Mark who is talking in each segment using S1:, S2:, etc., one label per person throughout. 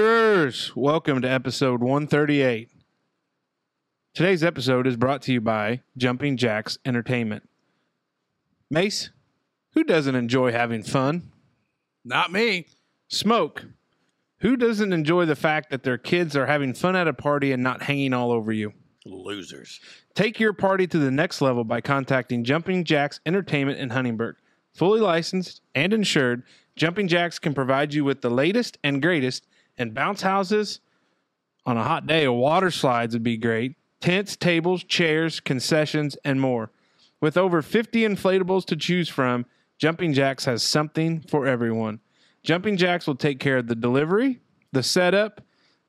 S1: Wanderers, welcome to episode 138. Today's episode is brought to you by Jumping Jacks Entertainment. Mace, who doesn't enjoy having fun?
S2: Not me.
S1: Smoke, who doesn't enjoy the fact that their kids are having fun at a party and not hanging all over you?
S2: Losers.
S1: Take your party to the next level by contacting Jumping Jacks Entertainment in Huntingburg. Fully licensed and insured, Jumping Jacks can provide you with the latest and greatest in bounce houses. On a hot day, water slides would be great. Tents, tables, chairs, concessions, and more. With over 50 inflatables to choose from, Jumping Jacks has something for everyone. Jumping Jacks will take care of the delivery, the setup,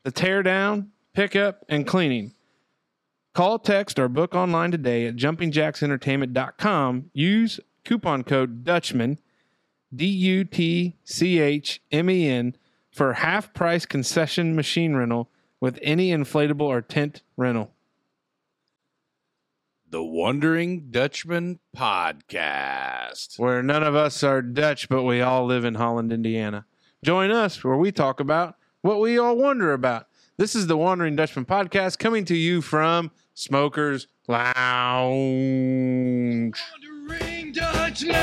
S1: the teardown, pickup, and cleaning. Call, text, or book online today at jumpingjacksentertainment.com. Use coupon code Dutchman, D U T C H M E N, for half price concession machine rental with any inflatable or tent rental.
S2: The Wandering Dutchman Podcast.
S1: Where none of us are Dutch, but we all live in Holland, Indiana. Join us where we talk about what we all wonder about. This is the Wandering Dutchman podcast coming to you from Smokers Lounge.
S2: Wandering Dutchman!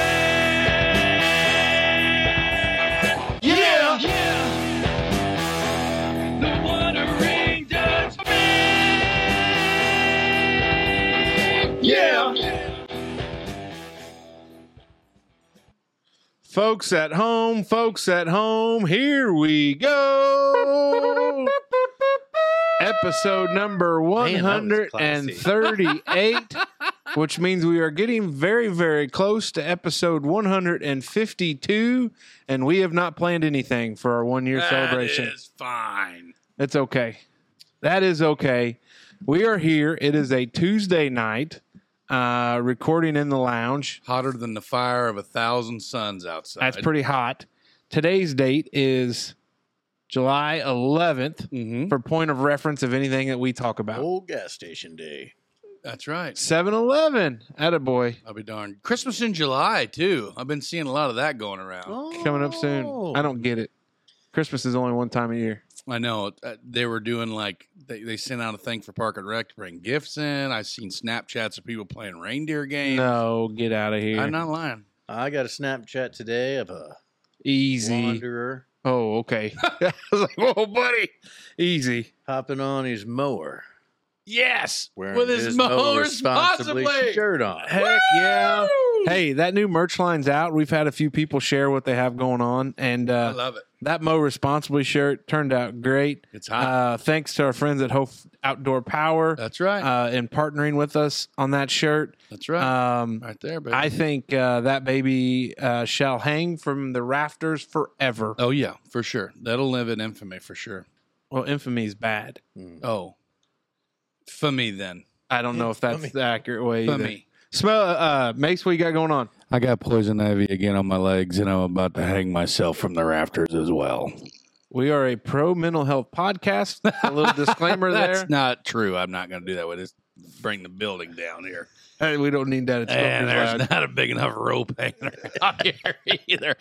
S2: Yeah! yeah. The Wandering Dutchman! Yeah!
S1: Folks at home, folks at home, here we go. Episode number
S3: Man, that was
S1: 138, which means we are getting very, very close to episode 152, and we have not planned anything for our one year celebration.
S2: That is fine.
S1: It's okay. That is okay. We are here. It is a Tuesday night, uh, recording in the lounge.
S2: Hotter than the fire of a thousand suns outside.
S1: That's pretty hot. Today's date is July 11th
S2: Mm-hmm.
S1: for point of reference of anything that we talk about.
S3: Old gas station day.
S2: That's right.
S1: 7 Eleven, attaboy,
S2: I'll be darned. Christmas in July, too. I've been seeing a lot of that going around.
S1: coming up
S3: Oh,
S1: soon. I don't get it. Christmas is only one time a year.
S2: I know uh, they were doing like they, they sent out a thing for Park and Rec to bring gifts in. I've seen Snapchats of people playing reindeer games.
S1: No, get out of here.
S2: I'm not lying.
S3: I got a Snapchat today of a
S1: Easy.
S3: wanderer
S1: Oh, okay. I was like, whoa, buddy. Easy.
S3: hopping on his mower,
S2: Yes,
S3: wearing
S2: with his, mower
S3: responsibly
S2: responsibly.
S3: shirt on.
S1: Heck yeah. Hey, that new merch line's out. We've had a few people share what they have going on, and
S2: I
S1: uh,
S2: love it.
S1: that Mo Responsibly shirt turned out great.
S2: It's hot.
S1: Uh, thanks to our friends at Hope Outdoor Power
S2: That's right.
S1: uh, in partnering with us on that shirt.
S2: That's right.
S1: Um,
S2: right there, baby.
S1: I think uh, that baby uh, shall hang from the rafters forever.
S2: oh yeah, for sure. That'll live in infamy for sure.
S1: Well, infamy is bad.
S3: Mm.
S2: Oh, for me then.
S1: I don't know if that's
S3: Infamy.
S1: the accurate way.
S2: For
S1: either.
S2: me.
S1: Smell, uh, Mace, what you got going on?
S2: I got poison ivy again on my legs, and I'm about to hang myself from the rafters as well.
S1: We are a pro mental health podcast. A little disclaimer
S2: That's
S1: there.
S2: not true. I'm not going to do that. We just bring the building down here.
S1: Hey, we don't need that. It's
S2: And there's
S1: uh,
S2: not a big enough rope hanging around here either.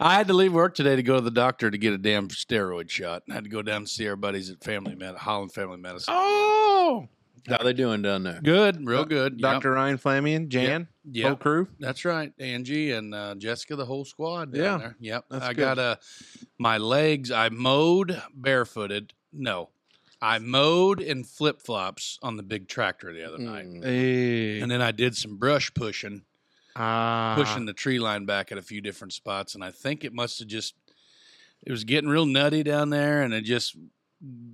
S2: I had to leave work today to go to the doctor to get a damn steroid shot. I had to go down and see our buddies at Family Med- Holland Family Medicine.
S1: Oh,
S3: How they doing down there?
S2: Good, real good.
S1: Dr. Ryan Flamian, Jan,
S2: Yep.
S1: whole crew.
S2: That's right, Angie and uh, Jessica, the whole squad. Down
S1: Yeah,
S2: there. yep.
S1: that's
S2: I
S1: good.
S2: got uh, my legs. I mowed barefooted. No, I mowed in flip flops on the big tractor the other night,
S3: Mm.
S1: Hey.
S2: and then I did some brush pushing,
S1: Ah.
S2: pushing the tree line back at a few different spots, and I think it must have just it was getting real nutty down there, and it just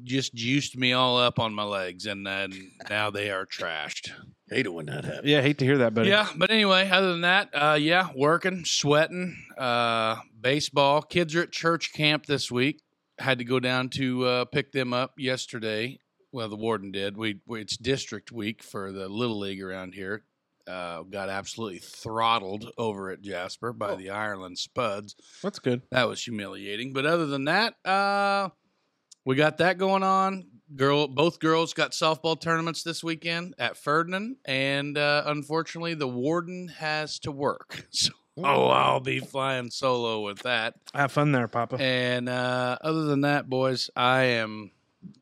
S2: just juiced me all up on my legs, and then now they are trashed.
S3: Hate it when that happens.
S1: Yeah, hate to hear that, buddy.
S2: Yeah, but anyway, other than that, uh, yeah, working, sweating, uh, baseball. Kids are at church camp this week. Had to go down to uh, pick them up yesterday. Well, the warden did. We, we it's district week for the little league around here. Uh, got absolutely throttled over at Jasper by the Ireland Spuds.
S1: That's good.
S2: That was humiliating. But other than that, uh, we got that going on. Girl, both girls got softball tournaments this weekend at Ferdinand, and uh, unfortunately, the warden has to work, so Oh, I'll be flying solo with that.
S1: Have fun there, Papa.
S2: And uh, other than that, boys, I am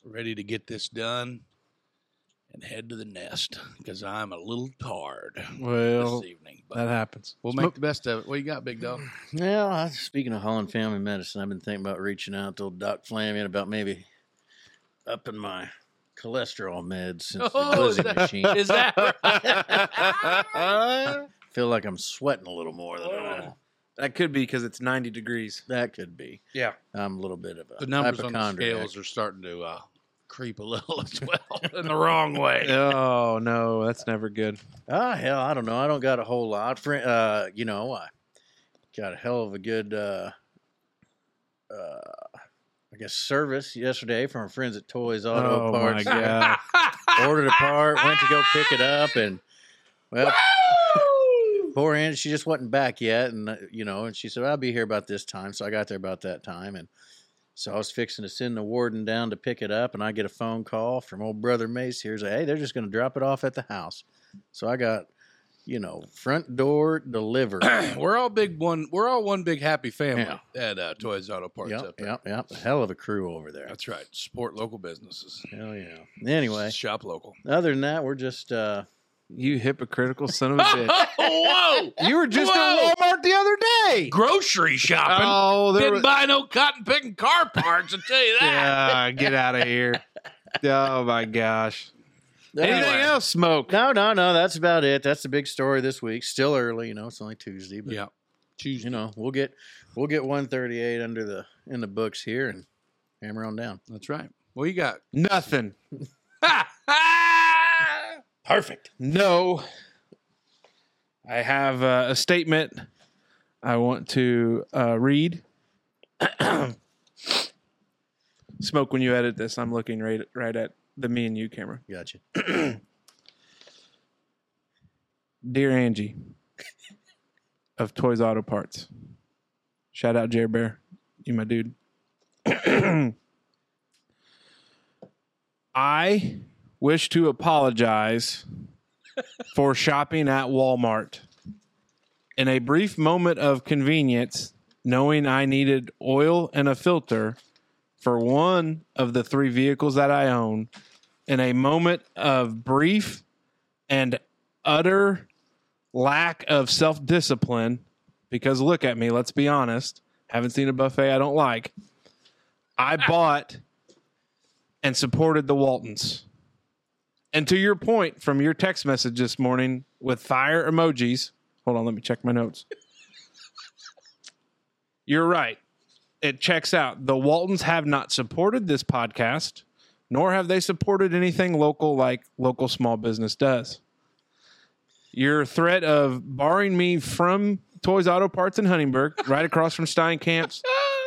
S2: ready to get this done and head to the nest because I'm a little tired
S1: Well,
S2: this evening. But
S1: that happens.
S2: we'll make the best of it. What you got, big dog?
S3: Well, I- speaking of Holland Family Medicine, I've been thinking about reaching out to old Doc Flamion about maybe upping my cholesterol meds since
S2: Oh,
S3: the glizzy
S2: is that-
S3: machine.
S2: Is that
S3: feel like I'm sweating a little more than
S2: Oh.
S3: normal.
S1: That could be because it's 90 degrees.
S3: That could be.
S1: Yeah.
S3: I'm a little bit of a
S2: the numbers on the
S3: hypochondriac.
S2: scales are starting to uh, creep a little as well in the wrong way?
S1: Oh, no. That's never good.
S3: Ah, hell, I don't know. I don't got a whole lot. Fri uh, you know, I got a hell of a good, uh, uh, I guess, service yesterday from our friends at Toys Auto
S1: Oh, my
S3: Parts.
S1: God.
S3: Ordered a part, went to go pick it up, and well, poor Ann, she just wasn't back yet, and uh, you know, and she said I'll be here about this time, so I got there about that time, and so I was fixing to send the warden down to pick it up, and I get a phone call from old brother Mace here, say, hey, they're just going to drop it off at the house, so I got, you know, front door delivered.
S2: we're all big one. We're all one big happy family
S3: Yeah.
S2: at uh, Toys Auto Parts
S3: yep,
S2: up there.
S3: yep, yep, hell of a crew over there.
S2: That's right. Support local businesses.
S3: Hell yeah. Anyway,
S2: shop local.
S3: other than that, we're just uh,
S1: You hypocritical son of a bitch.
S2: Whoa!
S1: You were just
S2: Whoa.
S1: at Walmart the other day.
S2: Grocery shopping.
S1: Oh, there
S2: Didn't
S1: was,
S2: buy no cotton picking car parts. I tell you that.
S1: yeah, get out of here. Oh my gosh. Anything
S2: Anyway.
S1: else? Smoke.
S3: No, no, no. That's about it. That's the big story this week. Still early, you know. It's only Tuesday, but
S2: Tuesday.
S3: you know we'll get we'll get 138 under the in the books here and hammer on down.
S2: That's right. What you got?
S1: Nothing.
S3: Perfect.
S1: No. I have uh, a statement I want to uh, read. Smoke when you edit this. I'm looking right right at the me and you camera.
S3: Gotcha.
S1: Dear Angie of Toys Auto Parts. Shout out Jer Bear. You my dude. I wish to apologize for shopping at Walmart. In a brief moment of convenience, knowing I needed oil and a filter for one of the three vehicles that I own, in a moment of brief and utter lack of self discipline because look at me, let's be honest. Haven't seen a buffet I don't like. I bought and supported the Waltons. And to your point from your text message this morning with fire emojis, hold on, let me check my notes. You're right. It checks out. The Waltons have not supported this podcast, nor have they supported anything local like local small business does your threat of barring me from Toys Auto Parts in Huntingburg, right across from Stein Camps,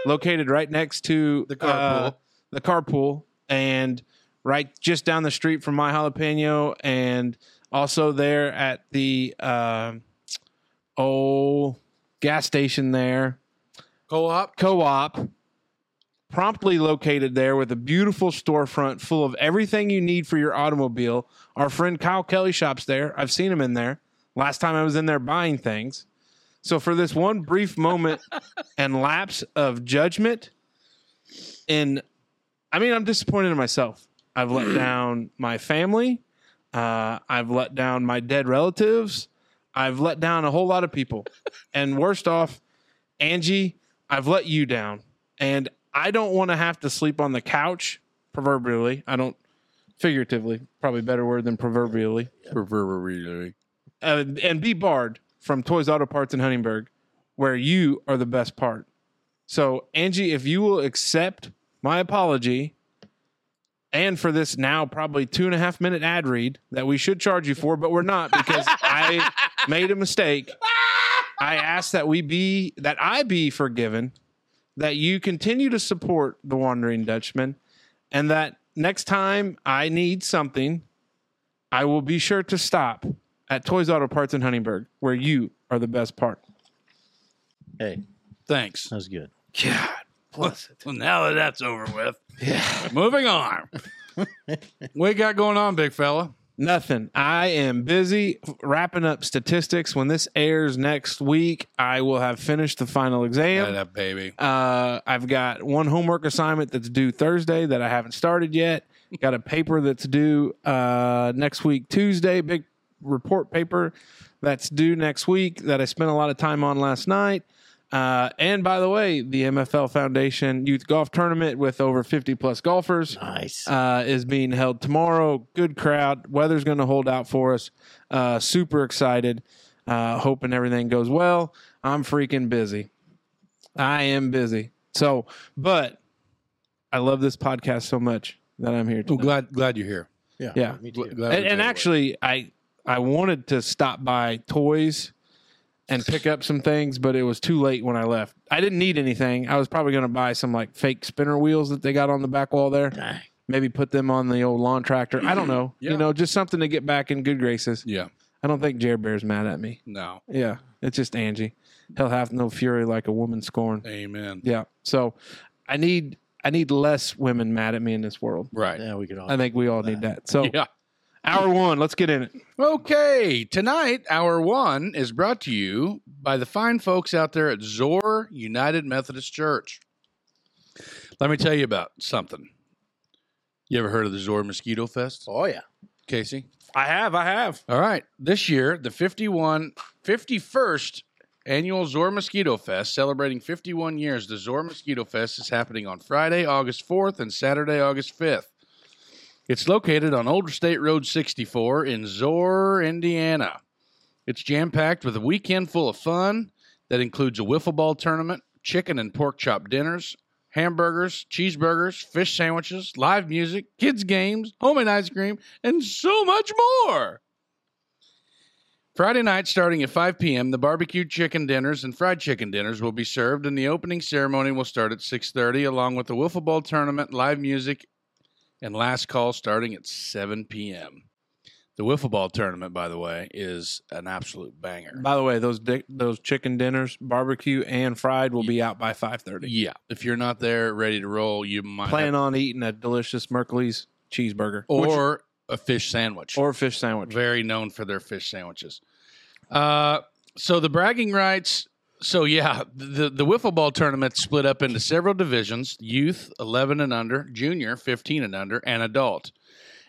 S1: located right next to
S2: The carpool.
S1: uh, the carpool, and right just down the street from my jalapeno, and also there at the um old gas station there
S2: Co-op.
S1: co-op promptly located there with a beautiful storefront full of everything you need for your automobile our friend kyle kelly shops there i've seen him in there last time i was in there buying things so for this one brief moment and lapse of judgment in i mean i'm disappointed in myself i've let down my family uh, i've let down my dead relatives i've let down a whole lot of people and worst off angie I've let you down, and I don't want to have to sleep on the couch. Proverbially, I don't figuratively, probably better word than proverbially, uh, and be barred from Toys Auto Parts in Huntingburg, where you are the best part. So, Angie, if you will accept my apology, and for this now probably two and a half minute ad read that we should charge you for, but we're not because I made a mistake. I ask that we be that I be forgiven, that you continue to support the Wandering Dutchman, and that next time I need something, I will be sure to stop at Toys Auto Parts in Huntingburg, where you are the best part.
S3: Hey,
S2: Thanks.
S3: that was good.
S1: God,
S2: Well, now that that's over with, yeah. moving on. what you got going on, big fella?
S1: Nothing. I am busy wrapping up statistics. When this airs next week, I will have finished the final
S2: Light
S1: exam.
S2: up, baby.
S1: Uh, I've got one homework assignment that's due Thursday that I haven't started yet. Got a paper that's due uh, next week, Tuesday, big report paper that's due next week that I spent a lot of time on last night. Uh, and by the way, the MFL Foundation Youth Golf Tournament with over 50 plus golfers
S3: Nice.
S1: uh, is being held tomorrow. Good crowd. Weather's going to hold out for us. Uh, super excited. Uh, hoping everything goes well. I'm freaking busy. I am busy. So, but I love this podcast so much that I'm here.
S2: Well,
S1: Tonight.
S2: glad glad you're here.
S3: yeah.
S1: yeah.
S3: Me
S2: Gl-
S3: too.
S2: glad we
S1: And,
S2: did
S1: and
S2: it.
S1: actually, I I wanted to stop by toys and pick up some things, but it was too late when I left. I didn't need anything. I was probably going to buy some like fake spinner wheels that they got on the back wall there
S3: Dang.
S1: maybe put them on the old lawn tractor. I don't know.
S2: Yeah.
S1: You know, just something to get back in good graces.
S2: yeah,
S1: I don't think Jer Bear's mad at me.
S2: no,
S1: Yeah. It's just Angie. He'll have no fury like a woman scorned.
S2: amen.
S1: Yeah. So I need I need less women mad at me in this world.
S2: Right.
S3: Yeah, we could all.
S1: I think we all need that. So
S2: Yeah.
S1: hour one, let's get in it.
S2: Okay, tonight, hour one is brought to you by the fine folks out there at Zor United Methodist Church. Let me tell you about something. You ever heard of the Zor Mosquito Fest,
S3: Oh yeah.
S2: Casey?
S1: I have, I have.
S2: All right, this year, the 51, 51st annual Zor Mosquito Fest, celebrating 51 years, the Zor Mosquito Fest is happening on Friday, August 4th and Saturday, August 5th. It's located on Older State Road 64 in Zor, Indiana. It's jam packed with a weekend full of fun that includes a wiffle ball tournament, chicken and pork chop dinners, hamburgers, cheeseburgers, fish sandwiches, live music, kids' games, homemade ice cream, and so much more. Friday night, starting at 5 p.m., the barbecue chicken dinners and fried chicken dinners will be served, and the opening ceremony will start at 6:30, along with the wiffle ball tournament, live music, and last call starting at 7 p.m. The wiffle ball tournament, by the way, is an absolute banger.
S1: By the way, those di- those chicken dinners, barbecue and fried, will be out by five thirty.
S2: Yeah, if you're not there ready to roll, you might
S1: Plan
S2: have-
S1: on eating a delicious Merkley's cheeseburger
S2: or a fish sandwich.
S1: or fish sandwich.
S2: Very known for their fish sandwiches. Uh, so the bragging rights. So yeah, the the wiffle ball tournament split up into several divisions: youth, eleven and under; junior, fifteen and under; and adult.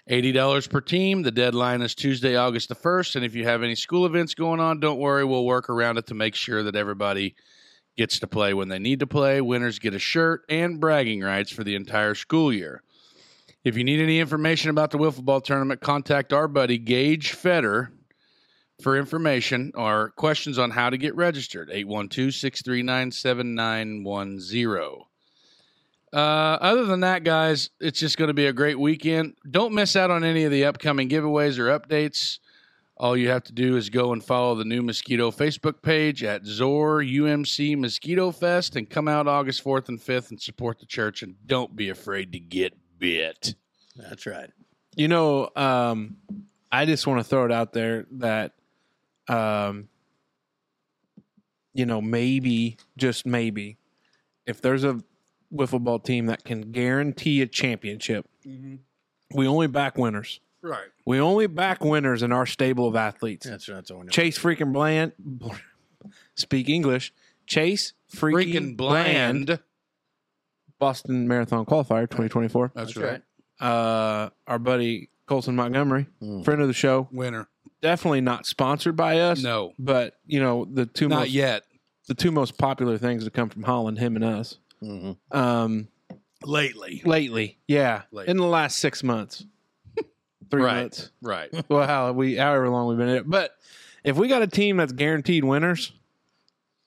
S2: Eighty dollars per team. The deadline is Tuesday, August the first. And if you have any school events going on, don't worry, we'll work around it to make sure that everybody gets to play when they need to play. Winners get a shirt and bragging rights for the entire school year. If you need any information about the wiffle ball tournament, contact our buddy Gage Feder for information or questions on how to get registered. 812 639 7910. Uh, Other than that, guys, it's just going to be a great weekend. Don't miss out on any of the upcoming giveaways or updates. All you have to do is go and follow the new Mosquito Facebook page at Zor UMC Mosquito Fest and come out August 4th and 5th and support the church and don't be afraid to get bit.
S3: That's right.
S1: You know, um, I just want to throw it out there that, um, you know, maybe, just maybe, if there's a wiffle ball team that can guarantee a championship, we only back winners.
S2: Right.
S1: We only back winners in our stable of athletes.
S3: That's right. That's all I know.
S1: Chase freaking Bland, speak English. Chase freaking,
S2: Freaking
S1: Bland,
S2: bland. That's,
S1: Boston Marathon qualifier 2024.
S2: right.
S1: Uh, our buddy Colson Montgomery,
S3: Mm.
S1: friend of the show,
S2: Winner.
S1: definitely not sponsored by us.
S2: No,
S1: But you know the two
S2: not
S1: most,
S2: yet.
S1: the two most popular things to come from Holland, him and us.
S3: Mhm.
S1: Um,
S2: Lately.
S1: lately, yeah,
S2: Lately.
S1: in the last six months, three
S2: Right.
S1: months.
S2: Right.
S1: Well, how we however long we've been in it. But if we got a team that's guaranteed winners,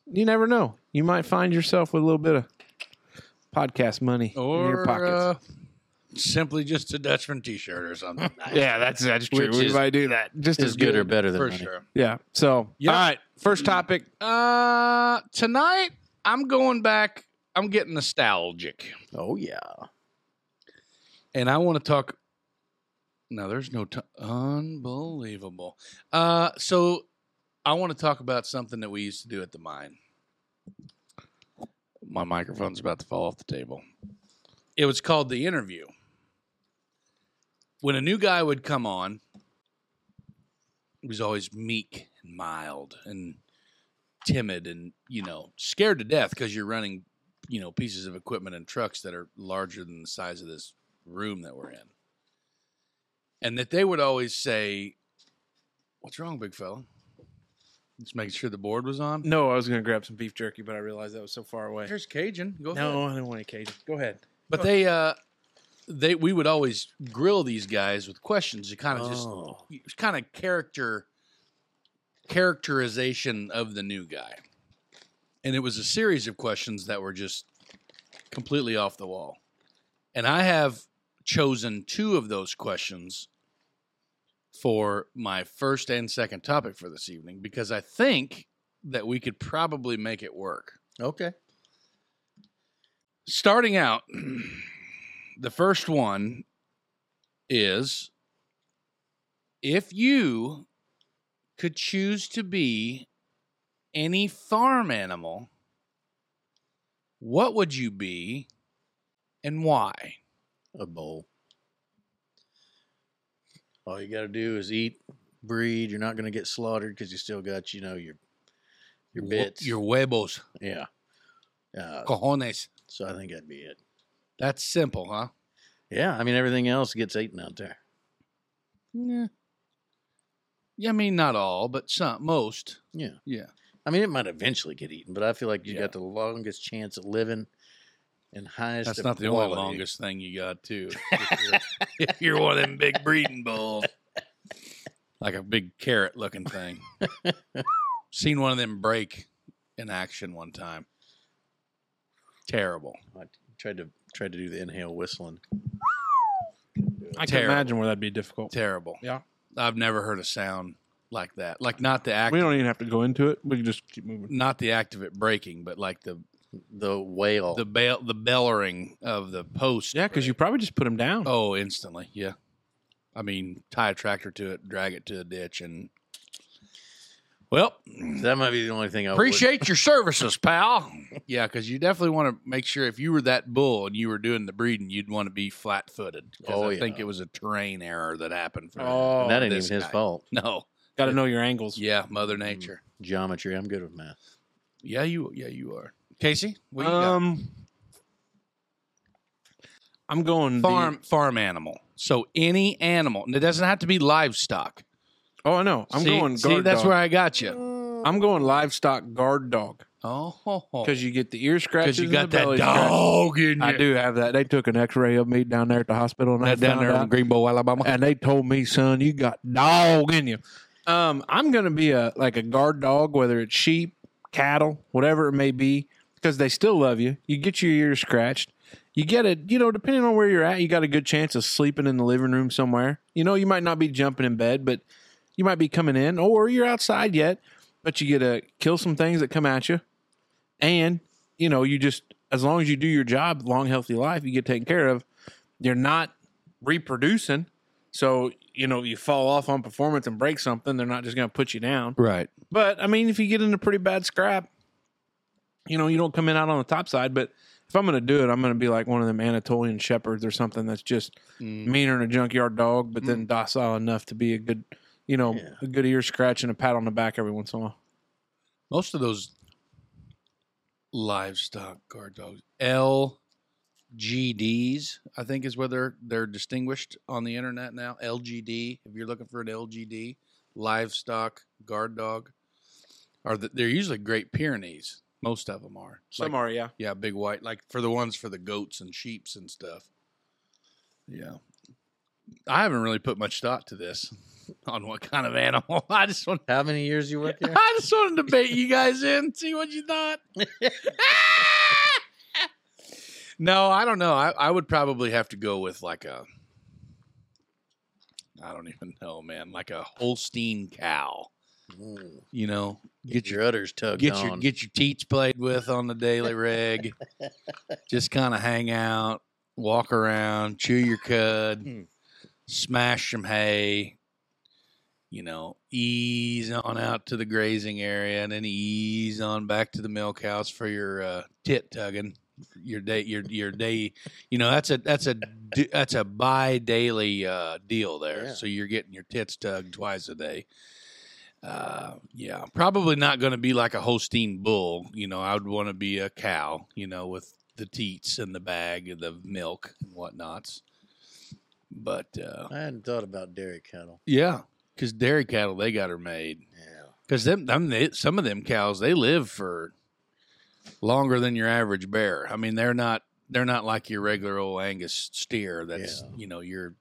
S1: you never know. You might find yourself with a little bit of podcast money in your
S2: Or
S1: pockets.
S2: uh, simply just a Dutchman t shirt or something.
S1: yeah, that's that's
S3: Which is-
S1: do that just
S3: Is good or better than
S2: For
S3: money.
S2: sure.
S1: Yeah. So
S2: Yeah.
S1: all right, first topic.
S2: Uh, tonight, I'm going back. I'm getting nostalgic.
S3: Oh yeah.
S2: and I want to talk. No, there's no t- unbelievable. Uh, so I want to talk about something that we used to do at the mine. My microphone's about to fall off the table. It was called the interview. When a new guy would come on, He was always meek and mild and timid and, you know, scared to death because you're running, you know, pieces of equipment and trucks that are larger than the size of this room that we're in. And that they would always say, What's wrong, big fella? Just making sure the board was on.
S1: No, I was going to grab some beef jerky, but I realized that was so far away.
S2: There's Cajun. Go ahead.
S1: No, I don't want a cage. Go ahead.
S2: But they uh they we would always grill these guys with questions to kind of
S3: Oh.
S2: just kind of character characterization of the new guy. And it was a series of questions that were just completely off the wall. And I have chosen two of those questions for my first and second topic for this evening because I think that we could probably make it work
S3: Okay.
S2: starting out, the first one is if you could choose to be any farm animal, what would you be and why?
S3: A bowl. All you got to do is eat, breed. You're not going to get slaughtered because you still got, you know, your your bits.
S2: Your huevos,
S3: yeah. Uh,
S2: cojones.
S3: so I think that'd be it.
S2: That's simple, huh?
S3: Yeah. I mean, everything else gets eaten out there.
S2: Yeah. Yeah, I mean, not all, but some, most.
S3: Yeah.
S2: Yeah.
S3: I mean, it might eventually get eaten, but I feel like you
S2: Yeah.
S3: got the longest chance of living and highest.
S2: That's
S3: of
S2: not the only
S3: quality.
S2: longest thing you got, too. If you're, if you're one of them big breeding bulls, like a big carrot looking thing. Seen one of them break in action one time. Terrible.
S3: I tried to tried to do the inhale whistling.
S1: I can
S2: Terrible.
S1: imagine where that'd be difficult.
S2: Terrible.
S1: Yeah.
S2: I've never heard a sound like that. Like not the act
S1: We don't even have to go into it. We can just keep moving.
S2: not the act of it breaking, but like the
S3: The whale.
S2: the bell the bellering of the post.
S1: Oh. Yeah, because you probably just put them down.
S2: Oh, instantly, yeah. I mean, tie a tractor to it, drag it to a ditch, and well,
S3: that might be the only thing I would-
S2: appreciate your services, pal. Oh, yeah, because you definitely want to make sure if you were that bull and you were doing the breeding, you'd want to be flat-footed. 'cause
S3: Oh,
S2: I
S3: yeah.
S2: think it was a terrain error that happened. For
S1: Oh,
S3: And that ain't
S2: this
S3: even his
S2: guy.
S3: fault.
S2: No,
S1: got to know your angles.
S2: yeah, Mother Nature.
S3: Geometry. I'm good with math.
S2: Yeah, you, yeah, you are. Casey, what you got?
S1: um, I'm going the-
S2: farm farm animal. So any animal, and it doesn't have to be livestock.
S1: oh, I know. I'm
S2: See-
S1: going. Guard
S2: see, that's
S1: dog.
S2: where I got you.
S1: I'm going livestock guard dog
S2: Oh,
S1: because you get the ear scratches.
S2: because you
S1: and
S2: got
S1: the
S2: that
S1: belly
S2: dog in you.
S1: scratch. I do have that. They took an X-ray of me down there at the hospital, and I
S2: That down
S1: found
S2: there in
S1: out-
S2: Greenbow, Alabama.
S1: and they told me, son, you got dog in you. Um, I'm gonna be a like a guard dog, whether it's sheep, cattle, whatever it may be, because they still love you. You get your ears scratched. You get it, you know, depending on where you're at, you got a good chance of sleeping in the living room somewhere. You know, you might not be jumping in bed, but you might be coming in, or you're outside yet, but you get to kill some things that come at you. And, you know, you just as long as you do your job, long, healthy life, you get taken care of. You're not reproducing. So, you know, you fall off on performance and break something, they're not just going to put you down.
S2: Right.
S1: But I mean, if you get in a pretty bad scrap, you know, you don't come in out on the top side. But if I'm going to do it, I'm going to be like one of them Anatolian shepherds or something that's just
S2: Mm.
S1: meaner than a junkyard dog, but then docile enough to be a good, you know,
S3: Yeah.
S1: a good ear scratch and a pat on the back every once in a while.
S2: Most of those livestock guard dogs, LGDs, I think is where they're they're distinguished on the internet now. LGD, if you're looking for an LGD, livestock guard dog, are the, they're usually Great Pyrenees. Most of them are. Like-
S1: are, yeah.
S2: Yeah, big white, like for the ones for the goats and sheeps and stuff. Yeah. I haven't really put much thought to this on what kind of animal. I just want
S3: How many years you work here?
S2: I just want to debate you guys in, see what you thought. no, I don't know. I, I would probably have to go with like a I don't even know, man, like a Holstein cow.
S3: Mm.
S2: You know,
S3: Get your udders tugged
S2: get
S3: on.
S2: your get your teats played with on the daily rig. Just kind of hang out, walk around, chew your
S3: Hmm.
S2: cud, smash some hay. You know, ease on out to the grazing area, and then ease on back to the milk house for your uh, tit tugging. Your day, your your day. You know, that's a that's a d- that's a bi daily uh, deal there.
S3: Yeah.
S2: So you're getting your tits tugged twice a day. Uh, yeah, probably not going to be like a Holstein bull. You know, I would want to be a cow. You know, with the teats and the bag and the milk and whatnots. But uh,
S3: I hadn't thought about dairy cattle.
S2: yeah, because dairy cattle they got her made.
S3: Yeah.
S2: Because them, them they, some of them cows they live for longer than your average bear. I mean, they're not they're not like your regular old Angus steer. That's
S3: Yeah.
S2: you know you're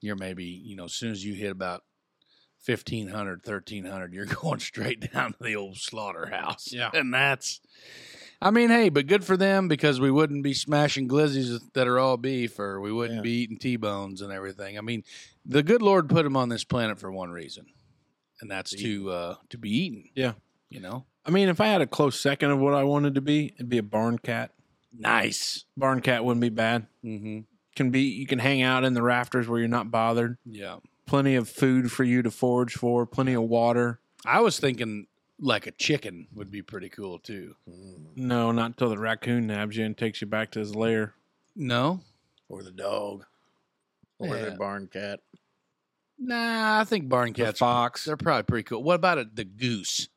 S2: you're maybe you know as soon as you hit about 1500 1300 you're going straight down to the old slaughterhouse
S1: Yeah.
S2: and that's i mean hey but good for them because we wouldn't be smashing glizzies that are all beef or we wouldn't
S3: Yeah.
S2: be eating t-bones and everything i mean the good lord put them on this planet for one reason and that's to uh to be eaten
S1: Yeah.
S2: you know
S1: I mean, if I had a close second of what I wanted to be, it'd be a barn cat.
S2: nice
S1: Barn cat wouldn't be bad.
S2: mm-hmm
S1: Can be you can hang out in the rafters where you're not bothered.
S2: yeah
S1: Plenty of food for you to forage for. Plenty of water.
S2: i was thinking like a chicken would be pretty cool too
S3: Mm.
S1: No, not until the raccoon nabs you and takes you back to his lair.
S2: no
S3: Or the dog. Or
S2: Yeah.
S3: the barn cat.
S2: nah i think barn
S1: The
S2: cats
S1: fox.
S2: they're probably pretty cool what about a, the goose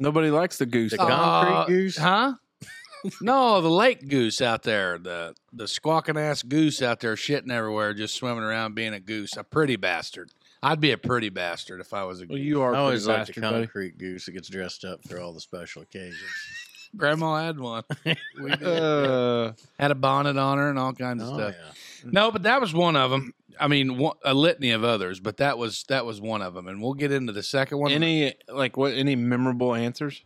S1: Nobody likes the goose.
S3: The
S1: though.
S3: gob- concrete
S2: Uh,
S3: goose?
S2: huh? no, the lake goose out there, the the squawking ass goose out there, shitting everywhere, just swimming around, being a goose, a pretty bastard. I'd be a pretty bastard if I was a goose.
S1: well, you are
S3: I
S1: a
S3: always
S1: pretty
S3: like the
S1: bastard, buddy.
S3: concrete goose that gets dressed up for all the special occasions.
S2: Grandma had one,
S3: we did.
S1: Uh,
S2: had a bonnet on her and all kinds of
S3: oh,
S2: stuff.
S3: yeah.
S2: No, but that was one of them. I mean, one, a litany of others, but that was that was one of them, and we'll get into the second one.
S1: any like what? Any memorable answers?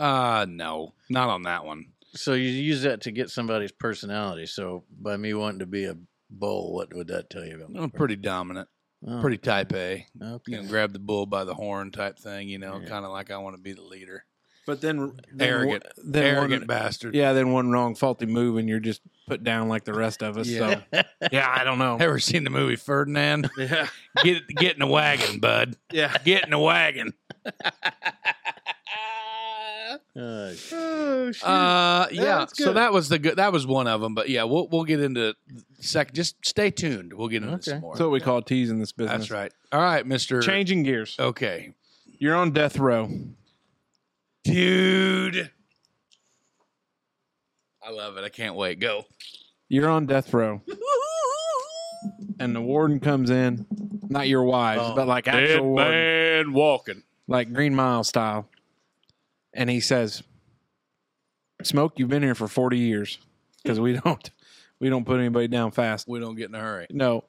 S2: uh no, not on that one.
S3: So you use that to get somebody's personality. So by me wanting to be a bull, what would that tell you about? my
S2: I'm
S3: person-
S2: pretty dominant,
S3: Oh,
S2: pretty type A.
S3: Okay.
S2: You know, grab the bull by the horn type thing. You know,
S3: Yeah.
S2: kind of like I want to be the leader.
S1: But then, then
S2: Arrogant,
S1: one- then
S2: arrogant
S1: one,
S2: bastard.
S1: Yeah, then one wrong faulty move and you're just put down like the rest of us.
S2: Yeah.
S1: So yeah, I don't know.
S2: Ever seen the movie Ferdinand?
S1: Yeah.
S2: Get get in a wagon, bud.
S1: Yeah.
S2: Get in a wagon.
S3: Uh,
S1: Oh shit.
S2: Uh, yeah.
S1: that's
S2: so
S1: good.
S2: that was the good. That was one of them. But yeah, we'll we'll get into sec. Just stay tuned. We'll get into
S3: Okay.
S2: some more.
S1: That's what we call teasing this business.
S2: That's right. All right, Mister.
S1: Changing gears.
S2: Okay,
S1: You're on death row.
S2: dude. I love it. I can't wait. Go.
S1: You're on death row. And the warden comes in. Not your wives,
S3: Oh.
S1: but like actual warden,
S2: man walking.
S1: like Green Mile style. And he says, Smoke, you've been here for 40 years because we don't we don't put anybody down fast.
S2: We don't get in a hurry.
S1: No.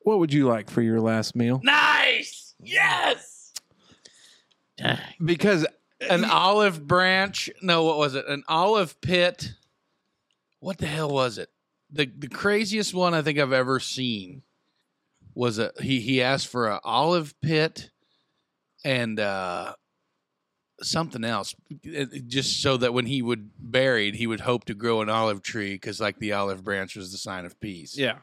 S1: What would you like for your last meal?
S2: Nice. Yes.
S1: Because
S2: an olive branch. No, what was it? An olive pit. What the hell was it? The the craziest one I think I've ever seen was a he he asked for an olive pit and uh something else It- it- just so that when he would buried he would hope to grow an olive tree because like the olive branch was the sign of peace
S1: yeah,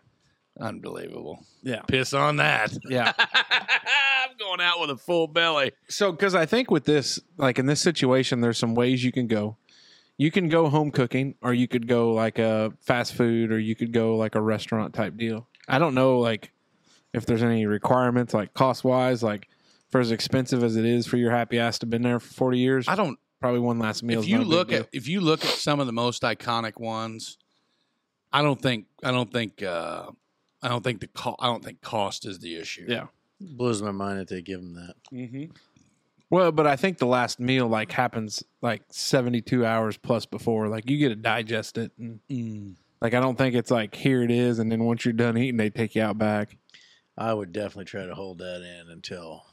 S2: unbelievable
S1: Yeah.
S2: piss on that
S1: yeah.
S2: i'm going out with a full belly
S1: So, because I think with this, like in this situation, there's some ways you can go. You can go home cooking, or you could go like a fast food, or you could go like a restaurant type deal. I don't know, like if there's any requirements, like cost wise, like for as expensive as it is for your happy ass to been there for 40 years,
S2: i don't
S1: probably one last meal.
S2: if
S1: is
S2: you
S1: not a big
S2: look at
S1: deal.
S2: if you look at some of the most iconic ones, I don't think I don't think uh, I don't think the co- I don't think cost is the issue.
S1: Yeah.
S3: blows my mind that they give them that.
S1: Mm-hmm. well, but I think the last meal like happens like 72 hours plus before, like you get to digest it, and like I don't think it's like here it is, and then once you're done eating, they take you out back.
S3: I would definitely try to hold that in until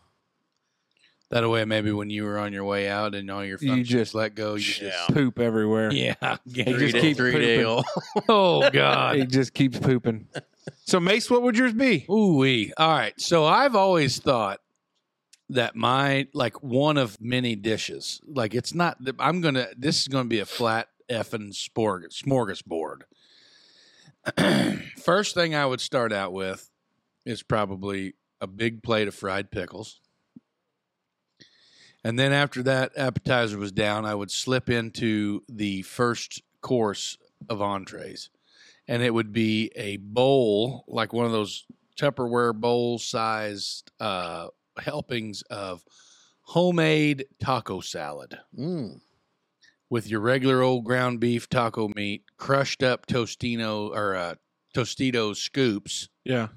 S2: That way, maybe when you were on your way out and all your
S1: You
S2: functions
S1: just-
S2: let go, Oh, you
S3: Yeah.
S2: just
S1: poop everywhere.
S2: yeah.
S1: They
S3: three,
S1: just
S3: day,
S1: keep
S3: three day
S1: pooping.
S3: old.
S2: oh
S1: He
S2: God.
S1: just keeps pooping. So Mace, what would yours be?
S2: Ooh wee. All right. So I've always thought that my like one of many dishes, like it's not. I'm gonna. This is gonna be a flat effing sporg- smorgasbord. First thing I would start out with is probably a big plate of fried pickles. And then after that appetizer was down, I would slip into the first course of entrees. And it would be a bowl, like one of those Tupperware bowl sized uh, helpings of homemade taco salad
S3: Mm.
S2: with your regular old ground beef taco meat, crushed up tostino or uh, Tostitos scoops,
S1: Yeah.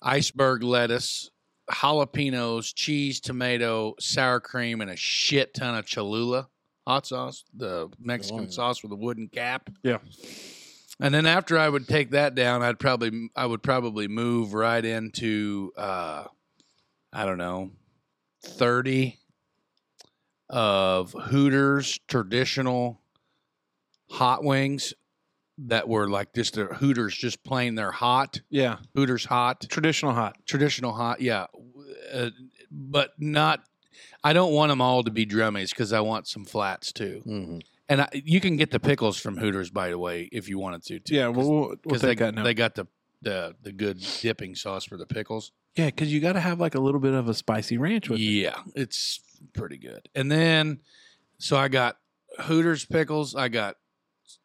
S2: iceberg lettuce, jalapenos, cheese, tomato, sour cream, and a shit ton of Cholula hot sauce, the Mexican
S3: yeah.
S2: sauce with a wooden cap.
S1: Yeah.
S2: And then after I would take that down, I'd probably I would probably move right into uh, I don't know thirty of Hooters traditional hot wings that were like just the Hooters just plain they're hot
S1: Yeah.
S2: Hooters hot
S1: Traditional hot.
S2: traditional hot, yeah, uh, but not. I don't want them all to be drummies because I want some flats too.
S3: Mhm.
S2: And I, you can get the pickles from Hooters, by the way, if you wanted to. Too,
S1: Yeah. We'll, we'll, we'll
S2: because
S1: take
S2: they,
S1: that now.
S2: they got the, the the good dipping sauce for the pickles.
S1: yeah, because you got to have like a little bit of a spicy ranch with it.
S2: Yeah, it's pretty good. And then, so I got Hooters pickles, I got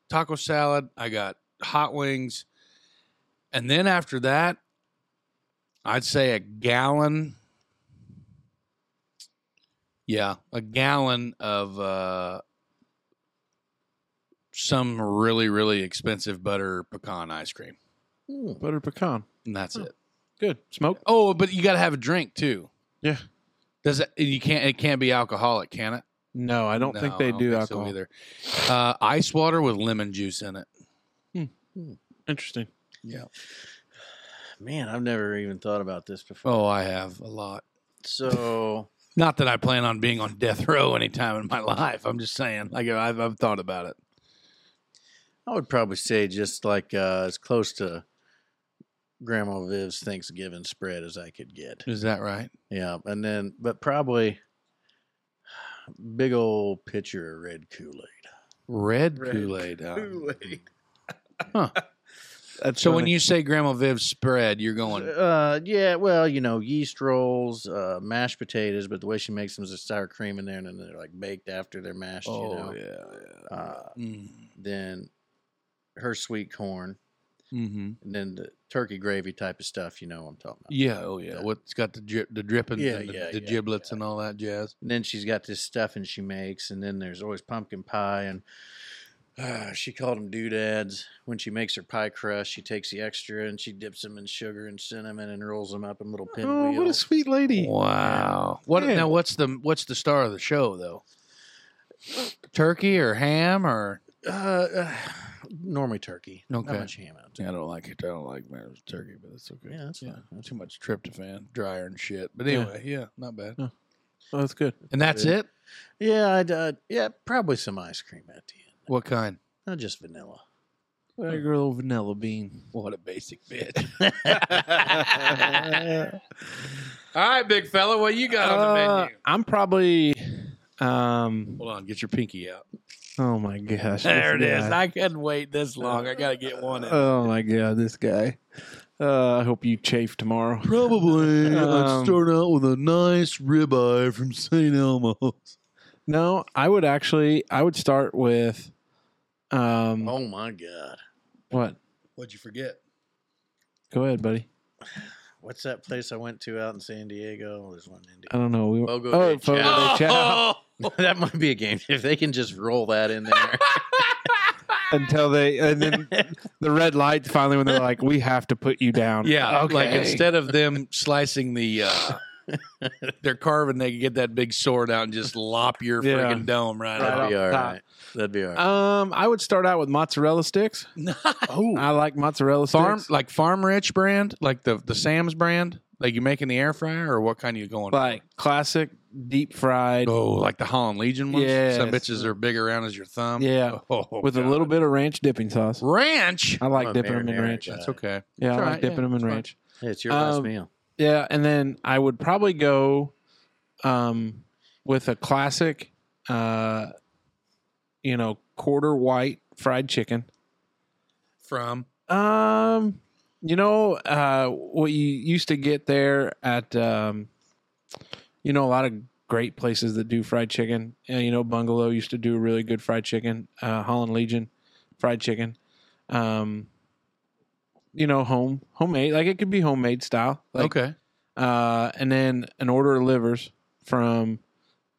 S2: taco salad, I got hot wings, and then after that, I'd say a gallon. Yeah, a gallon of uh, some really really expensive butter pecan ice cream,
S3: Mm.
S1: Butter pecan.
S2: and that's it.
S1: Good. Smoke.
S2: Oh, but you got to have a drink too.
S1: Yeah.
S2: Does it? You can't. It can't be alcoholic, can it?
S1: No, I don't think
S2: No,
S1: they
S2: I don't
S1: do
S2: think so
S1: alcohol.
S2: either. Uh, ice water with lemon juice in it.
S1: Interesting.
S2: Yeah.
S3: Man, I've never even thought about this before.
S2: Oh, I have a lot.
S1: Oh.
S3: So
S2: Not that I plan on being on death row anytime in my life. I'm just saying. Like I've, I've thought about it.
S3: I would probably say just like uh, as close to Grandma Viv's Thanksgiving spread as I could get.
S2: Is that right?
S3: Yeah, and then but probably big old pitcher of red Kool Aid.
S2: Red,
S1: Red
S2: Kool Aid.
S3: Aid.
S1: That's
S2: So when
S1: funny.
S2: you say Grandma Viv's spread, you're going.
S3: Uh, yeah, well, you know, yeast rolls, uh, mashed potatoes, but the way she makes them is a sour cream in there, and then they're like baked after they're mashed. you know,
S2: Oh, yeah.
S3: uh,
S2: Mm.
S3: then her sweet corn,
S2: hmm
S3: and then the turkey gravy type of stuff. You know, what I'm talking about.
S2: Yeah. Oh yeah.
S3: Yeah.
S2: What's got the drip, the drippings,
S3: Yeah,
S2: and the,
S3: yeah,
S2: the
S3: yeah,
S2: giblets,
S3: yeah.
S2: and all that jazz.
S3: And then she's got this stuffing she makes, and then there's always pumpkin pie, and uh, she called them doodads. When she makes her pie crust, she takes the extra and she dips them in sugar and cinnamon and rolls them up in
S2: Uh,
S3: little
S1: Oh, what a
S3: pinwheels.
S1: sweet lady.
S2: Wow. What
S1: Yeah.
S2: now? What's the what's the star of the show though? Turkey or ham or
S3: uh, uh, normally turkey,
S2: Okay.
S3: not much ham out there.
S2: I don't like it. I don't like marriage turkey, but it's okay.
S3: Yeah, that's fine.
S2: Too much tryptophan, dryer and shit. But
S1: Yeah.
S2: anyway, yeah, not bad.
S1: Oh, that's good.
S2: And that's
S3: good.
S2: it.
S3: Yeah, I'd, uh, yeah, probably some ice cream at the end,
S2: What kind?
S3: not just vanilla.
S1: I got a little vanilla bean.
S2: What a basic bitch. All right, big fella, what you got on the
S1: Uh,
S2: menu?
S1: I'm probably. Um,
S2: Hold on, get your pinky out.
S1: oh my gosh.
S2: There it
S1: this
S2: is.
S1: guy.
S2: I couldn't wait this long. I gotta get one in.
S1: Oh my god, this guy. Uh, I hope you chafe tomorrow.
S2: Probably
S1: I'd start
S2: out with a nice ribeye from St. Elmo's.
S1: No, I would actually. I would start with. Um,
S3: oh my god,
S1: what?
S2: What'd you forget?
S1: Go ahead, buddy.
S3: what's that place I went to out in San Diego? There's one in
S1: I don't know. We, Oh,
S3: Fogo de
S1: Fogo de
S3: Chao.
S1: Chao.
S3: that might be a game if they can just roll that in there.
S1: until they and then the red light finally when they're like, we have to put you down.
S2: Yeah, like
S1: Okay.
S2: instead of them slicing the, uh, they're carving. They could get that big sword out and just lop your
S1: Yeah.
S2: friggin' dome right,
S1: Right
S3: That'd
S2: off.
S3: be
S1: off
S3: all
S1: the top.
S3: right. That'd be all right.
S1: Um, I would start out with mozzarella sticks.
S3: Uh,
S2: oh,
S1: I like mozzarella sticks.
S2: farm like Farm Rich brand, like the the Sam's brand. Like you making the air fryer, or what kind are you going? for?
S1: like classic deep fried
S2: oh, like the Holland Legion ones.
S1: Yes.
S2: Some bitches are big around as your thumb.
S1: Yeah.
S2: Oh,
S1: with a
S2: God.
S1: little bit of ranch dipping sauce.
S2: ranch.
S1: I
S3: I'm
S1: like
S3: a
S1: dipping them in
S3: marinara
S1: ranch.
S3: guy.
S2: That's okay.
S1: Yeah, I
S2: It's all
S1: like
S2: right,
S1: dipping
S2: yeah,
S1: them in
S2: it's fine.
S1: ranch.
S3: Hey, it's your
S1: um,
S3: last meal.
S1: Yeah, and then I would probably go um with a classic uh you know, quarter white fried chicken.
S2: From
S1: Um, you know, uh, what you used to get there at, um, you know, a lot of great places that do fried chicken. Uh, you know, Bungalow used to do really good fried chicken. Uh, Holland Legion, fried chicken. Um, you know, home homemade. Like it could be homemade style. Like
S2: okay.
S1: uh, and then an order of livers from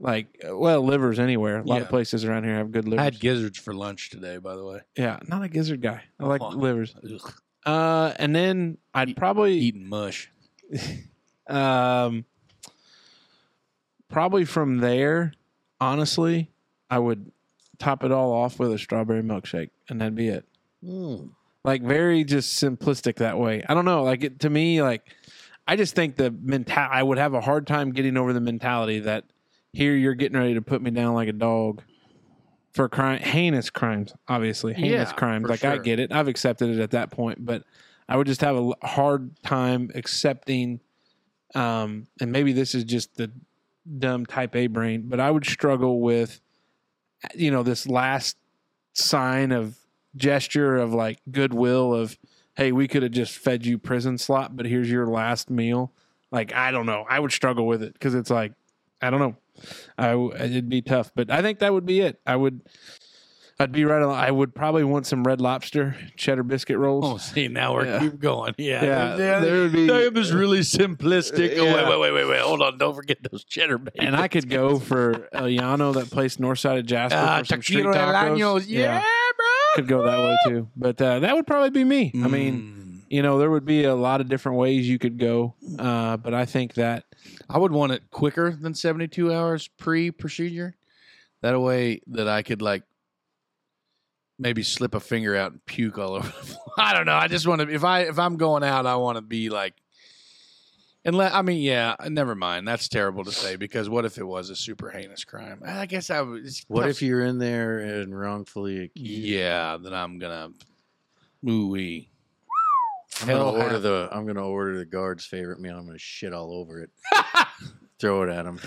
S1: like well livers anywhere. A lot
S2: Yeah.
S1: of places around here have good
S2: I
S1: livers.
S2: had gizzards for lunch today, by the way.
S1: yeah, not a gizzard guy. I like
S2: Oh.
S1: livers.
S2: Ugh,
S1: Uh, and then I'd
S2: Eat-
S1: probably
S2: eating mush.
S1: um, probably from there. Honestly, I would top it all off with a strawberry milkshake, and that'd be it.
S3: Mm.
S1: like very just simplistic that way. I don't know, like it, to me, like I just think the mental. I would have a hard time getting over the mentality that here you're getting ready to put me down like a dog for crime, heinous crimes, obviously heinous
S2: Yeah,
S1: crimes.
S2: for
S1: Like I
S2: sure.
S1: get it, I've accepted it at that point, but I would just have a l- hard time accepting. Um, and maybe this is just the dumb type A brain, but I would struggle with, you know, this last sign of gesture of like goodwill of, hey, we could have just fed you prison slot, but here's your last meal. Like, I don't know. I would struggle with it because it's like, I don't know. I w- it'd be tough, but I think that would be it. I would, I'd be right. al- I would probably want some red lobster cheddar biscuit rolls.
S2: Oh, see, now we're
S1: Yeah.
S2: keep going. Yeah,
S1: Yeah,
S2: There-
S1: there would be-
S2: that was really simplistic. Oh,
S1: Yeah.
S2: wait, wait, wait, wait, wait. Hold on. Don't forget those cheddar babies.
S1: and I could go for Eliano, that place north side of Jasper,
S2: uh,
S1: for some street
S2: taquito
S1: tacos.
S2: el año. Yeah, bro.
S1: could go that way too. But uh, that would probably be me. I mean,
S2: Mm.
S1: you know, there would be a lot of different ways you could go, uh, but I think that
S2: I would want it quicker than 72 hours pre procedure. That way that I could like maybe slip a finger out and puke all over. the floor. I don't know. I just want to if I if I'm going out, I want to be like unless I mean, yeah, never mind. That's terrible to say because what if it was a super heinous crime? I guess I would it's
S3: What
S2: tough.
S3: if you're in there and wrongfully accused?
S2: Yeah, then I'm going to ooh wee.
S3: I'm gonna
S2: Hell
S3: order
S2: hath-
S3: the I'm gonna order the guard's favorite meal. I'm gonna shit all over it. Throw it at him.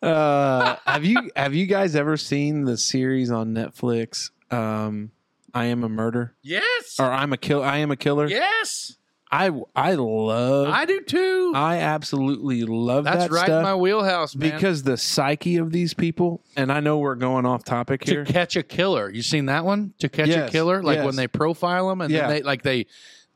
S1: uh, have you have you guys ever seen the series on Netflix? Um, I am a murder,
S2: Yes.
S1: or I'm a kill. I am a killer.
S2: Yes.
S1: I I love. I,
S2: I do too.
S1: absolutely love
S2: That's
S1: that
S2: right in
S1: stuff
S2: my wheelhouse, man.
S1: because the psyche of these people. And I know we're going off topic here.
S2: To catch a killer. You seen that one? To catch
S1: Yes,
S2: a killer, like
S1: yes.
S2: when they profile them and
S1: Yeah.
S2: then they like they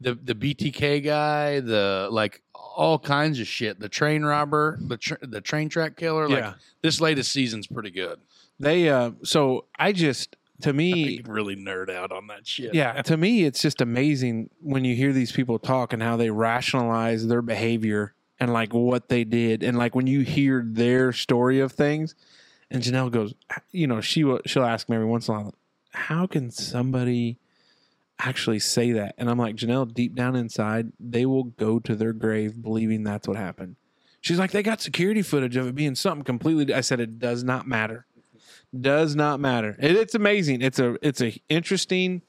S2: the the BTK guy, the like all kinds of shit. The train robber, the tr the train track killer. Like
S1: Yeah.
S2: this latest season's pretty good.
S1: They uh, so I just to
S2: I
S1: me
S2: think you really nerd out on that shit.
S1: yeah to me it's just amazing when you hear these people talk and how they rationalize their behavior and like what they did and like when you hear their story of things and janelle goes you know she will she'll ask me every once in a while how can somebody actually say that and i'm like janelle deep down inside they will go to their grave believing that's what happened she's like they got security footage of it being something completely di-" i said it does not matter does not matter It- it's amazing it's a it's a interesting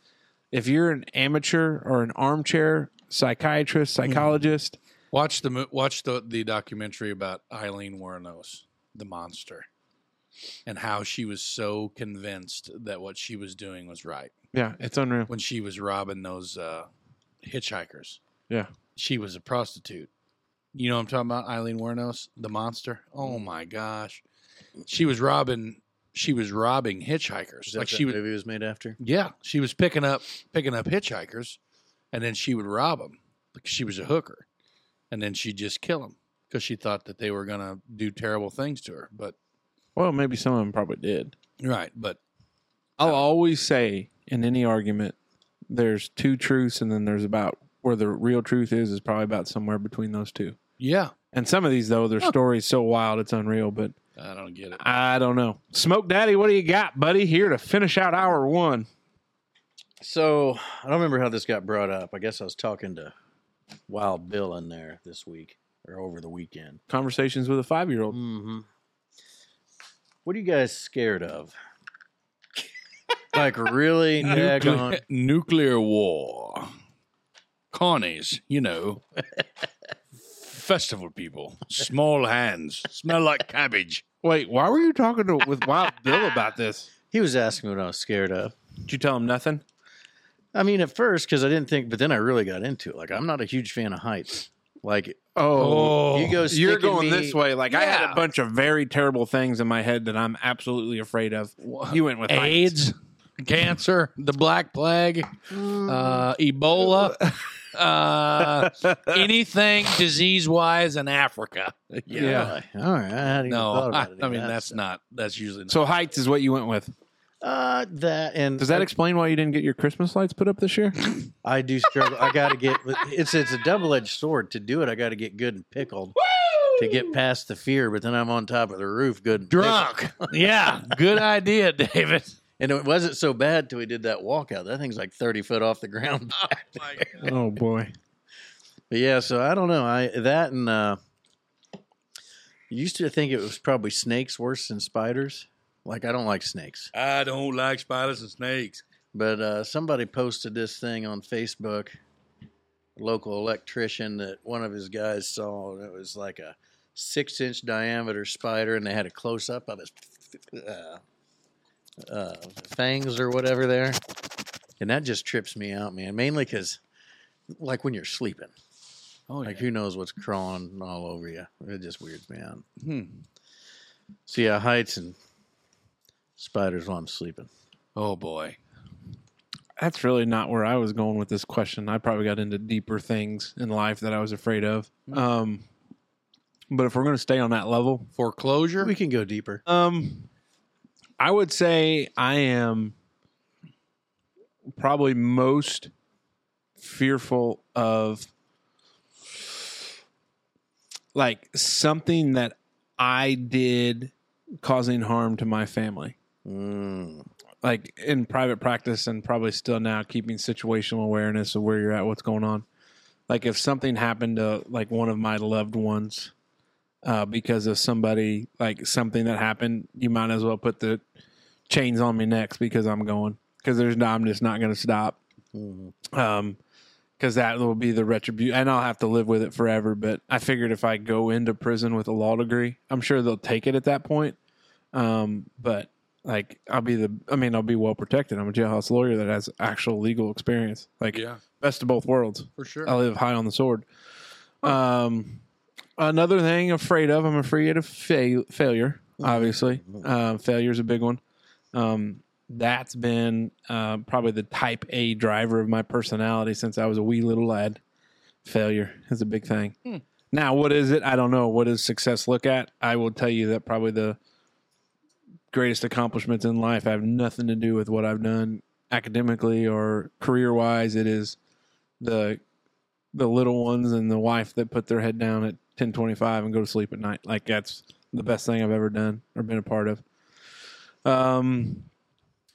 S1: if you're an amateur or an armchair psychiatrist, psychologist,
S2: Watch the mo- watch the the documentary about Eileen Wuornos, the monster, and how she was so convinced that what she was doing was right.
S1: yeah, it's unreal.
S2: when she was robbing those uh, hitchhikers.
S1: Yeah.
S2: She was a prostitute. You know what I'm talking about? Eileen Wernos, the monster. Oh my gosh. She was robbing she was robbing hitchhikers.
S3: Is that
S2: like
S3: like
S2: she was
S3: movie was made after?
S2: Yeah, she was picking up picking up hitchhikers and then she would rob them because she was a hooker. And then she'd just kill them because she thought that they were going to do terrible things to her. But
S1: Well, maybe some of them probably did. Uh,
S2: right, but
S1: I'll always say in any argument, there's two truths, and then there's about where the real truth is is probably about somewhere between those two.
S2: yeah,
S1: And some of these though, their
S2: Huh.
S1: stories so wild it's unreal. But
S2: I don't get it.
S1: I don't know. Smoke Daddy, what do you got, buddy? Here to finish out hour one.
S3: So I don't remember how this got brought up. I guess I was talking to Wild Bill in there this week or over the weekend.
S1: Conversations with a five year old.
S3: Mm-hmm. What are you guys scared of? like really daggone?
S2: Nuclear, nuclear war. Connies, you know. Festival people, small hands, smell like cabbage.
S1: Wait, why were you talking to with Wild Bill about this?
S3: He was asking what I was scared of.
S1: Did you tell him nothing?
S3: I mean, at first, because I didn't think, but then I really got into it. Like, I'm not a huge fan of heights. Like,
S2: Oh,
S3: you go
S1: You're
S3: sticking
S1: going
S3: me-
S1: this way. Like I had
S2: Yeah.
S1: a bunch of very terrible things in my head that I'm absolutely afraid of. You went with heights.
S2: AIDS, cancer, the Black Plague, uh, Ebola. Uh, anything disease wise in Africa.
S1: Yeah.
S3: really? All right. I hadn't even thought
S2: No,
S3: about
S2: I,
S3: any
S2: I
S3: of
S2: mean
S3: that
S2: that's
S3: stuff.
S2: not. That's usually not.
S1: So heights is what you went with.
S3: Uh, that and
S1: Does that explain why you didn't get your Christmas lights put up this year?
S3: I do struggle. I got to get it's it's a double edged sword. To do it, I got to get good and pickled to get past the fear. But then I'm on top of the roof, good and pickled.
S2: drunk. yeah, good idea, David.
S3: And it wasn't so bad till we did that walkout. That thing's like thirty foot off the ground.
S2: Oh my God.
S1: Oh boy.
S3: But yeah, so I don't know. I that and uh, you used to think it was probably snakes worse than spiders. Like I don't like snakes.
S2: I don't like spiders and snakes.
S3: But uh, somebody posted this thing on Facebook. Local electrician that one of his guys saw, and it was like a six-inch diameter spider, and they had a close-up of his uh, uh, fangs or whatever there, and that just trips me out, man. Mainly because, like, when you're sleeping,
S2: Oh,
S3: like who knows what's crawling all over you? It just weirds me out.
S2: Hmm.
S3: So yeah, heights and spiders while I'm sleeping.
S2: oh boy.
S1: That's really not where I was going with this question. I probably got into deeper things in life that I was afraid of. Um, but if we're going to stay on that level,
S2: Foreclosure.
S3: We can go deeper.
S1: um, I would say I am probably most fearful of like something that I did causing harm to my family.
S3: Mm.
S1: like in private practice and probably still now keeping situational awareness of where you're at, what's going on. Like if something happened to like one of my loved ones uh, because of somebody like something that happened, you might as well put the chains on me next because I'm going because there's no, I'm just not going to stop
S3: Mm.
S1: um because that will be the retribution and i'll have to live with it forever but i figured if i go into prison with a law degree i'm sure they'll take it at that point um but like i'll be the i mean i'll be well protected i'm a jailhouse lawyer that has actual legal experience like
S2: yeah,
S1: best of both worlds
S2: for sure.
S1: i live high on the sword um another thing afraid of i'm afraid of fail failure obviously uh, failure is a big one um, that's been uh, probably the type A driver of my personality since I was a wee little lad. Failure is a big thing.
S2: Hmm.
S1: Now, what is it? I don't know. What does success look at? I will tell you that probably the greatest accomplishments in life have nothing to do with what I've done academically or career wise. It is the the little ones and the wife that put their head down at ten twenty five and go to sleep at night. Like that's the best thing I've ever done or been a part of. Um,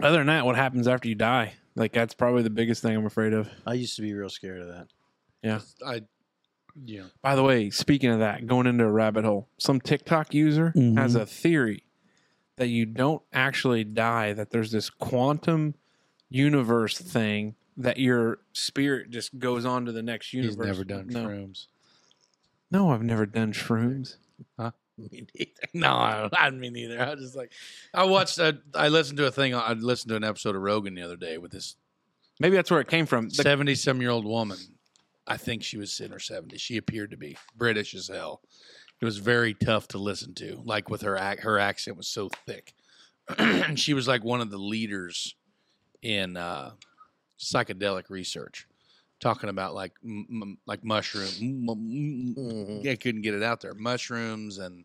S1: other than that, what happens after you die? Like that's probably the biggest thing I'm afraid of.
S3: I used to be real scared of that.
S2: I yeah.
S1: By the way, speaking of that, going into a rabbit hole, some TikTok user
S2: Mhm.
S1: has a theory that you don't actually die, that there's this quantum universe thing that your spirit just goes on to the next universe. no.
S2: shrooms.
S1: No, I've never done shrooms.
S3: Me neither.
S2: No, I, I mean either. I just like I watched. I, I listened to a thing. I listened to an episode of Rogan the other day with this
S1: Maybe that's where it came from. The-
S2: seventy-some-year-old woman. I think she was in her seventies. She appeared to be British as hell. It was very tough to listen to. Like with her ac- her accent was so thick, and she was like one of the leaders in uh, psychedelic research, talking about like m- m- like mushroom. m- m-
S3: Mhm.
S2: I couldn't get it out there. Mushrooms and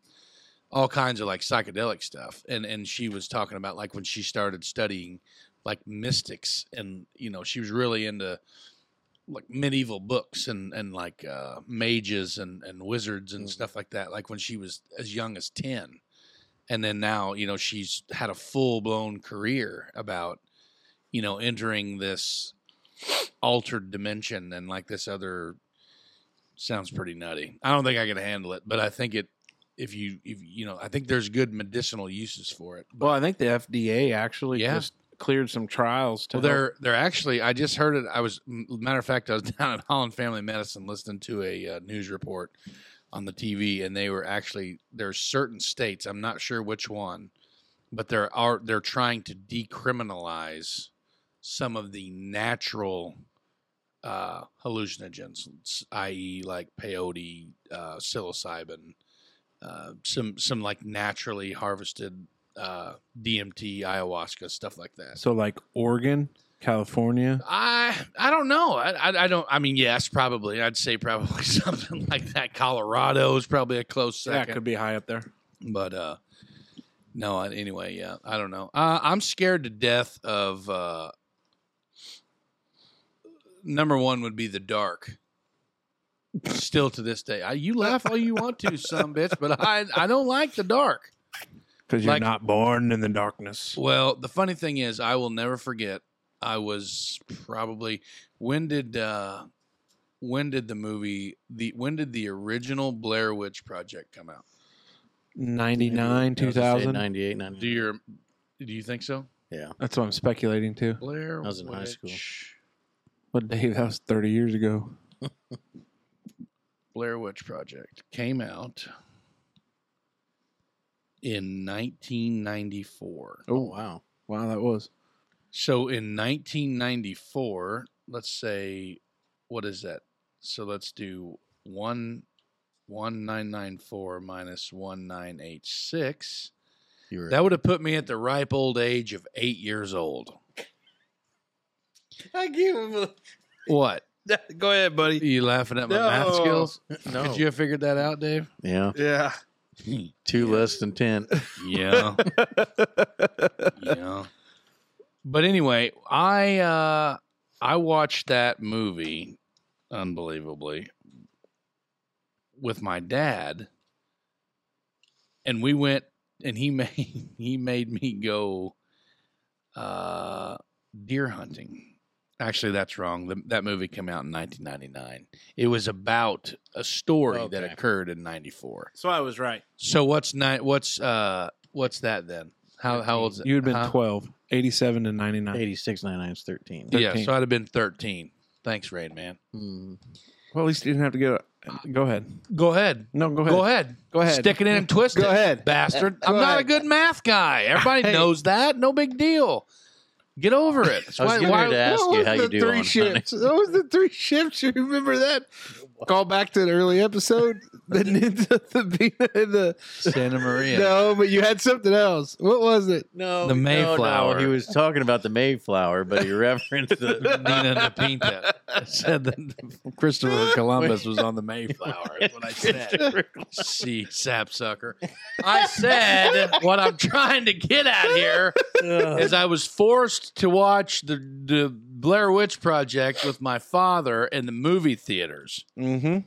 S2: all kinds of like psychedelic stuff. And and she was talking about like when she started studying like mystics and you know, she was really into like medieval books and and like uh mages and and wizards and
S3: Mhm.
S2: stuff like that like when she was as young as 10. And then now, you know, she's had a full-blown career about you know, entering this altered dimension and like this other sounds pretty nutty. I don't think I can handle it, but I think it if you if you know, I think there's good medicinal uses for it.
S1: well, I think the FDA actually
S2: Yeah.
S1: just cleared some trials to
S2: Well,
S1: help.
S2: they're they're actually. I just heard it. I was m- matter of fact, I was down at Holland Family Medicine listening to a uh, news report on the TV, and they were actually there's certain states. I'm not sure which one, but there are they're trying to decriminalize some of the natural uh, hallucinogens, s- i.e., like peyote, uh, psilocybin, uh, some some like naturally harvested uh, DMT, ayahuasca, stuff like that.
S1: so like Oregon California.
S2: I I don't know. I, I I don't. I mean, yes, probably. I'd say probably something like that. Colorado is probably a close
S1: That
S2: second.
S1: could be high up there.
S2: But uh, no. I- Anyway, yeah, I don't know. Uh, I'm scared to death of. Uh, number one would be the dark. Still to this day, I, you laugh all you want to, some bitch, but I I don't like the dark.
S1: Because you're
S2: Like-
S1: not born in the darkness.
S2: Well, the funny thing is, I will never forget. I was probably when did uh, when did the movie the when did the original Blair Witch Project come out?
S1: 99, 2000.
S3: 98,
S2: Do
S3: 99.
S2: you do you think so?
S1: That's what I'm speculating to.
S2: Blair
S3: I was in high school.
S2: Witch-
S1: But Dave, that was 30 years ago.
S2: Blair Witch Project came out in 1994.
S3: Oh, wow.
S1: Wow, that was.
S2: So in 1994, let's say, what is that? So let's do one one nine nine four minus one nine eight six.
S3: You were,
S2: That would have put me at the ripe old age of eight years old.
S3: I give him
S2: What?
S3: a, Go ahead, buddy.
S2: you laughing at my math
S1: No.
S2: skills?
S3: No.
S2: Could you have figured that out, Dave?
S3: yeah.
S1: Yeah.
S3: Two less than 10.
S2: Yeah. yeah. But anyway, I uh I watched that movie unbelievably with my dad and we went and he made he made me go uh deer hunting. Actually, that's wrong. The, that movie came out in 1999. It was about a story that
S3: Okay.
S2: occurred in 94.
S1: So I was right.
S2: So what's ni- what's uh what's that then? How how old's that?
S1: You had been
S2: Huh?
S1: 12, 87 and 99.
S3: 86, 99 is 13.
S2: Yeah,
S1: 13.
S2: so I'd have been thirteen. Thanks, Raid Man.
S3: Hmm.
S1: Well, at least you didn't have to go. Go ahead.
S2: Go ahead.
S1: No, go ahead.
S2: Go ahead.
S1: Go ahead.
S2: Stick it in and twist
S1: Go
S2: it.
S1: ahead.
S2: Bastard.
S1: Go
S2: I'm not a
S1: ahead.
S2: good math guy. Everybody
S1: Hey.
S2: knows that. No big deal. Get over it. That's
S3: I was getting ready to ask you how you do on hunting.
S1: That was the three shifts. You remember that? Call back to an early episode. the ninja, the bean, and the
S2: Santa Maria.
S1: no, but you had something else. What was it?
S3: No,
S2: The
S3: no, no.
S2: Mayflower.
S3: He was talking about the Mayflower, but he referenced the.
S2: Nina Napinta said that Christopher Columbus was on the Mayflower. Is what I said. See, sapsucker. I said what I'm trying to get at here
S3: Uh,
S2: is I was forced to watch the, the Blair Witch Project with my father in the movie theaters.
S1: Mm-hmm.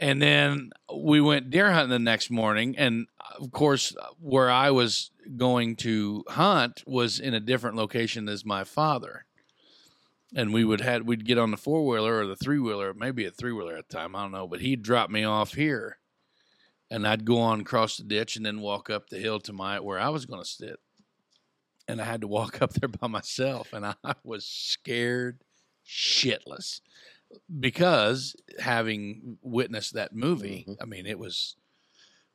S2: And then we went deer hunting the next morning. And of course, where I was going to hunt was in a different location as my father. And we would had we'd get on the four wheeler or the three wheeler, maybe a three wheeler at the time, I don't know. But he'd drop me off here, and I'd go on across the ditch and then walk up the hill to my where I was going to sit. And I had to walk up there by myself, and I was scared shitless because having witnessed that movie,
S3: Mhm.
S2: I mean, it was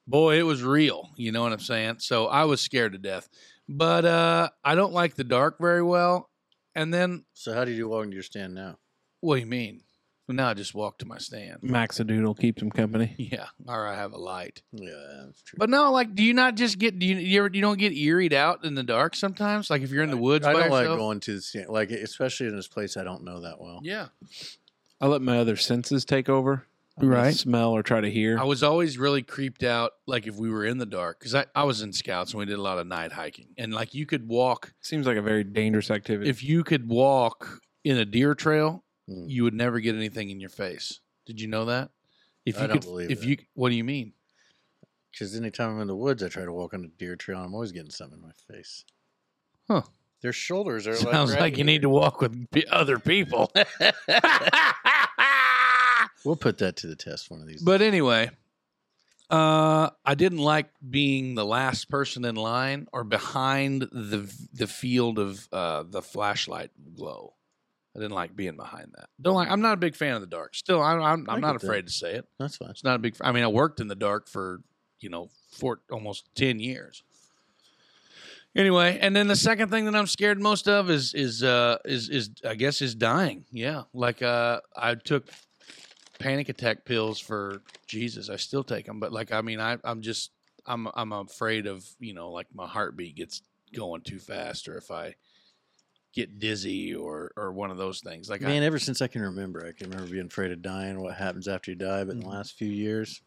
S2: boy, it was real. You know what I'm saying? So I was scared to death. But uh, I don't like the dark very well. And then,
S3: so, how do you walk into your stand now?
S2: what do you mean? Well, now I just walk to my stand.
S1: Maxadoodle keeps him company.
S2: Yeah, or I have a light.
S3: Yeah, that's true.
S2: But no, like, do you not just get? Do you you, ever, you don't get eeried out in the dark sometimes? Like if you're in the woods
S3: I
S2: by
S3: don't
S2: yourself.
S3: like going to the stand, like especially in this place I don't know that well.
S2: yeah,
S1: I let my other senses take over. I'm gonna
S2: Right.
S1: Smell or try to hear.
S2: I was always really creeped out. Like if we were in the dark, because I I was in scouts and we did a lot of night hiking, and like you could walk
S1: Seems like a very dangerous activity.
S2: if you could walk in a deer trail,
S3: Mm.
S2: you would never get anything in your face. Did you know that? If
S3: I
S2: you
S3: don't
S2: could,
S3: believe
S2: if
S3: that.
S2: you, what do you mean?
S3: Because anytime I'm in the woods, I try to walk on a deer trail, and I'm always getting something in my face.
S2: Huh.
S3: Their shoulders are
S2: Sounds
S3: like,
S2: like, you need to walk with p- other people.
S3: We'll put that to the test one of these.
S2: but anyway, uh, I didn't like being the last person in line or behind the the field of uh, the flashlight glow. I didn't like being behind that. Don't like. I'm not a big fan of the dark. Still, I'm I'm,
S3: I
S2: I'm not
S3: get that.
S2: afraid to say it.
S3: that's fine.
S2: It's not a big. I mean, I worked in the dark for you know for almost ten years. Anyway, and then the second thing that I'm scared most of is is uh is is I guess is dying. Yeah, like uh I took panic attack pills for Jesus. I still take them, but like I mean I I'm just I'm I'm afraid of you know like my heartbeat gets going too fast or if I get dizzy or or one of those things. Like I,
S3: Man, ever since I can remember, I can remember being afraid of dying, what happens after you die. But in the
S2: Mhm.
S3: last few years,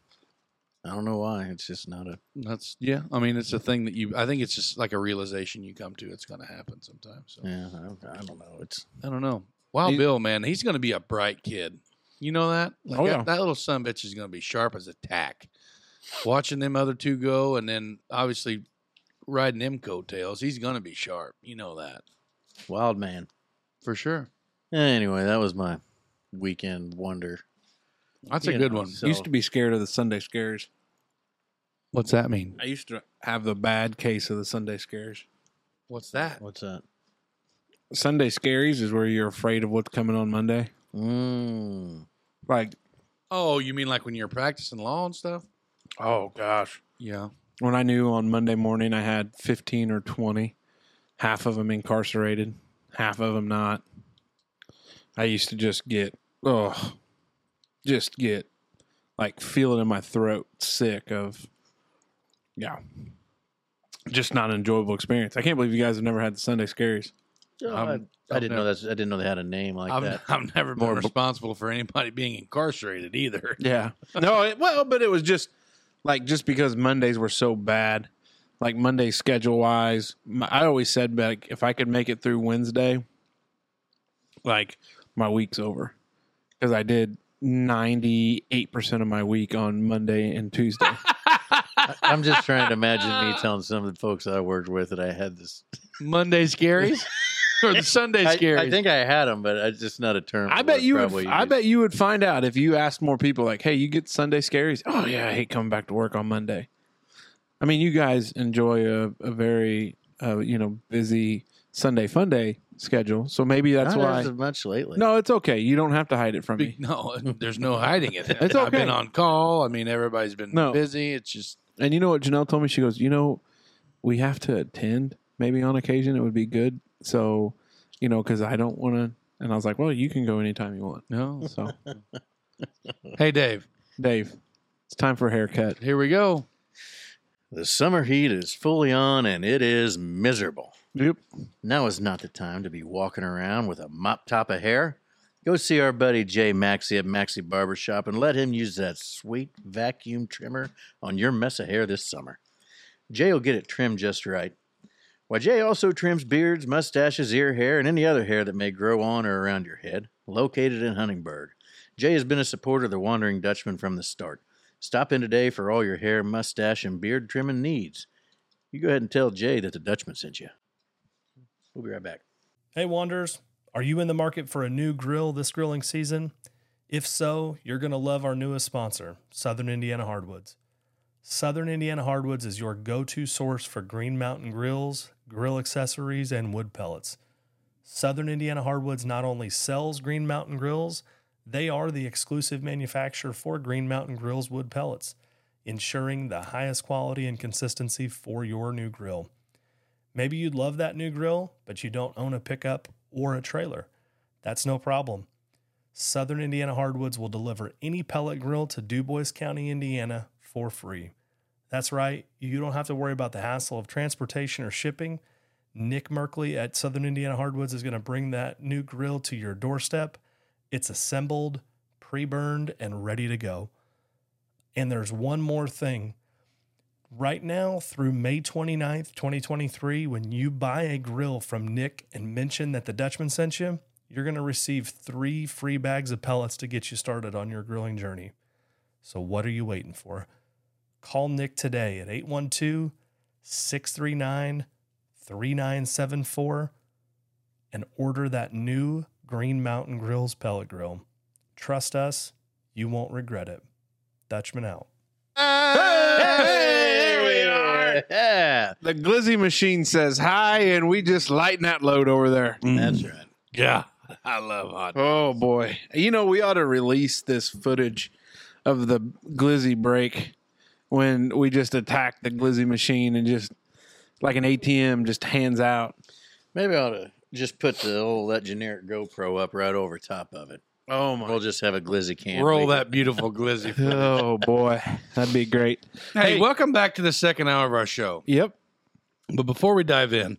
S3: I don't know why. It's just not a.
S2: that's yeah. I mean, it's a thing that you. I think it's just like a realization you come to. It's going to happen sometimes. So.
S3: Yeah, I don't, I don't know. It's
S2: I don't know. Wow,
S1: He-
S2: Bill, man, he's going to be a bright kid. You know that? Like
S1: Oh,
S2: that,
S1: yeah.
S2: that little son of a bitch is going to be sharp as a tack. Watching them other two go, and then obviously riding them coattails, he's going to be sharp. You know that
S3: wild, man.
S2: for sure.
S3: Anyway, that was my weekend wonder.
S2: That's a
S3: You
S2: good
S3: know,
S2: one.
S3: so-
S1: Used to be scared of the Sunday scares.
S2: What's that mean?
S1: I used to have the bad case of the Sunday scares.
S2: What's that?
S3: What's that?
S1: Sunday scaries is where you're afraid of what's coming on Monday.
S3: Mm.
S1: Like
S2: Oh, you mean like when you're practicing law and stuff?
S1: Oh gosh.
S2: Yeah.
S1: When I knew on Monday morning I had 15 or 20, half of them incarcerated, half of them not. I used to just get oh, just get like feel it in my throat, sick of yeah. Just not an enjoyable experience. I can't believe you guys have never had the Sunday scaries.
S2: I'm-
S3: Oh, I didn't
S2: I've
S3: know that's. I didn't know they had a name like
S2: I've,
S3: that.
S2: I've never been
S3: More bu-
S2: responsible for anybody being incarcerated either.
S1: Yeah. No, it, well, but it was just like just because Mondays were so bad, like Monday schedule wise, my, I always said like if I could make it through Wednesday, like my week's over because I did ninety eight percent of my week on Monday and Tuesday.
S3: I- I'm just trying to imagine me telling some of the folks I worked with that I had this.
S2: Monday scaries or the Sunday
S3: I,
S2: scaries?
S3: I think I had them, but it's just not a term.
S1: I
S3: that
S1: bet
S3: would
S1: you
S3: probably
S1: would. I
S3: use.
S1: bet you would find out if you asked more people. Like, hey, you get Sunday scaries? Oh yeah, I hate coming back to work on Monday. I mean, you guys enjoy a, a very uh, you know busy Sunday fun day schedule, so maybe that's
S3: not
S1: why.
S3: as much lately.
S1: No, it's okay. You don't have to hide it from
S2: Be-
S1: me.
S2: No, there's no hiding it.
S1: It's
S2: I've
S1: okay.
S2: been on call. I mean, everybody's been
S1: No.
S2: busy. It's just
S1: And you know what Janelle told me? She goes, you know, we have to attend. Maybe on occasion it would be good. So, you know, because I don't want to. And I was like, well, you can go anytime you want.
S2: no.
S1: So,
S2: Hey, Dave.
S1: Dave, it's time for a haircut.
S2: Here we go.
S3: The summer heat is fully on, and it is miserable.
S1: Yep.
S3: Now is not the time to be walking around with a mop top of hair. Go see our buddy Jay Maxey at Maxey Barbershop and let him use that sweet vacuum trimmer on your mess of hair this summer. Jay will get it trimmed just right. While Jay also trims beards, mustaches, ear hair, and any other hair that may grow on or around your head, located in Huntingburg. Jay has been a supporter of the Wandering Dutchman from the start. Stop in today for all your hair, mustache, and beard trimming needs. You go ahead and tell Jay that the Dutchman sent you. We'll be right back.
S4: Hey, Wanderers, are you in the market for a new grill this grilling season? If so, you're going to love our newest sponsor, Southern Indiana Hardwoods. Southern Indiana Hardwoods is your go to source for Green Mountain grills, grill accessories, and wood pellets. Southern Indiana Hardwoods not only sells Green Mountain grills, they are the exclusive manufacturer for Green Mountain Grills wood pellets, ensuring the highest quality and consistency for your new grill. Maybe you'd love that new grill, but you don't own a pickup or a trailer. That's no problem. Southern Indiana Hardwoods will deliver any pellet grill to Dubois County, Indiana for free. That's right, you don't have to worry about the hassle of transportation or shipping. Nick Merkley at Southern Indiana Hardwoods is going to bring that new grill to your doorstep. It's assembled, pre burned, and ready to go. And there's one more thing. Right now through May 29th, 2023, when you buy a grill from Nick and mention that the Dutchman sent you, you're going to receive three free bags of pellets to get you started on your grilling journey. So, what are you waiting for? Call Nick today at 812 639 3974 and order that new Green Mountain Grills pellet grill. Trust us, you won't regret it. Dutchman out.
S1: Hey, there we are.
S3: Yeah,
S1: The glizzy machine says hi, and we just lighten that load over there.
S3: that's right.
S2: Yeah, I love hot.
S1: Oh boy! You know we ought to release this footage of the glizzy break when we just attack the glizzy machine and just like an ATM just hands out.
S3: Maybe I ought to just put the old that generic GoPro up right over top of it.
S1: Oh my!
S3: We'll just have a glizzy cam.
S2: Roll that beautiful glizzy.
S1: Oh boy, that'd be great.
S2: hey, welcome back to the second hour of our show.
S1: Yep.
S2: But before we dive in,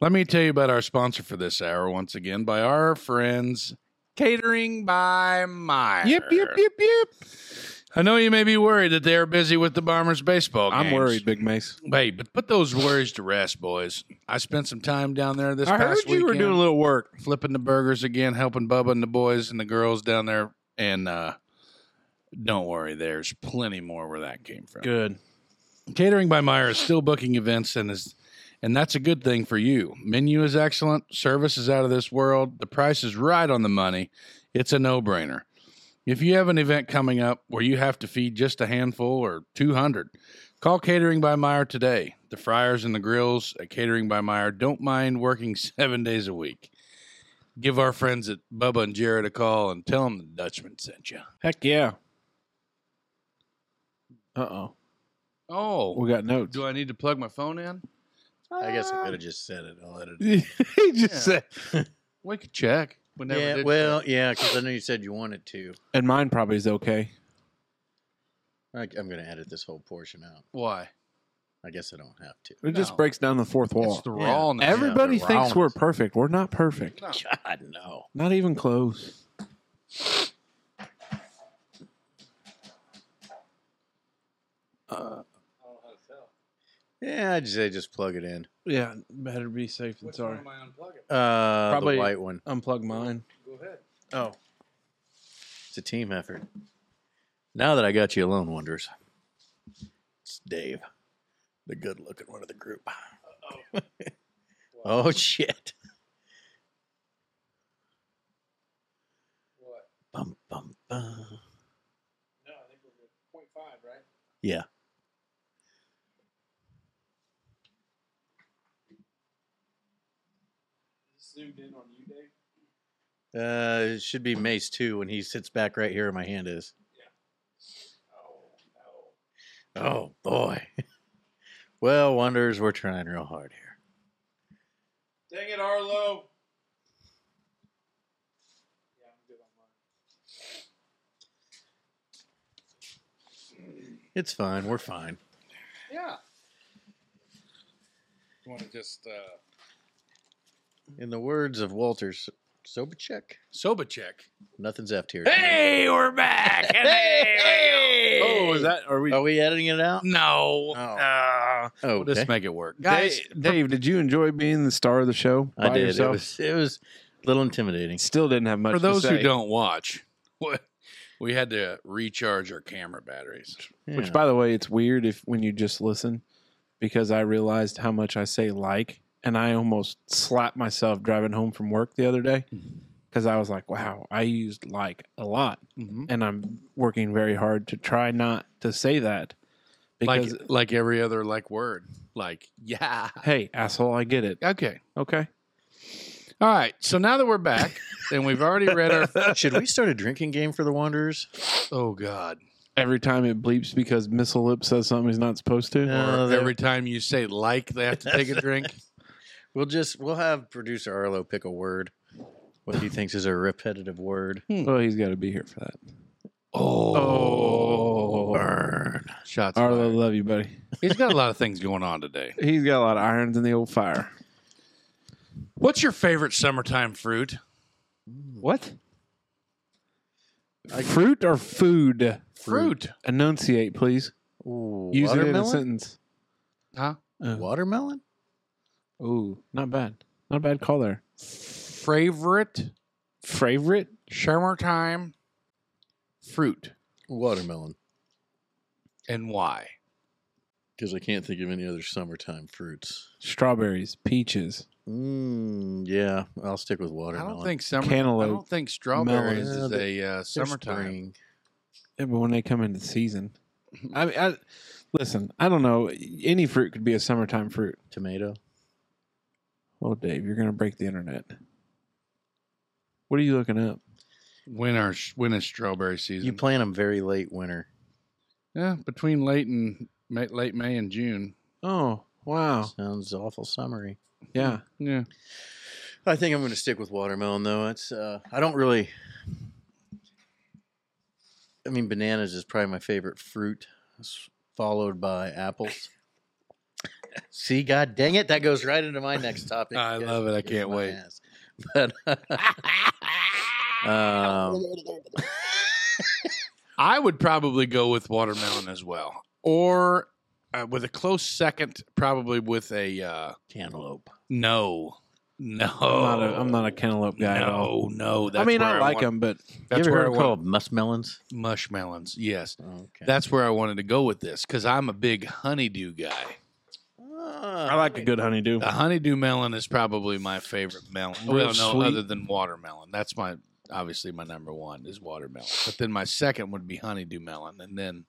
S2: Let me tell you about our sponsor for this hour once again by our friends Catering by Meyer.
S1: Yep, yep, yep, yep.
S2: I know you may be worried that they are busy with the Bombers baseball
S1: I'm
S2: games.
S1: worried, Big Mace.
S2: Hey, but put those worries to rest, boys. I spent some time down there this
S1: I heard
S2: past
S1: you
S2: weekend
S1: were doing a little work.
S2: flipping the burgers again, helping Bubba and the boys and the girls down there. And uh, don't worry, there's plenty more where that came from.
S1: Good.
S2: Catering by Meyer is still booking events and is and that's a good thing for you. Menu is excellent, service is out of this world, the price is right on the money. It's a no-brainer. If you have an event coming up where you have to feed just a handful or 200, call Catering by Meyer today. The fryers and the grills at Catering by Meyer don't mind working 7 days a week. Give our friends at Bubba and Jared a call and tell them the Dutchman sent you.
S1: Heck yeah. Uh oh.
S2: Oh,
S1: We got notes.
S2: do I need to plug my phone in?
S3: I guess I could have just said it. I'll edit it.
S1: he just
S2: Yeah.
S1: said,
S2: We could check. We never
S3: Yeah,
S2: did
S3: well, yeah, because I know you said you wanted to.
S1: and mine probably is okay.
S3: I, I'm going to edit this whole portion out.
S2: Why?
S3: I guess I don't have to.
S1: It just
S2: No.
S1: breaks down the fourth wall.
S2: It's the
S3: Yeah.
S2: rawness.
S1: Everybody
S3: Yeah, the
S1: thinks
S3: rawness.
S1: we're perfect. We're not perfect.
S2: No.
S3: God no.
S1: Not even close.
S3: Yeah, I just say just plug it in.
S1: Yeah, better be safe than sorry.
S2: I unplugging?
S3: Uh,
S1: Probably-
S3: the white one.
S1: Unplug mine.
S2: Go ahead.
S1: Oh.
S3: It's a team effort. Now that I got you alone, wonders. It's Dave, the good-looking one of the group. oh shit!
S2: What?
S3: Bum, bum, bum.
S2: No, I think we're good. Point five, right?
S3: Yeah.
S2: Zoomed in on you, Dave.
S3: Uh, it should be Mace too when he sits back right here where my hand is. Oh boy. well, wonders, we're trying real hard here.
S2: Dang it, Arlo.
S3: It's fine. We're fine.
S2: Yeah. You want to just uh,
S3: In the words of Walter S- Sobchak,
S2: soba check?
S3: nothing's effed here.
S2: Hey, we're back.
S3: Hey!
S1: Oh, is that?
S2: Uh,
S1: Are we?
S3: Are we editing it out?
S2: No.
S3: Oh.
S2: Uh,
S3: Oh,
S2: we'll just make it work, guys.
S1: Dave, Dave, did you enjoy being the star of the show by
S3: I did.
S1: yourself?
S3: It was, it was a little intimidating.
S1: Still didn't have much.
S2: For
S1: to
S2: those who
S1: say.
S2: don't watch, what we had to recharge our camera batteries.
S1: Which,
S3: Yeah.
S1: by the way, it's weird if when you just listen, because I realized how much I say like, and I almost slapped myself driving home from work the other day
S3: Mm-hmm.
S1: because I was like, "Wow, I used like a lot,"
S2: Mm-hmm.
S1: and I'm working very hard to try not to say that.
S2: Like
S1: Because
S2: like every other like word. Like yeah.
S1: hey, asshole, I get it.
S2: Okay.
S1: Okay,
S2: All right. So now that we're back and we've already read our
S3: Should we start a drinking game for the Wanderers?
S2: oh god.
S1: every time it bleeps because Missile Lip says something he's not supposed to.
S3: No.
S2: Or
S3: they-
S2: every time you say like they have to take a drink.
S3: We'll just we'll have producer Arlo pick a word. What he thinks is a repetitive word.
S1: Well, he's got to be here for that.
S2: Oh,
S3: Burn.
S2: shots.
S1: Arlo,
S2: fired.
S1: love you, buddy.
S2: He's got a lot of things going on today.
S1: He's got a lot of irons in the old fire.
S2: What's your favorite summertime fruit?
S1: What? Fruit or food?
S2: Fruit.
S1: Enunciate, please. Use it in a
S3: Watermelon.
S1: sentence.
S2: Huh?
S3: Watermelon.
S1: Ooh, not bad. Not a bad call there.
S2: Favorite
S1: Favorite?
S2: summertime fruit
S3: Watermelon.
S2: and why?
S3: Because I can't think of any other summertime fruits.
S1: Strawberries, peaches.
S3: Mm, yeah, I'll stick with
S2: I
S3: watermelon.
S2: don't think summer. I
S1: Cantaloupe.
S2: don't think strawberries is
S3: melon.
S2: a uh,
S3: They're
S2: summertime.
S3: spring.
S1: Yeah, but when they come into season, I, I listen. I don't know. Any fruit could be a summertime fruit.
S3: tomato.
S1: Oh, Dave, you're gonna break the internet. What are you looking up?
S2: When are when is strawberry season?
S3: You plant them very late winter.
S2: yeah, between late and May, late May and June.
S1: Oh, wow.
S3: Sounds awful summery.
S1: Yeah.
S2: Yeah.
S3: I think I'm going to stick with watermelon though. It's uh, I don't really. I mean, bananas is probably my favorite fruit, s- followed by apples. See, God dang it, that goes right into my next topic.
S2: I
S3: You guys
S2: love it. I
S3: kiss
S2: can't
S3: my
S2: wait.
S3: ass. But um,
S2: I would probably go with watermelon as well, or uh, with a close second, probably with a uh,
S3: cantaloupe.
S2: no, no.
S1: I'm, not a, I'm not a cantaloupe guy at all.
S2: Oh, no, no. That's
S1: I mean,
S2: where
S1: I
S2: I
S1: like
S2: want-
S1: them, but
S2: That's
S3: you ever
S2: where I
S3: heard
S2: want
S3: called muskmelons?
S2: mushmelons. Yes,
S3: Okay.
S2: that's where I wanted to go with this because I'm a big honeydew guy.
S1: I like a good honeydew.
S2: The honeydew melon is probably my favorite melon.
S1: Real
S2: well, no,
S1: sweet.
S2: other than watermelon. That's my obviously my number one is watermelon. But then my second would be honeydew melon, and then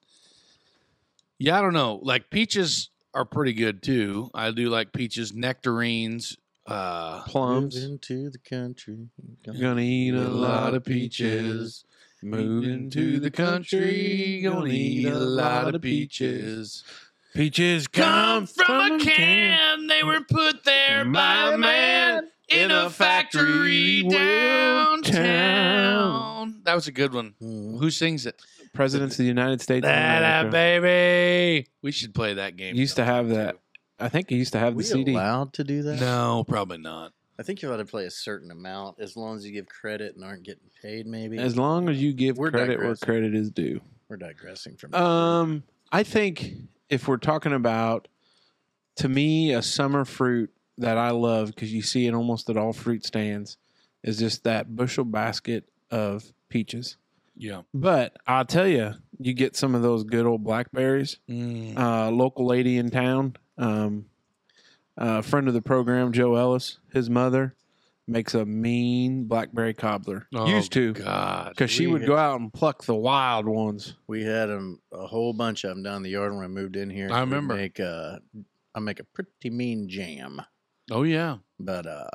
S2: yeah, I don't know. Like peaches are pretty good too. I do like peaches, nectarines. Uh,
S1: Plums.
S3: Moved into the country.
S1: Gonna eat
S2: a lot of peaches. Moving to the country, gonna eat a lot of peaches.
S1: Peaches
S2: Come from a can, they were put there by a man. in a factory downtown. That was a good one.
S3: Hmm.
S2: Who sings it?
S1: Presidents of the United States. of
S2: That
S1: America.
S2: baby. We should play that game.
S1: Used to have that. I think he used to have the
S3: we
S1: CD.
S3: allowed to do that?
S2: No, probably not.
S3: I think you're allowed to play a certain amount as long as you give credit and aren't getting paid, maybe.
S1: As long as you give
S3: We're
S1: credit where
S3: digressing.
S1: credit is due.
S3: We're digressing from
S2: Uh,
S1: Um, I think if we're talking about, to me, a summer fruit that I love because you see it almost at all fruit stands is just that bushel basket of peaches.
S2: Yeah.
S1: But I'll tell you, you get some of those good old blackberries. Uh, local lady in town, um, uh, friend of the program, Joe Ellis, his mother makes a mean blackberry cobbler.
S3: Oh,
S1: Used to.
S2: God.
S1: Because she would go out and pluck the wild ones.
S3: We had 'em- a whole bunch of them down the yard when I moved in here.
S2: I
S3: We
S2: remember.
S3: Make a, I make a pretty mean jam,
S2: Oh yeah.
S3: but uh,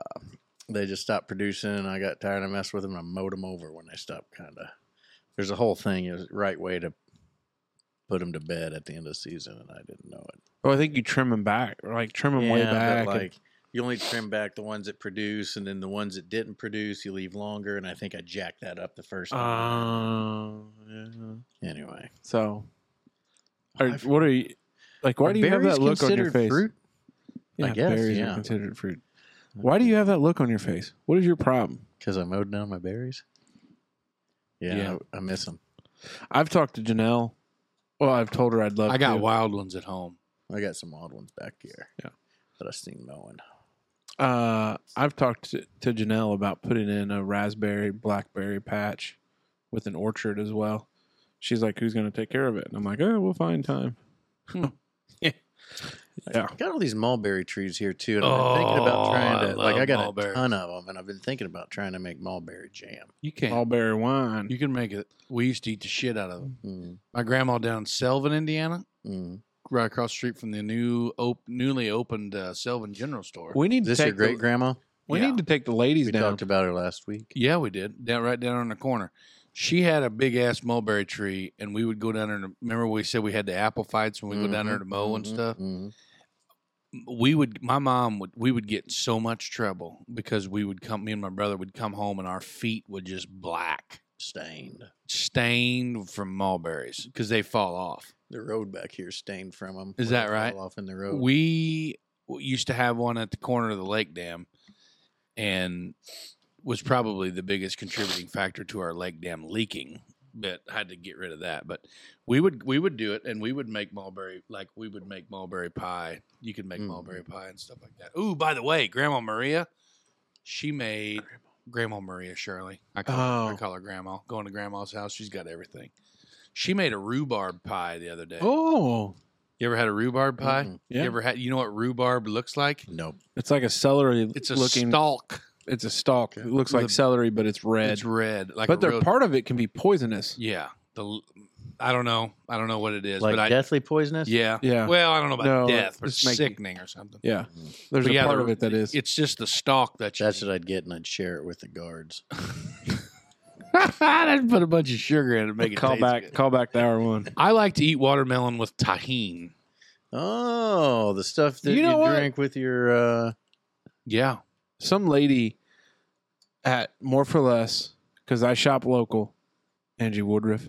S3: they just stopped producing, and I got tired of messing with them. And I mowed them over when they stopped. Kind of. There's a whole thing. It was the right way to put them to bed at the end of the season, and I didn't know it.
S1: Oh, I think you trim them back, or like trim them way
S3: Yeah, but,
S1: back.
S3: Like you only trim back the ones that produce, and then the ones that didn't produce, you leave longer. And I think I jacked that up the first
S1: Uh,
S3: time.
S1: Um,
S3: uh,
S1: yeah.
S3: anyway,
S1: So, are,
S3: I've-
S1: what are you like? Why
S3: Are
S1: do you have
S3: berries
S1: that look on your
S3: considered
S1: face?
S3: Fruit?
S1: Yeah,
S3: I guess,
S1: berries are
S3: yeah.
S1: considered fruit. Why do you have that look on your face? What is your problem?
S3: Because I mowed down my berries. Yeah,
S2: Yeah.
S3: I, I miss them.
S1: I've talked to Janelle. Well, I've told her I'd love.
S2: I got
S1: to.
S2: wild ones at home.
S3: I got some odd ones back here.
S1: Yeah.
S3: that I seen mowing.
S1: Uh, I've talked to, to Janelle about putting in a raspberry blackberry patch with an orchard as well. She's like, "Who's going to take care of it?" And I'm like, "Oh, we'll find time." yeah, yeah.
S3: Got all these mulberry trees here too, and I've been thinking
S2: Oh,
S3: about trying
S2: I
S3: to like. I
S2: love
S3: got
S2: mulberries.
S3: a ton of them, and I've been thinking about trying to make mulberry jam.
S2: You can. not
S1: Mulberry wine.
S2: You can make it. We used to eat the shit out of them.
S1: Hmm.
S3: Mm,
S2: My grandma down in Selvin, Indiana,
S3: mm.
S2: right across the street from the new op- newly opened uh, Selvin General Store.
S1: we need
S3: Is
S1: to
S3: this
S1: take
S3: your great
S1: the,
S3: grandma?
S1: We
S2: Yeah.
S1: need to take the ladies
S3: We
S1: down.
S3: talked about her last week.
S2: Yeah, we did. Down right down on the corner. She had a big ass mulberry tree, and we would go down there. To, remember, we said we had the apple fights when we go down there to mow and
S3: Mhm,
S2: stuff.
S3: mhm.
S2: We would. My mom would. We would get in so much trouble because we would come. Me and my brother would come home, and our feet would just black,
S3: Stained.
S2: stained from mulberries because they fall off.
S3: The road back here stained from them.
S2: Is that right?
S3: Off in the road.
S2: We used to have one at the corner of the lake dam, and was probably the biggest contributing factor to our lake dam leaking. But had to get rid of that. But we would we would do it, and we would make mulberry like we would make mulberry pie. You could make
S3: Mm.
S2: mulberry pie and stuff like that. Ooh, by the way, Grandma Maria, she made Grandma Maria Shirley. I call, her,
S1: Oh.
S2: I call her Grandma. Going to Grandma's house, she's got everything. She made a rhubarb pie the other day.
S1: Oh,
S2: You ever had a rhubarb pie?
S3: Mm-mm.
S1: yeah.
S2: Hmm. You ever had? You know what rhubarb looks like?
S3: Nope.
S1: It's like a celery.
S2: It's a
S1: looking.
S2: stalk.
S1: It's a stalk. It looks like
S2: With a-
S1: celery, but it's red.
S2: It's red. Like
S1: but
S2: a
S1: their
S2: real-
S1: part of it can be poisonous.
S2: Yeah. The l- I don't know. I don't know what it is,
S3: Like
S2: but I
S3: deathly poisonous.
S2: yeah.
S1: Yeah.
S2: Well, I don't know about
S1: No,
S2: death, but
S1: it's making-
S2: sickening or something.
S1: Yeah,
S3: Mhm.
S1: there's
S2: But
S1: a
S2: yeah,
S1: part
S2: the-
S1: of it that is.
S2: It's just the stalk that you
S3: That's what I'd get, and I'd share it with the guards.
S2: I'd put a bunch of sugar in it and make it
S1: call
S2: taste
S1: back.
S2: good.
S1: Call back to hour one.
S2: I like to eat watermelon with tahine.
S3: Oh, the stuff that
S1: You
S3: you,
S1: know what?
S3: drink with your uh
S2: Yeah.
S1: some lady at more for less because I shop local, Angie Woodruff.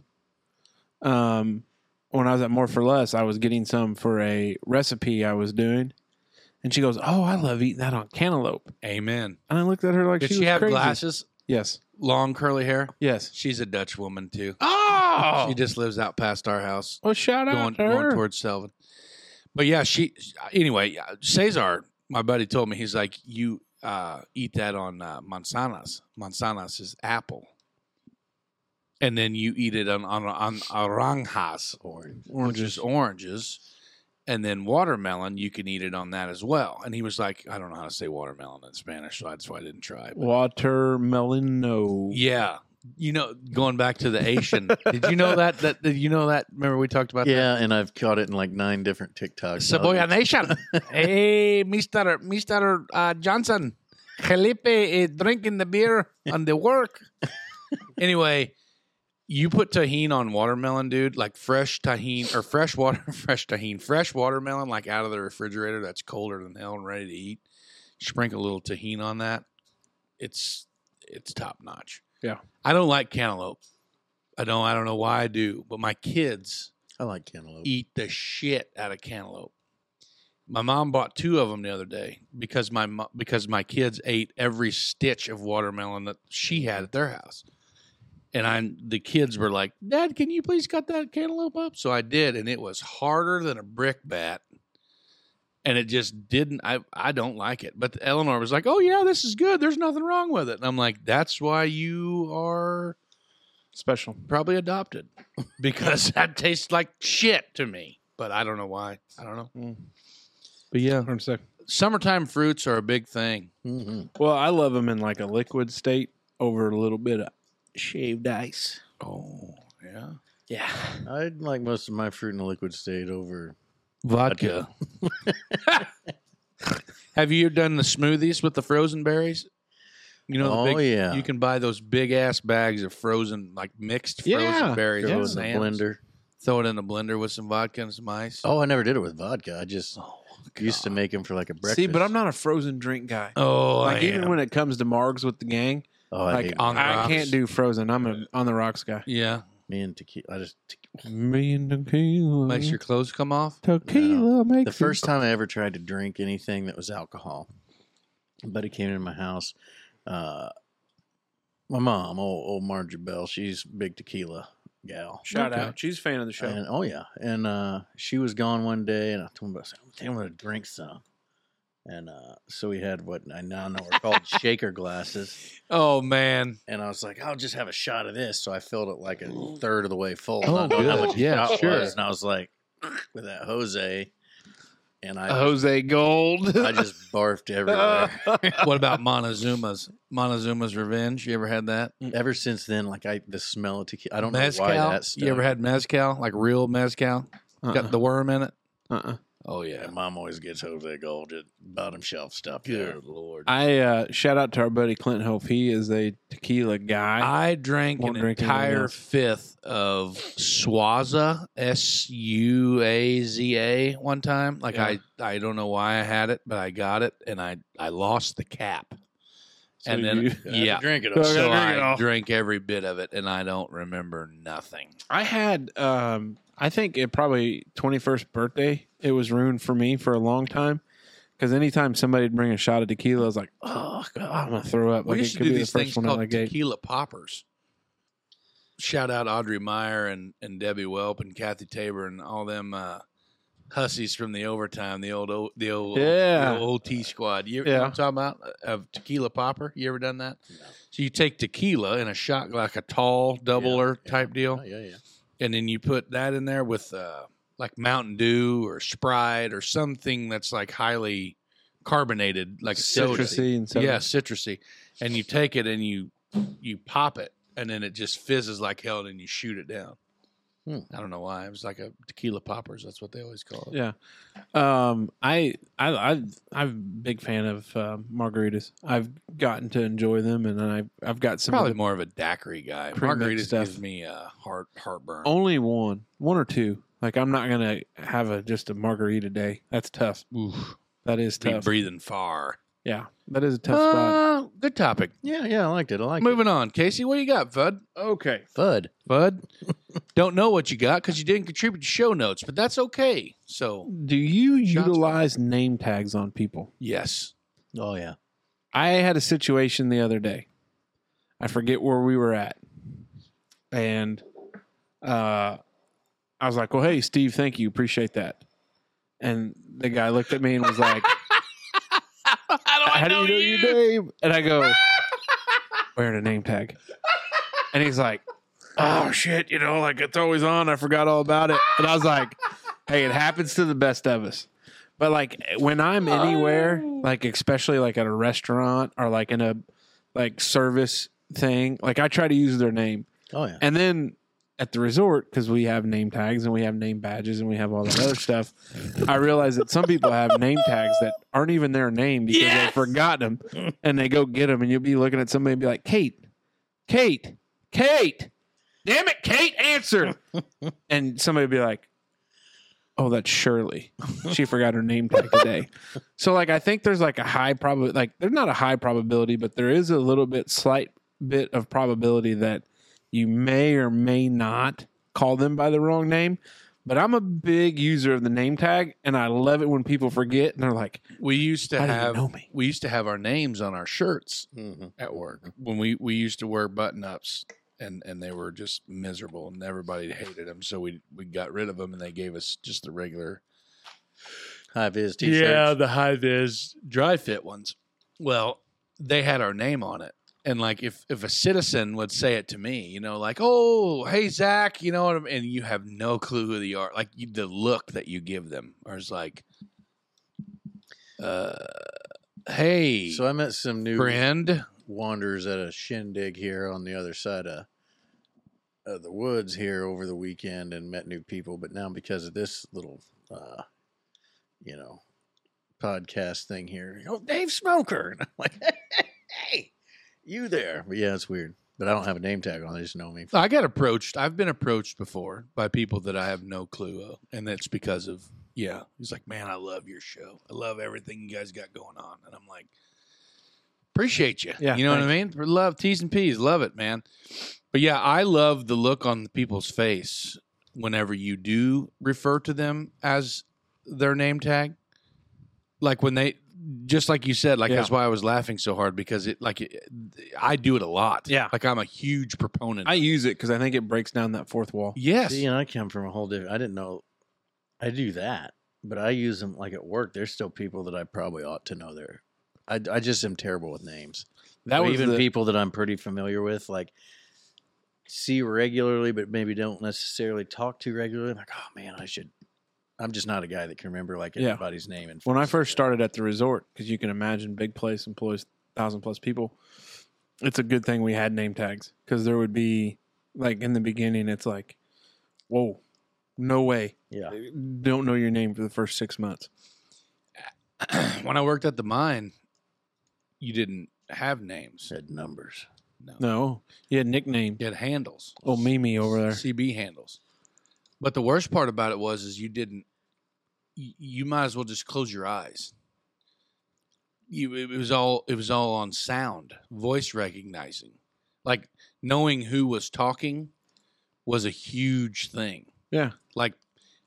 S1: Um, when I was at more for less, I was getting some for a recipe I was doing, and she goes, "Oh, I love eating that on cantaloupe."
S2: Amen.
S1: And I looked at her like
S2: Did
S1: she,
S2: she,
S1: was
S2: have
S1: crazy.
S2: glasses?
S1: Yes,
S2: Long curly hair?
S1: yes.
S2: She's a Dutch woman too.
S1: Oh,
S2: She just lives out past our house,
S1: well, shout
S2: going,
S1: out to her.
S2: going towards Selvin. But yeah, she. Anyway, uh, Cesar, my buddy, told me he's like, you uh, eat that on uh, manzanas. Manzanas is apple, and then you eat it on on, on oranjas,
S3: Orange.
S2: which is oranges, and then watermelon. You can eat it on that as well. And he was like, I don't know how to say watermelon in Spanish, so that's why I didn't try. But
S1: watermelon. No.
S2: yeah. You know, going back to the Asian, did you know that? That did you know that? Remember we talked about
S3: Yeah, and I've caught it in like nine different TikToks.
S2: Saboya Nation. hey, Mister Mister uh, Johnson, Felipe is drinking the beer on the work. anyway, you put tahine on watermelon, dude, like fresh tahine or fresh water, fresh tahine, fresh watermelon, like out of the refrigerator that's colder than hell and ready to eat. Sprinkle a little tahine on that. It's it's top notch.
S1: Yeah.
S2: I don't like cantaloupe. I don't. I don't know why I do, but my kids
S3: I like cantaloupe.
S2: eat the shit out of cantaloupe. My mom bought two of them the other day because my mo- because my kids ate every stitch of watermelon that she had at their house, and I the kids were like, "Dad, can you please cut that cantaloupe up?" So I did, and it was harder than a brick bat, and it just didn't. I I don't like it. But Eleanor was like, "Oh yeah, this is good. There's nothing wrong with it." And I'm like, "That's why you are
S1: Special.
S2: probably adopted because that tastes like shit to me. But I don't know why. I don't know.
S1: But yeah.
S2: Summertime fruits are a big thing.
S3: hmm
S1: Well, I love them in like a liquid state over a little bit of shaved ice.
S2: Oh, yeah.
S1: Yeah.
S3: I like most of my fruit in a liquid state over.
S2: Vodka. Have you done the smoothies with the frozen berries? You know, the
S3: oh
S2: big,
S3: yeah,
S2: you can buy those big ass bags of frozen, like mixed frozen
S1: Yeah.
S2: berries.
S3: throw
S2: on
S3: it in the
S2: Sam's.
S3: blender.
S2: Throw it in a blender with some vodka and some ice.
S3: Oh, I never did it with vodka. I just
S2: Oh,
S3: used to
S2: God.
S3: make them for like a breakfast.
S1: See, but I'm not a frozen drink guy.
S2: Oh,
S1: like
S2: I
S1: even
S2: am.
S1: when it comes to margs with the gang,
S3: Oh, I
S1: like
S3: hate
S2: on the
S1: I
S2: rocks.
S1: can't do frozen. I'm a on the rocks guy.
S2: yeah,
S3: me and tequila. I just te-
S1: Me and tequila
S2: makes your clothes come off.
S1: tequila makes
S3: the
S1: your-
S3: first time I ever tried to drink anything that was alcohol, a buddy came into my house. Uh, my mom, old, old Marjorie Bell, she's a big tequila gal.
S1: shout
S2: Okay.
S1: out. She's a fan of the show.
S3: And, oh yeah, and uh, she was gone one day, and I told her, I said, "I think I'm gonna drink some." And uh, so we had what I now know are called shaker glasses,
S2: Oh man,
S3: and I was like, "I'll just have a shot of this." So I filled it like a third of the way full.
S2: Oh,
S3: not knowing
S2: good.
S3: a
S2: Yeah,
S3: shot
S2: sure.
S3: was, and I was like, with that Jose, and I
S1: Jose Gold. Uh-uh.
S3: I just barfed everywhere.
S2: what about Montezuma's? Montezuma's Revenge. You ever had that?
S3: Ever since then, like I, the smell of tequila. I don't
S2: mezcal.
S3: know why that stuff.
S2: you ever had mezcal? Like real mezcal? Got the worm in it?
S1: uh-uh.
S2: Oh
S3: Yeah,
S2: yeah.
S3: mom always gets Jose Gold, just bottom shelf stuff.
S2: Good
S3: yeah. lord.
S1: I uh, shout out to our buddy Clint Hope. He is a tequila guy.
S2: I drank an
S1: Won't drink anything
S2: entire
S1: else.
S2: fifth of Swaza S U A Z A one time. Like
S1: Yeah.
S2: I, I don't know why I had it, but I got it and I, I lost the cap.
S1: So
S2: and then
S1: you-
S2: yeah.
S3: drink it.
S1: So
S3: all.
S1: I
S2: So
S1: gotta drink it
S2: I
S1: all.
S2: drank every bit of it and I don't remember nothing.
S1: I had, um, I think it probably 21st birthday. It was ruined for me for a long time. Because anytime somebody would bring a shot of tequila, I was like, oh, God, I'm going to throw up.
S2: We
S1: like,
S2: used
S1: it
S2: to
S1: could
S2: do
S1: be
S2: these
S1: the first
S2: things
S1: one out of
S2: called
S1: the gate.
S2: tequila poppers. Shout out Audrey Meyer and, and Debbie Welp and Kathy Tabor and all them uh, hussies from the overtime, the old O- the old
S1: Yeah.
S2: the old OT squad. You, you know
S1: Yeah.
S2: what I'm talking about Uh, of tequila popper? You ever done that?
S3: No.
S2: So you take tequila in a shot like a tall doubler
S3: yeah.
S2: type deal,
S3: Oh, yeah, yeah.
S2: and then you put that in there with uh, like Mountain Dew or Sprite or something that's like highly carbonated, like a soda
S1: Citrusy and so
S2: yeah, citrusy. And you take it and you you pop it, and then it just fizzes like hell, and then you shoot it down.
S3: Hmm.
S2: I don't know why. It was like a tequila poppers. That's what they always call it.
S1: Yeah. Um, I, I, I, I'm a big fan of uh, margaritas. I've gotten to enjoy them, and I've, I've got some.
S2: Probably
S1: of the-
S2: more of a daiquiri guy.
S1: Pre-mixed
S2: Margaritas
S1: stuff. Oh,
S2: gives me uh, heart heartburn.
S1: only one, one or two. Like I'm not gonna have a just a margarita day. That's tough.
S2: Oof.
S1: That is
S2: Be
S1: tough.
S2: breathing far.
S1: Yeah, that is a tough spot.
S2: Uh, good topic.
S3: Yeah, yeah, I liked it. I liked
S2: Moving on, Casey. What do you got, Fud?
S1: Okay.
S3: it. Fud.
S2: Bud, don't know what you got because you didn't contribute to show notes, but that's okay. So,
S1: Do you
S2: Shots
S1: utilize name tags on people?
S2: yes.
S3: Oh yeah.
S1: I had a situation the other day. I forget where we were at. And uh, I was like, well, hey, Steve, thank you. Appreciate that. And the guy looked at me and was like,
S2: How do I
S1: how do you know your name? And I go, wearing a name tag. And he's like, oh, shit, you know, like it's always on. I forgot all about it. And I was like, hey, it happens to the best of us. But like when I'm anywhere, like especially like at a restaurant or like in a like service thing, like I try to use their name.
S3: Oh yeah.
S1: And then at the resort, because we have name tags and we have name badges and we have all that other stuff, I realize that some people have name tags that aren't even their name because
S2: Yes!
S1: they forgot them and they go get them. And you'll be looking at somebody and be like, Kate, Kate, Kate, damn it, Kate, answer. and somebody will be like, Oh, that's Shirley. She forgot her name tag today. So, like, I think there's like a high probability, like, there's not a high probability, but there is a little bit, slight bit of probability that you may or may not call them by the wrong name. But I'm a big user of the name tag, and I love it when people forget and they're like,
S2: We used to
S1: "How do you
S2: have
S1: know me?"
S2: we used to have our names on our shirts
S3: hmm
S2: at work Mm-hmm. when we we used to wear button ups and and they were just miserable and everybody hated them so we we got rid of them and they gave us just the regular
S3: High vis t-shirts.
S2: the high vis dry fit ones well they had our name on it and like if if a citizen would say it to me you know like oh hey Zach you know what I'm, and you have no clue who they are like you, the look that you give them or is like uh hey
S3: So I met some new
S2: friend
S3: wanders at a shindig here on the other side of, of the woods here over the weekend and met new people. But now because of this little, uh, you know, podcast thing here, oh Dave Smoker, and I'm like, hey, you there? But yeah, it's weird. But I don't have a name tag on. They just know me.
S2: I got approached. I've been approached before by people that I have no clue of, and that's because of yeah. He's like, man, I love your show. I love everything you guys got going on, and I'm like, appreciate you.
S1: Yeah,
S2: you know what I mean. For love T's and P's, love it, man. But yeah, I love the look on the people's face whenever you do refer to them as their name tag. Like when they, just like you said, like
S1: Yeah.
S2: that's why I was laughing so hard because it, like, it, I do it a lot.
S1: Yeah.
S2: like I'm a huge proponent.
S1: I use it because I think it breaks down that fourth wall.
S2: Yes.
S3: See, and I come from a whole different. I didn't know. I do that, but I use them like at work. There's still people that I probably ought to know. There, I, I just am terrible with names.
S1: That
S3: or
S1: was
S3: even
S1: the,
S3: people that I'm pretty familiar with, like see regularly, but maybe don't necessarily talk to regularly. I'm like, oh man, I should. I'm just not a guy that can remember like
S1: Yeah.
S3: everybody's name. And
S1: when I
S3: faces.
S1: first started at the resort, because you can imagine big place employs thousand plus people. It's a good thing we had name tags because there would be like in the beginning, it's like, whoa, no way,
S3: yeah,
S1: don't know your name for the first six months.
S2: when I worked at the mine, you didn't have names.
S3: said numbers.
S2: No.
S1: No, you had nickname.
S2: You had handles.
S1: Oh, Mimi over there.
S2: CB handles. But the worst part about it was is you didn't you, you might as well just close your eyes. You it was all it was all on sound, voice recognizing. Like knowing who was talking was a huge thing.
S1: Yeah.
S2: Like,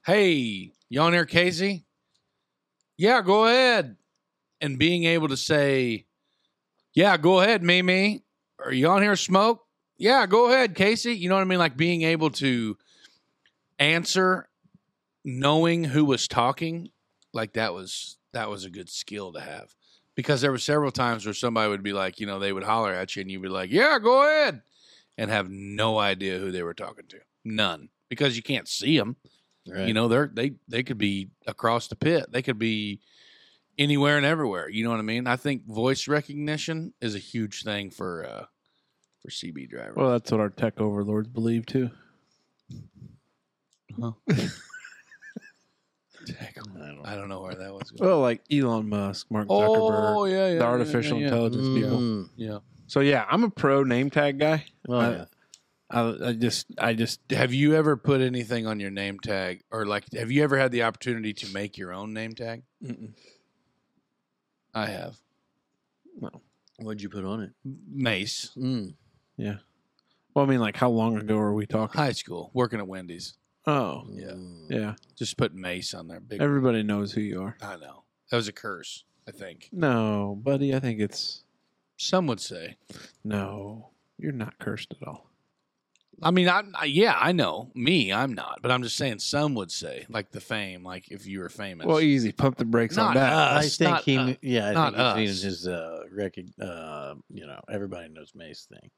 S2: hey, you on here, Casey? Yeah, go ahead. And being able to say, Yeah, go ahead, Mimi. Are you on here, Smoke? Yeah, go ahead, Casey. You know what I mean? Like being able to answer, knowing who was talking, like that was that was a good skill to have. Because there were several times where somebody would be like, you know, they would holler at you and you'd be like, Yeah, go ahead and have no idea who they were talking to. None. Because you can't see them.
S3: Right.
S2: You know, they're they they could be across the pit. They could be anywhere and everywhere. You know what I mean? I think voice recognition is a huge thing for uh for CB drivers.
S1: Well, that's what our tech overlords believe too.
S3: I don't
S2: I don't know where that was going.
S1: Well, like Elon Musk, Mark Zuckerberg,
S2: Oh, yeah, yeah.
S1: the
S2: yeah,
S1: artificial
S2: yeah, yeah.
S1: intelligence people.
S3: Mm.
S2: Yeah.
S1: So yeah, I'm a pro name tag guy.
S3: Oh,
S1: I-
S3: yeah.
S1: I, I just, I just,
S2: Have you ever put anything on your name tag or like have you ever had the opportunity to make your own name tag?
S1: mm-mm.
S2: I have.
S3: What'd you put on it?
S2: Mace,
S3: Mm.
S1: Well, I mean, like, how long ago are we talking?
S2: high school, working at Wendy's.
S1: Oh,
S2: Yeah.
S3: Mm.
S1: yeah.
S2: Just put Mace on there. Big.
S1: Everybody knows who you are.
S2: I know that was a curse. I think
S1: No, buddy. I think it's
S2: some would say.
S1: no. You're not cursed at all.
S2: I mean, I, I yeah, I know me. I'm not, but I'm just saying some would say like the fame. Like if you were famous,
S1: Well, easy. Pump the brakes on
S2: Not
S1: that.
S2: us.
S3: I think
S2: not
S3: he,
S2: us.
S3: yeah, I
S2: Not
S3: think he's
S2: us.
S3: needing his uh, record, uh, you know, everybody knows Mace thing.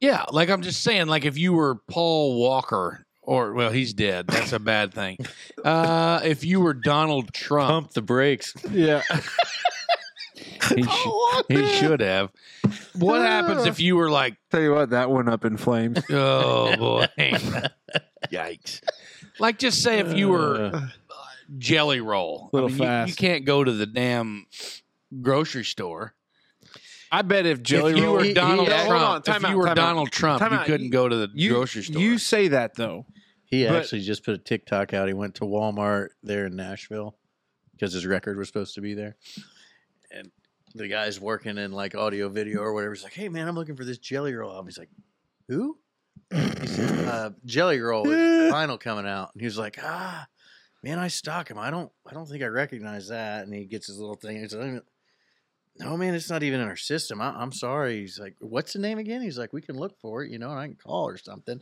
S2: Yeah, like I'm just saying, like if you were Paul Walker, or well, he's dead. That's a bad thing. Uh, if you were Donald Trump,
S3: Pump the brakes.
S1: Yeah. he should,
S2: Paul Walker. he should have. What happens if you were like,
S1: tell you what, that went up in flames.
S2: oh boy, yikes? Like just say if you were
S3: Uh,
S2: Jelly Roll,
S1: Little
S2: you- You,
S1: fast.
S2: can't go to the damn grocery store.
S1: I bet if Jelly
S2: if you
S1: Roll,
S2: were
S3: He- he
S2: Donald
S1: act-
S2: Trump,
S1: Hold on, time
S2: if
S1: out,
S2: you were
S1: time out.
S2: Donald Trump,
S1: Time
S2: you
S1: out.
S2: couldn't go to the
S1: you,
S2: grocery store.
S1: you say that though.
S3: he
S1: but-
S3: actually just put a TikTok out. He went to Walmart there in Nashville because his record was supposed to be there, and the guy's working in like audio video or whatever. He's like, "Hey man, I'm looking for this Jelly Roll." album." He's like, "Who?" He said, uh, "Jelly Roll is vinyl coming out," and he was like, "Ah." Man, I stalk him. I don't. I don't think I recognize that. And he gets his little thing. He's like, "No, man, it's not even in our system. I, I'm sorry." He's like, "What's the name again?" He's like, "We can look for it, you know, and I can call or something."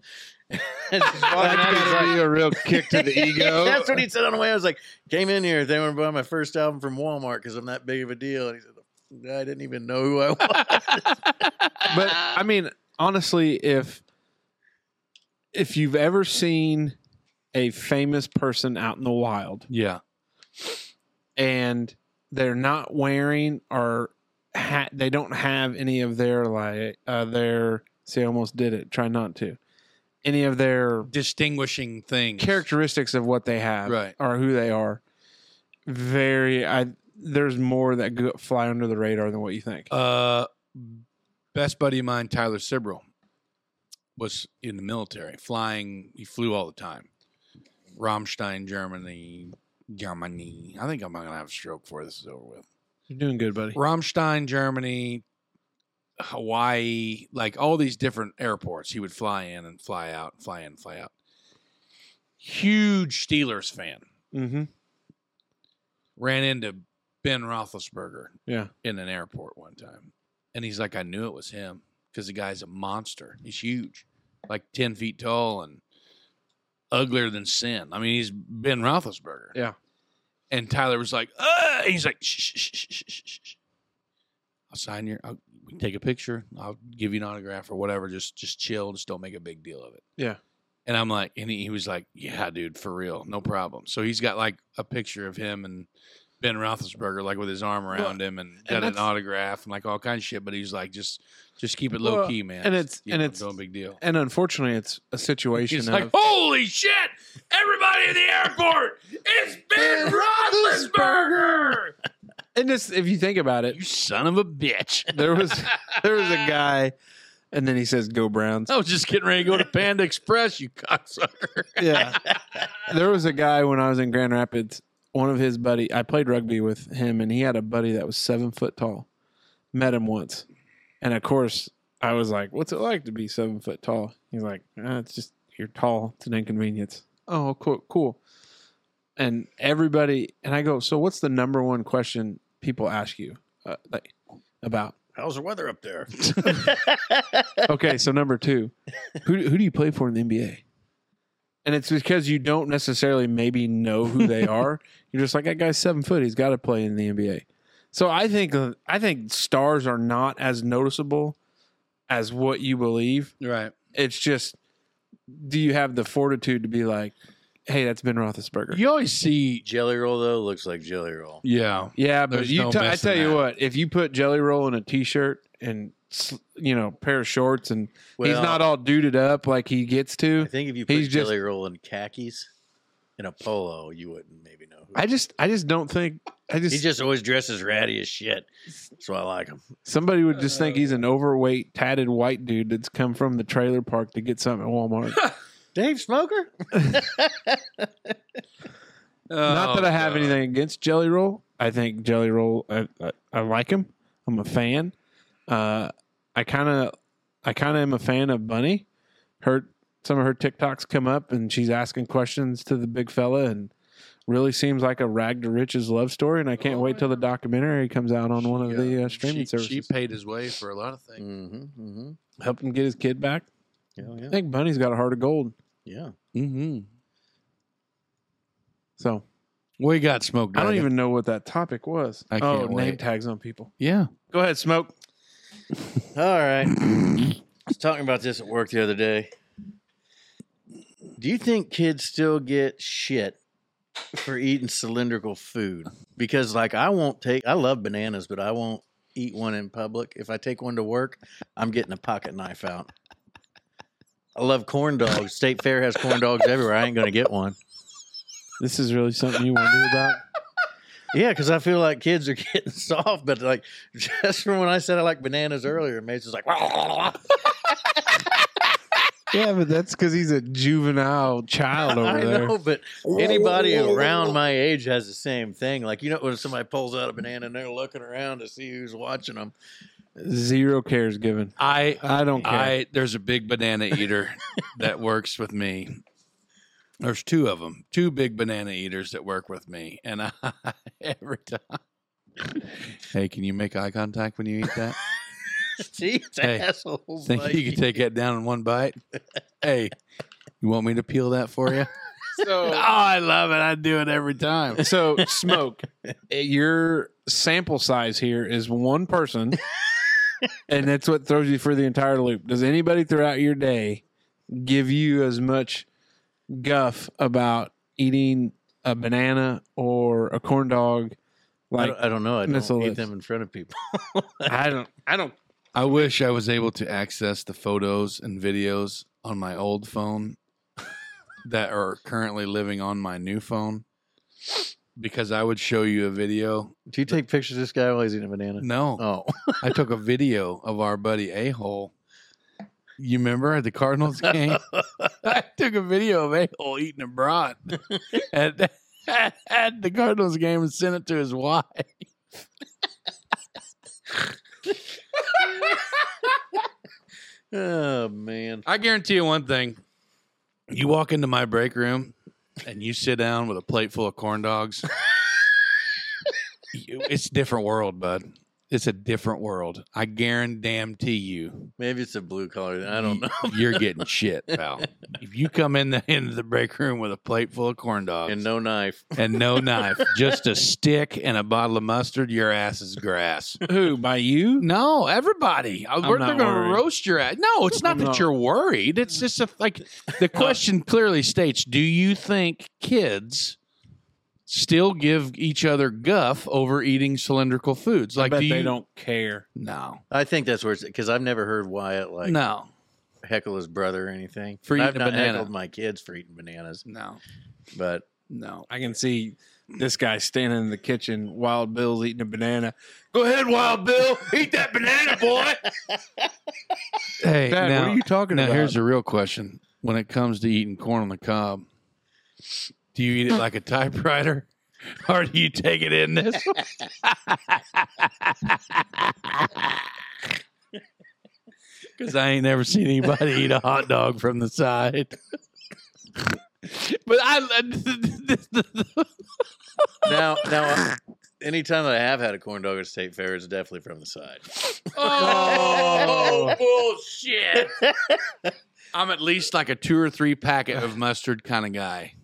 S3: It's just walking out,
S1: That's
S3: he's
S1: gotta
S3: like-
S1: be a real kick to the ego.
S3: That's what he said on the way. I was like, came in here. They want to buy my first album from Walmart because I'm that big of a deal. And he said, I didn't even know who I was.
S1: but I mean, honestly, if if you've ever seen a famous person out in the wild
S2: yeah,
S1: and they're not wearing or ha- they don't have any of their like uh, their see, I almost did it. Try not to. Any of their
S2: distinguishing things.
S1: characteristics of what they have
S2: Right.
S1: or who they are very i there's more that go, fly under the radar than what you think
S2: Uh, best buddy of mine, Tyler Sibrel, was in the military, flying. He flew all the time. Rammstein, Germany, Germany. I think I'm gonna have a stroke before this is over with.
S1: you're doing good buddy
S2: Rammstein, Germany, Hawaii, like all these different airports. He would fly in and fly out, fly in, fly out. Huge Steelers fan.
S1: mm-hmm
S2: Ran into Ben Roethlisberger
S1: yeah
S2: in an airport one time. And he's like, I knew it was him because the guy's a monster. He's huge, like 10 feet tall and uglier than sin. I mean, he's Ben Roethlisberger.
S1: Yeah.
S2: And Tyler was like, "Uh," he's like, shh, shh, shh, shh, shh, shh, shh. I'll sign your, I'll we can take a picture. I'll give you an autograph or whatever. Just, just chill. Just don't make a big deal of it.
S1: Yeah.
S2: And I'm like, and he, he was like, yeah, dude, for real. No problem. So he's got like a picture of him and Ben Roethlisberger, like with his arm around him and, got an
S1: that's-
S2: autograph and like all kinds of shit. But he's like, just, just keep it low
S1: Well,
S2: key, man.
S1: and
S2: Just,
S1: it's-
S2: you
S1: and
S2: know,
S1: it's-
S2: no big deal.
S1: and unfortunately it's a situation
S2: He's
S1: of
S2: like, holy shit! Everybody in the airport, it's Ben Roethlisberger.
S1: and this if you think about it
S2: you son of a bitch!
S1: there was there was a guy and then he says go browns
S2: I was just getting ready to go to Panda Express, you cocksucker.
S1: yeah there was a guy when i was in grand rapids one of his buddy i played rugby with him and he had a buddy that was seven foot tall met him once and of course i was like what's it like to be seven foot tall he's like "Ah, it's just you're tall it's an inconvenience oh cool cool and everybody and i go so what's the number one question people ask you uh, like about
S3: How's the weather up there?
S1: okay, so number two, who who do you play for in the NBA? And it's because you don't necessarily maybe know who they are. You're just like that guy's seven foot. He's got to play in the NBA. So I think I think stars are not as noticeable as what you believe.
S2: Right.
S1: It's just, do you have the fortitude to be like, hey, that's Ben Roethlisberger?
S2: You always see,
S3: Jelly Roll, though, looks like Jelly Roll.
S2: yeah,
S1: yeah, but
S2: There's
S1: you.
S2: no
S1: t- I
S2: missing
S1: tell you
S2: that.
S1: what, if you put Jelly Roll in a t-shirt and s- you know pair of shorts and he's
S3: Well,
S1: not all duded up like he gets to.
S3: I think if you put
S1: he's just-
S3: Jelly Roll in khakis and a polo, you wouldn't maybe know who.
S1: I just I just don't think I
S3: he
S1: just,
S3: just always dresses ratty as shit. That's why I like him.
S1: somebody would just think he's an overweight tatted white dude that's come from the trailer park to get something at Walmart.
S3: Dave Smoker?
S2: Oh,
S1: Not that I have anything against Jelly Roll. I think Jelly Roll. I, I, I like him. I'm a fan. Uh, I kind of, I kind of am a fan of Bunny. Her some of her TikToks come up, and she's asking questions to the big fella, and really seems like a rag to riches love story. And I can't
S2: Oh,
S1: wait till the
S2: yeah.
S1: documentary comes out on one of
S2: She,
S1: the uh,
S2: she-
S1: streaming services.
S2: She paid his way for a lot of things.
S3: Mm-hmm, mm-hmm.
S1: Help him get his kid back.
S3: Yeah,
S1: I
S3: yeah,
S1: think Bunny's got a heart of gold.
S3: yeah.
S1: Mm-hmm. So
S2: We got smoked.
S1: I don't even know what that topic was.
S2: I
S1: oh,
S2: can't
S1: name
S2: wait.
S1: tags on people.
S2: Yeah.
S1: Go ahead, smoke.
S3: All right. I was talking about this at work the other day. Do you think kids still get shit for eating cylindrical food? Because like I won't take I love bananas, but I won't eat one in public. If I take one to work, I'm getting a pocket knife out. I love corn dogs. State Fair has corn dogs everywhere. I ain't gonna get one.
S1: This is really something you wonder about.
S3: Yeah, because I feel like kids are getting soft, but like just from when I said I like bananas earlier, Mace was like,
S1: Yeah, but that's because he's a juvenile child over
S3: I
S1: there.
S3: know, but anybody around my age has the same thing. Like you know, when somebody pulls out a banana and they're looking around to see who's watching them.
S1: Zero cares given.
S2: I
S1: I don't care.
S2: I there's a big banana eater that works with me. There's two of them, two big banana eaters that work with me, and I every time. Hey, can you make eye contact when you eat that?
S3: see, it's
S2: Hey,
S3: assholes.
S2: Think
S3: like-
S2: you can take that down in one bite? Hey, you want me to peel that for you? oh,
S1: so,
S2: I love it. I do it every time.
S1: so smoke. Your sample size here is one person, and that's what throws you for the entire loop. Does anybody throughout your day give you as much guff about eating a banana or a corn dog?
S3: I,
S1: Like
S3: don't, I don't know. I
S1: Miss
S3: don't eat
S1: Elizabeth.
S3: them in front of people.
S1: I don't, I don't.
S2: I wish I was able to access the photos and videos on my old phone that are currently living on my new phone because I would show you a video.
S3: Do you take pictures of this guy while he's eating a banana?
S2: No,
S3: Oh,
S2: I took a video of our buddy A Hole. You remember at the Cardinals game? I took a video of A Hole eating a brat at, at the Cardinals game and sent it to his wife.
S3: oh man.
S2: I guarantee you one thing. You walk into my break room and you sit down with a plate full of corn dogs. You- it's a different world, bud. It's a different world. I guarantee you,
S3: Maybe it's a blue collar. I don't know.
S2: you're getting shit, pal. If you come in the into the break room with a plate full of corn dogs
S3: And
S2: and
S3: no knife.
S2: no, knife, just a stick and a bottle of mustard, your ass is grass.
S1: Who by you?
S2: No, everybody. I- We're, they're
S1: not
S2: going
S1: worried.
S2: to roast your ass. No, it's not
S1: I'm
S2: that
S1: not-
S2: you're worried. It's just a, like the question clearly states: Do you think kids still give each other guff over eating cylindrical foods?
S1: I
S2: Like,
S1: bet
S2: do you,
S1: they don't care.
S2: No,
S3: I think that's where it's because I've never heard Wyatt like
S2: no,
S3: heckle his brother or anything.
S2: For
S3: And
S2: eating
S3: I've
S2: a
S3: not
S2: banana.
S3: heckled my kids for eating bananas,
S2: no,
S3: but
S2: no.
S1: I can see this guy standing in the kitchen, Wild Bill's eating a banana. Go ahead, Wild Bill, eat that banana, boy.
S2: Hey,
S1: Dad,
S2: now,
S1: what are you talking
S2: now
S1: about?
S2: here's the real question: When it comes to eating corn on the cob, do you eat it like a typewriter, or do you take it in this? Because I ain't never seen anybody eat a hot dog from the side. but I.
S3: now, now, anytime that I have had a corn dog at a state fair, it's definitely from the side.
S2: oh bullshit! I'm at least like a two or three packet of mustard kind of guy,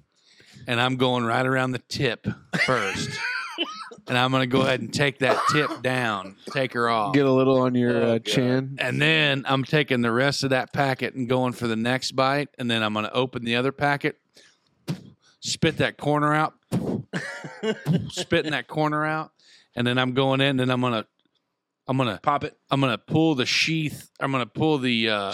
S2: and I'm going right around the tip first, and I'm gonna go ahead and take that tip down, take her off,
S1: Get a little on your
S3: Oh,
S1: uh,
S3: God.
S1: chin.
S2: and then I'm taking the rest of that packet and going for the next bite, and then I'm gonna open the other packet, spit that corner out, spitting that corner out, and then I'm going in, and I'm gonna, I'm gonna
S1: Pop it.
S2: I'm gonna pull the sheath. I'm gonna pull the uh,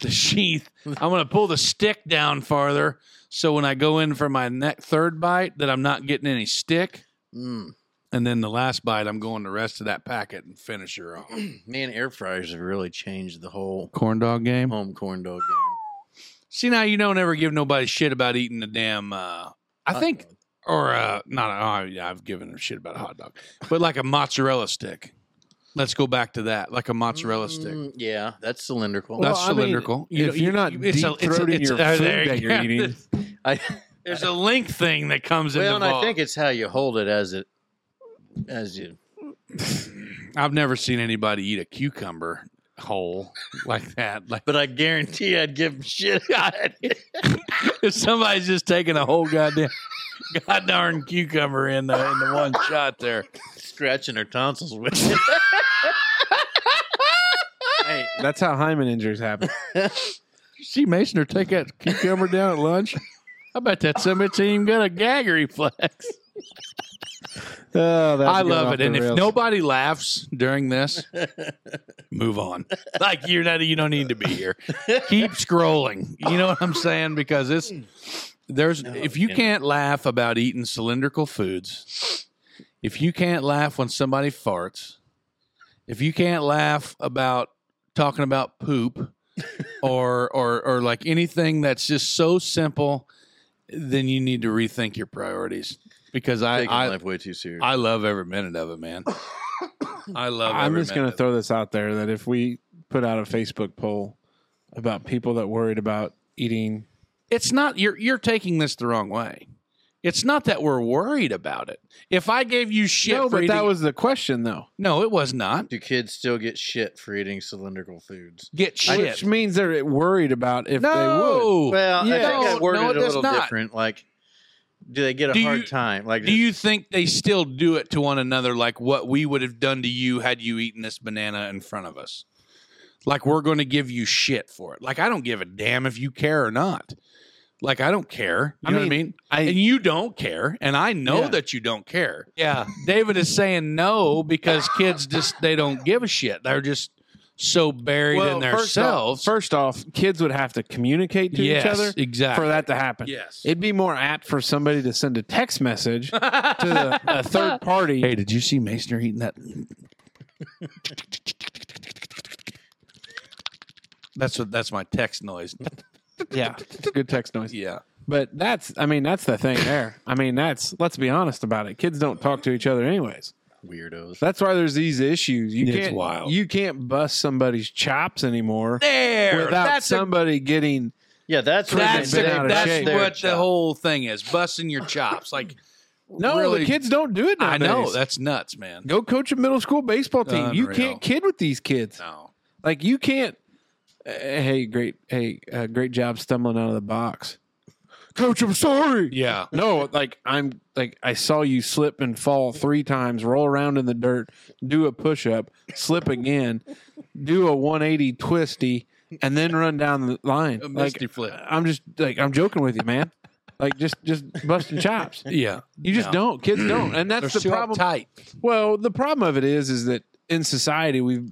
S2: the sheath. I'm gonna pull the stick down farther, so when I go in for my ne- third bite, that I'm not getting any stick.
S3: Mm.
S2: And then the last bite, I'm going the rest of that packet and finish her off.
S3: Man, air fryers have really changed the whole
S2: Corn dog game.
S3: home corn dog game. mm,
S2: See now you don't ever give nobody shit about eating the damn. Uh, I think or uh, not. Oh, yeah, I've given her shit about a hot dog, but like a mozzarella stick. Let's go back to that, like a mozzarella stick.
S3: Mm, yeah, that's cylindrical.
S1: Well,
S2: That's
S1: I mean,
S2: cylindrical.
S1: you know, you're not
S2: it's a- it's a-
S1: deep-throating
S2: it's-
S1: your
S2: uh,
S1: food
S2: there
S1: that
S2: you
S1: you're
S2: go.
S1: eating.
S3: I,
S2: There's a link thing that comes
S3: well,
S2: in.
S3: and I think it's how you hold it as it as you.
S2: I've never seen anybody eat a cucumber whole like that. Like
S3: But I guarantee I'd give 'em shit on it.
S2: if somebody's just taking a whole goddamn god darn cucumber in the in the one shot there.
S3: Scratching her tonsils with it.
S1: Hey, that's how hymen injuries happen.
S2: See Masoner take that cucumber down at lunch. I bet that somebody's even got a gag reflex.
S1: Oh, that's
S2: I
S1: going
S2: love
S1: off
S2: it.
S1: the
S2: And if
S1: rails.
S2: nobody laughs during this, move on. Like you're not you don't need to be here. Keep scrolling. You know what I'm saying? Because it's there's
S3: No,
S2: if you
S3: yeah.
S2: can't laugh about eating cylindrical foods, if you can't laugh when somebody farts, if you can't laugh about talking about poop or or or like anything that's just so simple, then you need to rethink your priorities. Because I,
S3: Taking
S2: I
S3: life way too serious.
S2: I love every minute of it, man. I love.
S1: I'm
S2: every
S1: just going
S2: minute
S1: to
S2: of
S1: throw this out there that if we put out a Facebook poll about people that worried about eating,
S2: it. It's not you're you're taking this the wrong way. It's not that we're worried about it. If I gave you shit,
S1: no,
S2: for
S1: but that
S2: eating-
S1: was the question though,
S2: no, it was not.
S3: Do kids still get shit for eating cylindrical foods?
S2: Get shit.
S1: which means they're worried about if they would.
S2: no.
S3: Well,
S1: Yeah.
S3: I think
S2: No,
S3: I worded
S2: no,
S3: it
S2: it
S3: a
S2: does
S3: little
S2: not.
S3: different. Like, do they get a
S2: Do
S3: hard
S2: you-
S3: time? Like,
S2: Do you think they still do it to one another like what we would have done to you had you eaten this banana in front of us? Like we're going to give you shit for it. Like I don't give a damn if you care or not. Like I don't care. You
S1: I
S2: know what I
S1: mean,
S2: mean?
S1: I-
S2: and you don't care, and I know
S1: Yeah.
S2: that you don't care.
S1: Yeah.
S2: David is saying no because kids just they don't give a shit. They're just so buried in themselves.
S1: Off, first off, kids would have to communicate to
S2: yes,
S1: each other
S2: exactly.
S1: for that to happen.
S2: Yes.
S1: It'd be more apt for somebody to send a text message to the, a third party.
S2: Hey, did you see Masoner eating that? that's what that's my text noise.
S1: Yeah, it's a good text noise.
S2: Yeah.
S1: But that's, I mean, that's the thing there. I mean, that's, let's be honest about it. Kids don't talk to each other anyways.
S3: weirdos?
S1: That's why there's these issues. You
S2: It's
S1: can't,
S2: wild.
S1: you can't bust somebody's chops anymore
S2: There.
S1: without
S2: that's a-
S1: somebody getting.
S3: Yeah, that's where
S2: that's
S1: been
S3: they
S2: a-
S1: out
S3: bend
S1: of
S2: that's
S1: shape.
S3: their
S2: what the
S3: chop.
S2: whole thing is. Busting your chops. Like
S1: No,
S2: really-
S1: the kids don't do it.
S2: I
S1: Nowadays.
S2: know that's nuts, man.
S1: Go coach a middle school baseball team. You
S2: Unreal.
S1: can't kid with these kids.
S2: No.
S1: Like you can't. Uh, hey, great. Hey, uh, great job stumbling out of the box, coach. I'm sorry.
S2: Yeah.
S1: No, like I'm like I saw you slip and fall three times, roll around in the dirt, do a push up, slip again, do a 180 twisty, and then run down the line.
S2: A
S1: Like uh,
S2: misty flip.
S1: I'm just like I'm joking with you, man. Like just just busting chops.
S2: Yeah.
S1: You just
S2: No.
S1: don't. Kids don't, and that's the
S2: They're so
S1: problem.
S2: uptight.
S1: Well, the problem of it is, is that in society we've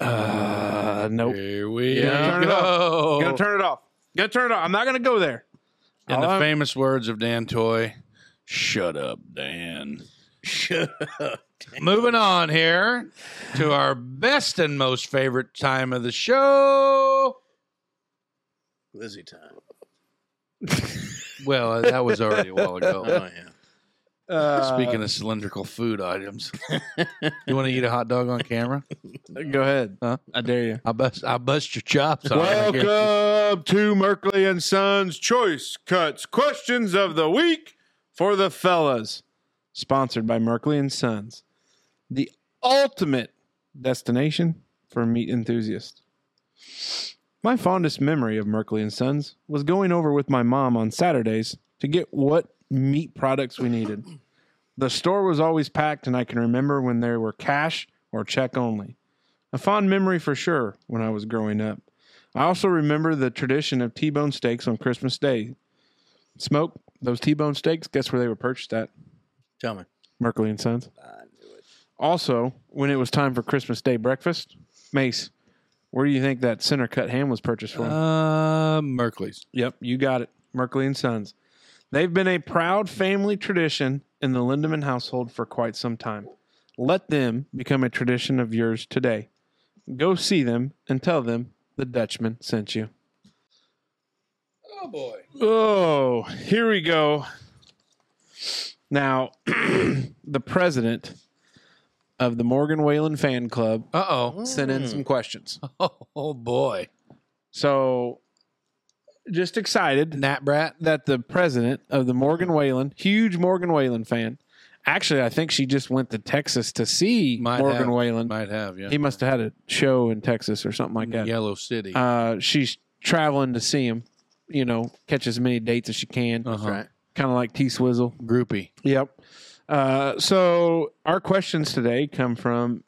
S1: uh, nope.
S2: Here we
S1: Yeah. Turn it
S2: go.
S1: Gonna turn it off. Gonna turn it off. I'm not gonna go there.
S2: In
S1: All
S2: the
S1: I'm-
S2: famous words of Dan Toy, shut up, Dan.
S3: Shut up.
S2: Moving on here to our best and most favorite time of the show.
S3: Lizzie time.
S2: Well, uh, that was already a while ago.
S3: Oh yeah.
S1: Uh,
S2: Speaking of cylindrical food items, you want to eat a hot dog on camera?
S1: go ahead.
S2: Huh?
S1: I dare you.
S2: I bust, I bust your chops. on it.
S1: Welcome to Merkley and Sons Choice Cuts Questions of the Week for the Fellas, sponsored by Merkley and Sons, the ultimate destination for meat enthusiasts. My fondest memory of Merkley and Sons was going over with my mom on Saturdays to get what meat products we needed. The store was always packed, and I can remember when there were cash or check only. A fond memory for sure when I was growing up. I also remember the tradition of T-bone steaks on Christmas Day. Smoke those T-bone steaks. Guess where they were purchased at?
S3: Tell me.
S1: Merkley and Sons.
S3: I knew it.
S1: Also, when it was time for Christmas Day breakfast, Mace, where do you think that center cut ham was purchased from?
S2: Uh, Merkley's.
S1: Yep, you got it. Merkley and Sons. They've been a proud family tradition in the Lindemann household for quite some time. Let them become a tradition of yours today. Go see them and tell them the Dutchman sent you.
S2: Oh boy.
S1: Oh, here we go. Now, the president of the Morgan Whalen fan club
S2: Uh oh.
S1: sent in some questions.
S2: Oh boy.
S1: So, just excited
S2: Nat Brat.
S1: that the president of the Morgan Whalen, huge Morgan Whalen fan. Actually, I think she just went to Texas to see
S2: Might
S1: Morgan
S2: have.
S1: Whalen.
S2: Might have, yeah.
S1: He must have had a show in Texas or something like that.
S2: Yellow City.
S1: Uh, she's traveling to see him, you know, catch as many dates as she can.
S2: Uh-huh.
S3: That's right.
S1: Kind of like T Swizzle.
S2: Groupie.
S1: Yep. Uh, so our questions today come from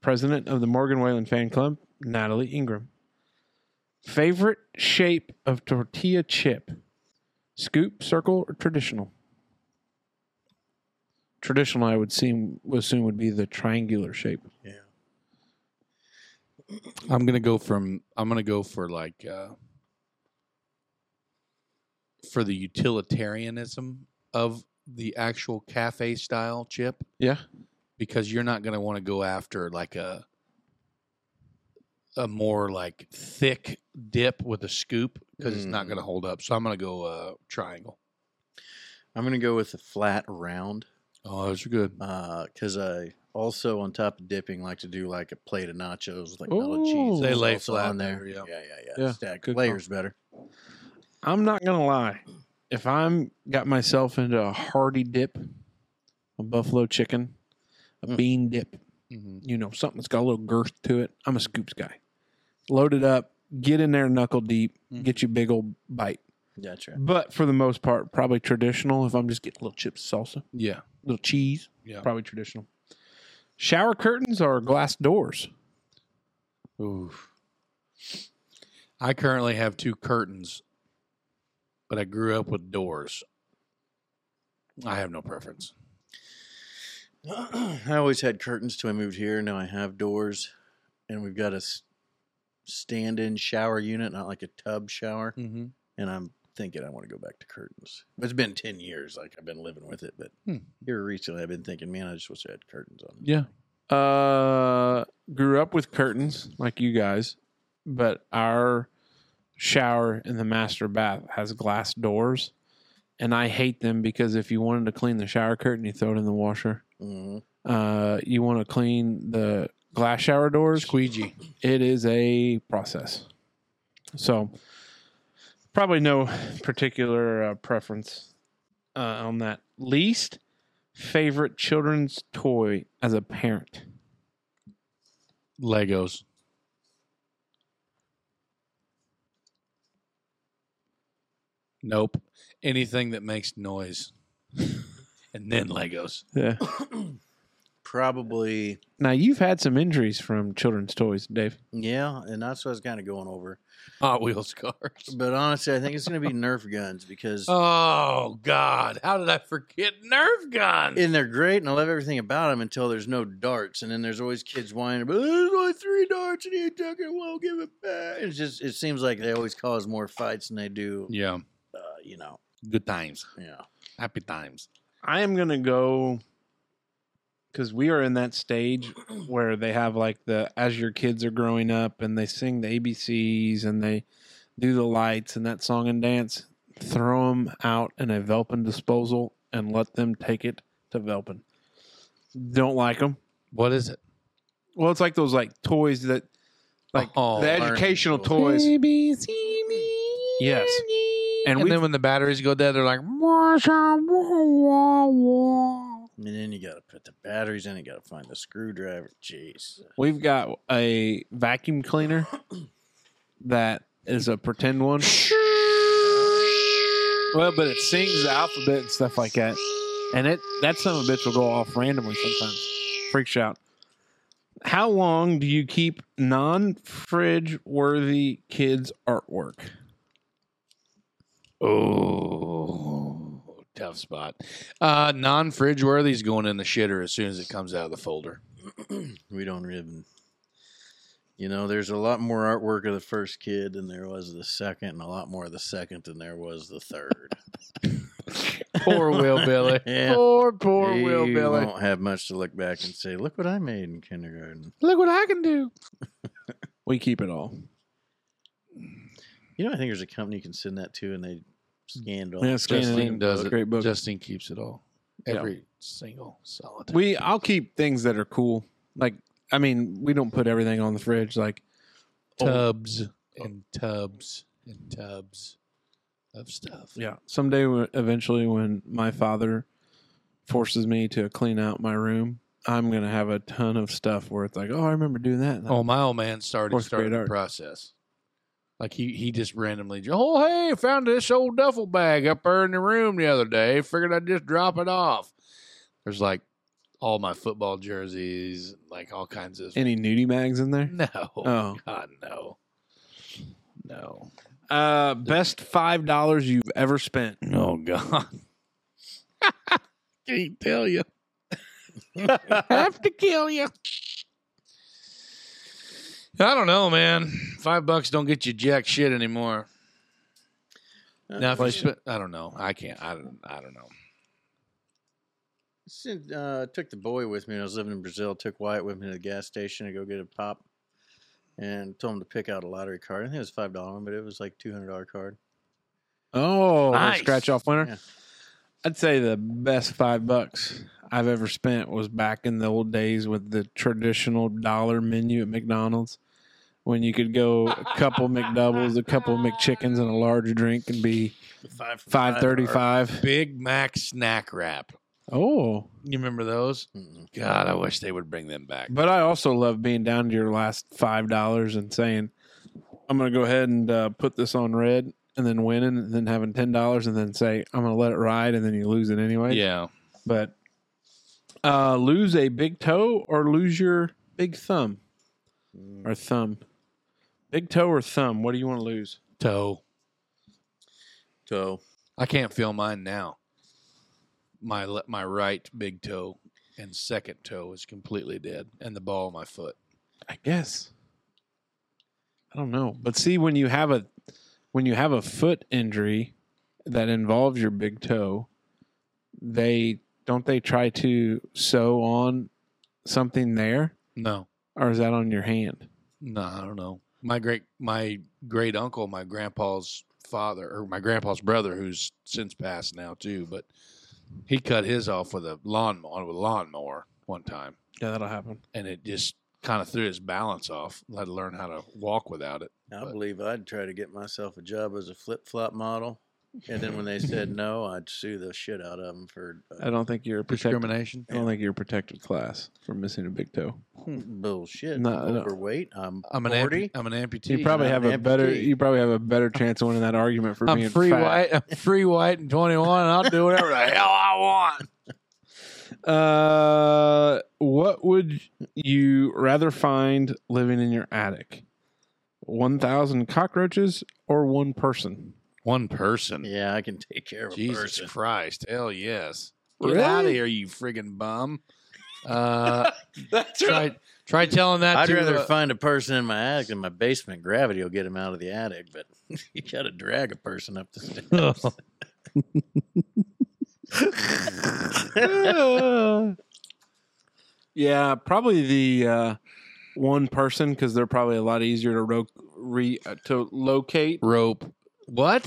S1: president of the Morgan Whalen fan club, Natalie Ingram. Favorite shape of tortilla chip? Scoop, circle, or traditional? Traditional, I would seem would assume would be the triangular shape.
S2: I'm gonna go from I'm gonna go for like uh for the utilitarianism of the actual cafe style chip
S1: Yeah.
S2: because you're not gonna want to go after like a a more like thick dip with a scoop because it's not
S3: Mm.
S2: gonna hold up. So I'm gonna go uh triangle.
S3: I'm gonna go with the flat round
S2: Oh, those are good.
S3: because I also on top of dipping like to do like a plate of nachos with like melted
S1: Ooh.
S3: cheese.
S1: They
S3: that's
S2: lay
S3: also
S2: flat
S3: on there.
S2: there, yeah.
S3: yeah, yeah,
S1: Yeah,
S3: Stack
S1: good
S3: layers better.
S1: I'm not gonna lie. If I'm got myself into a hearty dip, a buffalo chicken, a
S3: Mm.
S1: bean dip,
S2: Mhm.
S1: you know, something that's got a little girth to it. I'm a scoops guy. Load it up, get in there knuckle deep,
S2: Mhm.
S1: get you big old bite.
S3: That's right.
S1: But for the most part, probably traditional. If I'm just getting a little chips, salsa,
S2: Yeah.
S1: little cheese,
S2: Yeah.
S1: probably traditional. Shower curtains or glass doors?
S2: Oof. I currently have two curtains, but I grew up with doors. I have no preference.
S3: I always had curtains till I moved here. Now I have doors, and we've got a s- stand-in shower unit, not like a tub shower.
S2: Mm-hmm.
S3: And I'm thinking I want to go back to curtains. It's been ten years, like I've been living with it, but
S2: Hmm.
S3: here recently I've been thinking, man, I just wish I had curtains on.
S2: Yeah.
S1: Uh, grew up with curtains like you guys, but our shower in the master bath has glass doors, and I hate them because if you wanted to clean the shower curtain, you throw it in the washer.
S3: Mhm.
S1: uh, you want to clean the glass shower doors,
S2: Squeegee.
S1: it is a process. So, probably no particular uh, preference uh, on that. Least favorite children's toy as a parent.
S2: Legos. Nope. Anything that makes noise. and then Legos.
S1: Yeah.
S3: Probably,
S1: Now you've had some injuries from children's toys, Dave.
S3: yeah, and that's what I was kind of going over.
S2: Hot Wheels cars.
S3: But honestly, I think it's going to be Nerf guns because
S2: Oh, God. How did I forget Nerf guns?
S3: and they're great, and I love everything about them until there's no darts, and then there's always kids whining about there's only three darts, and he took it, won't give it back. It's just it seems like they always cause more fights than they do,
S2: yeah.
S3: uh, you know.
S2: Good times.
S3: Yeah,
S2: Happy times.
S1: I am gonna go because we are in that stage where they have like the as your kids are growing up and they sing the ABCs and they do the lights and that song and dance. Throw them out in a Velpin disposal and let them take it to Velpin. Don't like them.
S2: What is it?
S1: Well, it's like those like toys that like
S2: Oh,
S1: the
S3: learning
S1: educational
S3: tools.
S1: toys.
S2: ABC.
S1: Yes. And
S2: And,
S1: we-
S2: then when the batteries go dead, they're like,
S3: and then you got to put the batteries in, you got to find the screwdriver. Jeez,
S1: We've got a vacuum cleaner that is a pretend one. Well, but it sings the alphabet and stuff like that, and it that son of a bitch will go off randomly sometimes. Freaks you out. How long do you keep non-fridge worthy kids artwork?
S2: oh, tough spot. Uh, non fridge worthy's going in the shitter as soon as it comes out of the folder.
S3: we don't even. You know, there's a lot more artwork of the first kid than there was the second, and a lot more of the second than there was the third.
S2: Poor Will Billy.
S3: Yeah.
S2: Poor, poor
S3: you
S2: Will Billy.
S3: won't have much to look back and say, "Look what I made in kindergarten."
S2: Look what I can do.
S1: We keep it all.
S3: You know, I think there's a company you can send that to, and they scanned all.
S1: Yeah, scan it
S2: Justine
S1: in.
S2: does
S1: It's a
S2: it.
S1: Great book.
S2: Justine keeps it all.
S1: Yeah.
S2: Every single solitary.
S1: We I'll keep things that are cool. Like I mean, we don't put everything on the fridge. Like
S2: Oh. tubs and tubs and tubs of stuff.
S1: yeah, someday w- eventually when my father forces me to clean out my room, I'm gonna have a ton of stuff where it's like, oh, I remember doing that.
S2: Oh, my old man started
S1: Fourth grade
S2: started the
S1: art.
S2: process. Like he he just randomly, oh hey, I found this old duffel bag up there in the room the other day. Figured I'd just drop it off. There's like all my football jerseys, like all kinds of
S1: Any nudie mags in there?
S2: no,
S1: Oh.
S2: God no, no,
S1: Uh, best five dollars you've ever spent.
S2: oh God. Can't tell you. have to kill you. I don't know, man. Five bucks don't get you jack shit anymore.
S3: uh,
S2: Now, if you
S3: Inflation.
S2: spent, I don't know. I can't. I don't. I don't know.
S3: Sent- uh, took the boy with me when I was living in Brazil. Took Wyatt with me to the gas station to go get a pop, and told him to pick out a lottery card. I think it was five dollar, but it was like two hundred dollar card.
S1: Oh,
S2: Nice.
S1: scratch off winner.
S3: Yeah.
S1: I'd say the best five bucks I've ever spent was back in the old days with the traditional dollar menu at McDonald's when you could go a couple McDoubles, a couple McChickens, and a large drink and be
S3: Five
S1: five thirty five.
S2: Big Mac snack wrap.
S1: Oh.
S2: You remember those? God, I wish they would bring them back.
S1: But I also love being down to your last five dollars and saying, I'm gonna go ahead and uh, put this on red and then winning and then having ten dollars and then say, I'm gonna let it ride and then you lose it anyway.
S2: Yeah.
S1: but uh lose a big toe or lose your big thumb or thumb big toe or thumb what do you want to lose
S2: Toe.
S3: So
S2: I can't feel mine now. My le- my right big toe and second toe is completely dead, and the ball of my foot.
S1: i guess i don't know but see when you have a when you have a foot injury that involves your big toe they don't they try to sew on something there
S2: No.
S1: or is that on your hand
S2: No, I don't know. My great my great uncle, my grandpa's father, or my grandpa's brother, who's since passed now too, but he cut his off with a lawnmower with a lawnmower one time,
S1: yeah that'll happen
S2: and it just kind of threw his balance off. I had to learn how to walk without it.
S3: I
S2: But-
S3: believe I'd try to get myself a job as a flip flop model, and then when they said no, I'd sue the shit out of them for
S1: i
S3: uh,
S1: don't think you're protected
S2: Discrimination.
S1: i don't think you're a protected class for missing a big toe
S3: bullshit.
S1: No,
S3: I'm
S1: no.
S3: overweight. I'm
S2: Uh, I'm an ampu-
S3: forty.
S2: I'm an amputee.
S1: You probably
S3: I'm
S1: have
S3: an
S1: a better
S3: amputee.
S1: you probably have a better chance of winning that argument for
S2: I'm
S1: being
S2: free
S1: fat.
S2: white. I'm free white and 21, and I'll do whatever the hell I want.
S1: Uh, what would you rather find living in your attic? One thousand cockroaches or one person?
S2: One person.
S3: Yeah, I can take care of a
S2: Jesus
S3: person.
S2: Christ. Hell yes. Get
S1: Really?
S2: out of here, you friggin' bum. Uh,
S3: That's
S2: try, try telling that
S3: I'd
S2: to
S3: rather
S2: uh,
S3: find a person in my attic than my basement. Gravity will get him out of the attic, but you got to drag a person up the stairs.
S1: yeah, probably the uh, one person because they're probably a lot easier to ro- re uh, to locate,
S2: rope. What?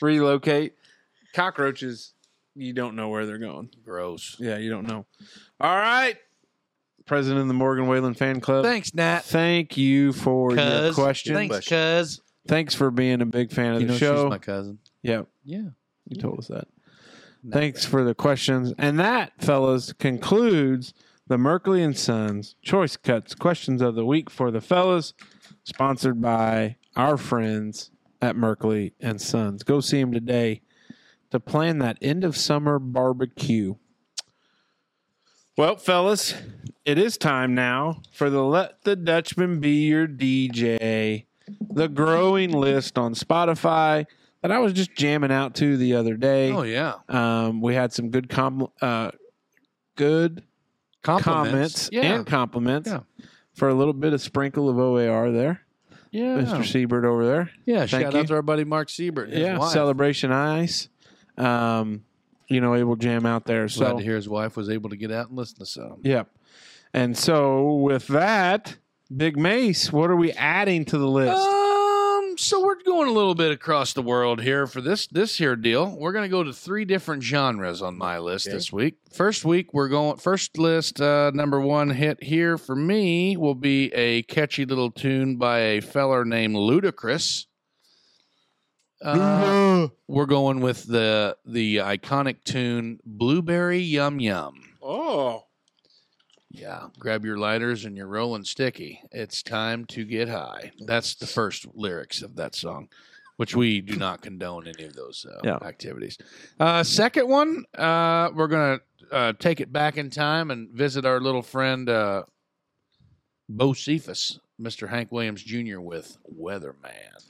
S1: relocate. Cockroaches, you don't know where they're going.
S2: Gross.
S1: Yeah, you don't know. All right. President of the Morgan Whalen Fan Club.
S2: Thanks, Nat.
S1: Thank you for your
S2: Cuz.
S1: question.
S2: Thanks,
S1: Thanks.
S2: cuz.
S1: for being a big fan of
S2: You
S1: the
S2: know
S1: show.
S2: she's my cousin.
S1: yep,
S2: Yeah.
S1: you told us that.
S2: Not
S1: Thanks for the questions. And that, fellas, concludes the Merkley and Sons Choice Cuts Questions of the Week for the fellas, sponsored by our friends at Merkley and Sons. Go see them today to plan that end of summer barbecue. Well, fellas, it is time now for the Let the Dutchman Be Your DJ, the growing list on Spotify that I was just jamming out to the other day.
S2: Oh yeah.
S1: Um, we had some good com- uh, good
S2: Compliments.
S1: comments
S2: Yeah.
S1: and compliments
S2: Yeah.
S1: for a little bit of sprinkle of OAR there,
S2: yeah.
S1: Mr. Siebert over there.
S2: Yeah.
S1: Thank
S2: Shout
S1: you.
S2: out to our buddy Mark Siebert. and his
S1: yeah,
S2: wife.
S1: celebration ice. Um, you know, able jam out there.
S2: Glad
S1: So
S2: to hear his wife was able to get out and listen to some.
S1: yep. And so with that, Big Mace, what are we adding to the list?
S2: Um, so we're going a little bit across the world here for this this here deal. We're going to go to three different genres on my list
S3: Okay.
S2: this week. First week we're going first list uh, number one hit here for me will be a catchy little tune by a feller named Ludacris.
S3: Mm-hmm.
S2: Uh, we're going with the the iconic tune "Blueberry Yum Yum."
S1: Oh,
S2: Yeah, grab your lighters and your rolling sticky. It's time to get high. That's the first lyrics of that song, which we do not condone any of those uh,
S1: Yeah.
S2: activities. Uh, second one, uh, we're going to uh, take it back in time and visit our little friend uh, Bo Cephas, Mr. Hank Williams Jr. with Weatherman.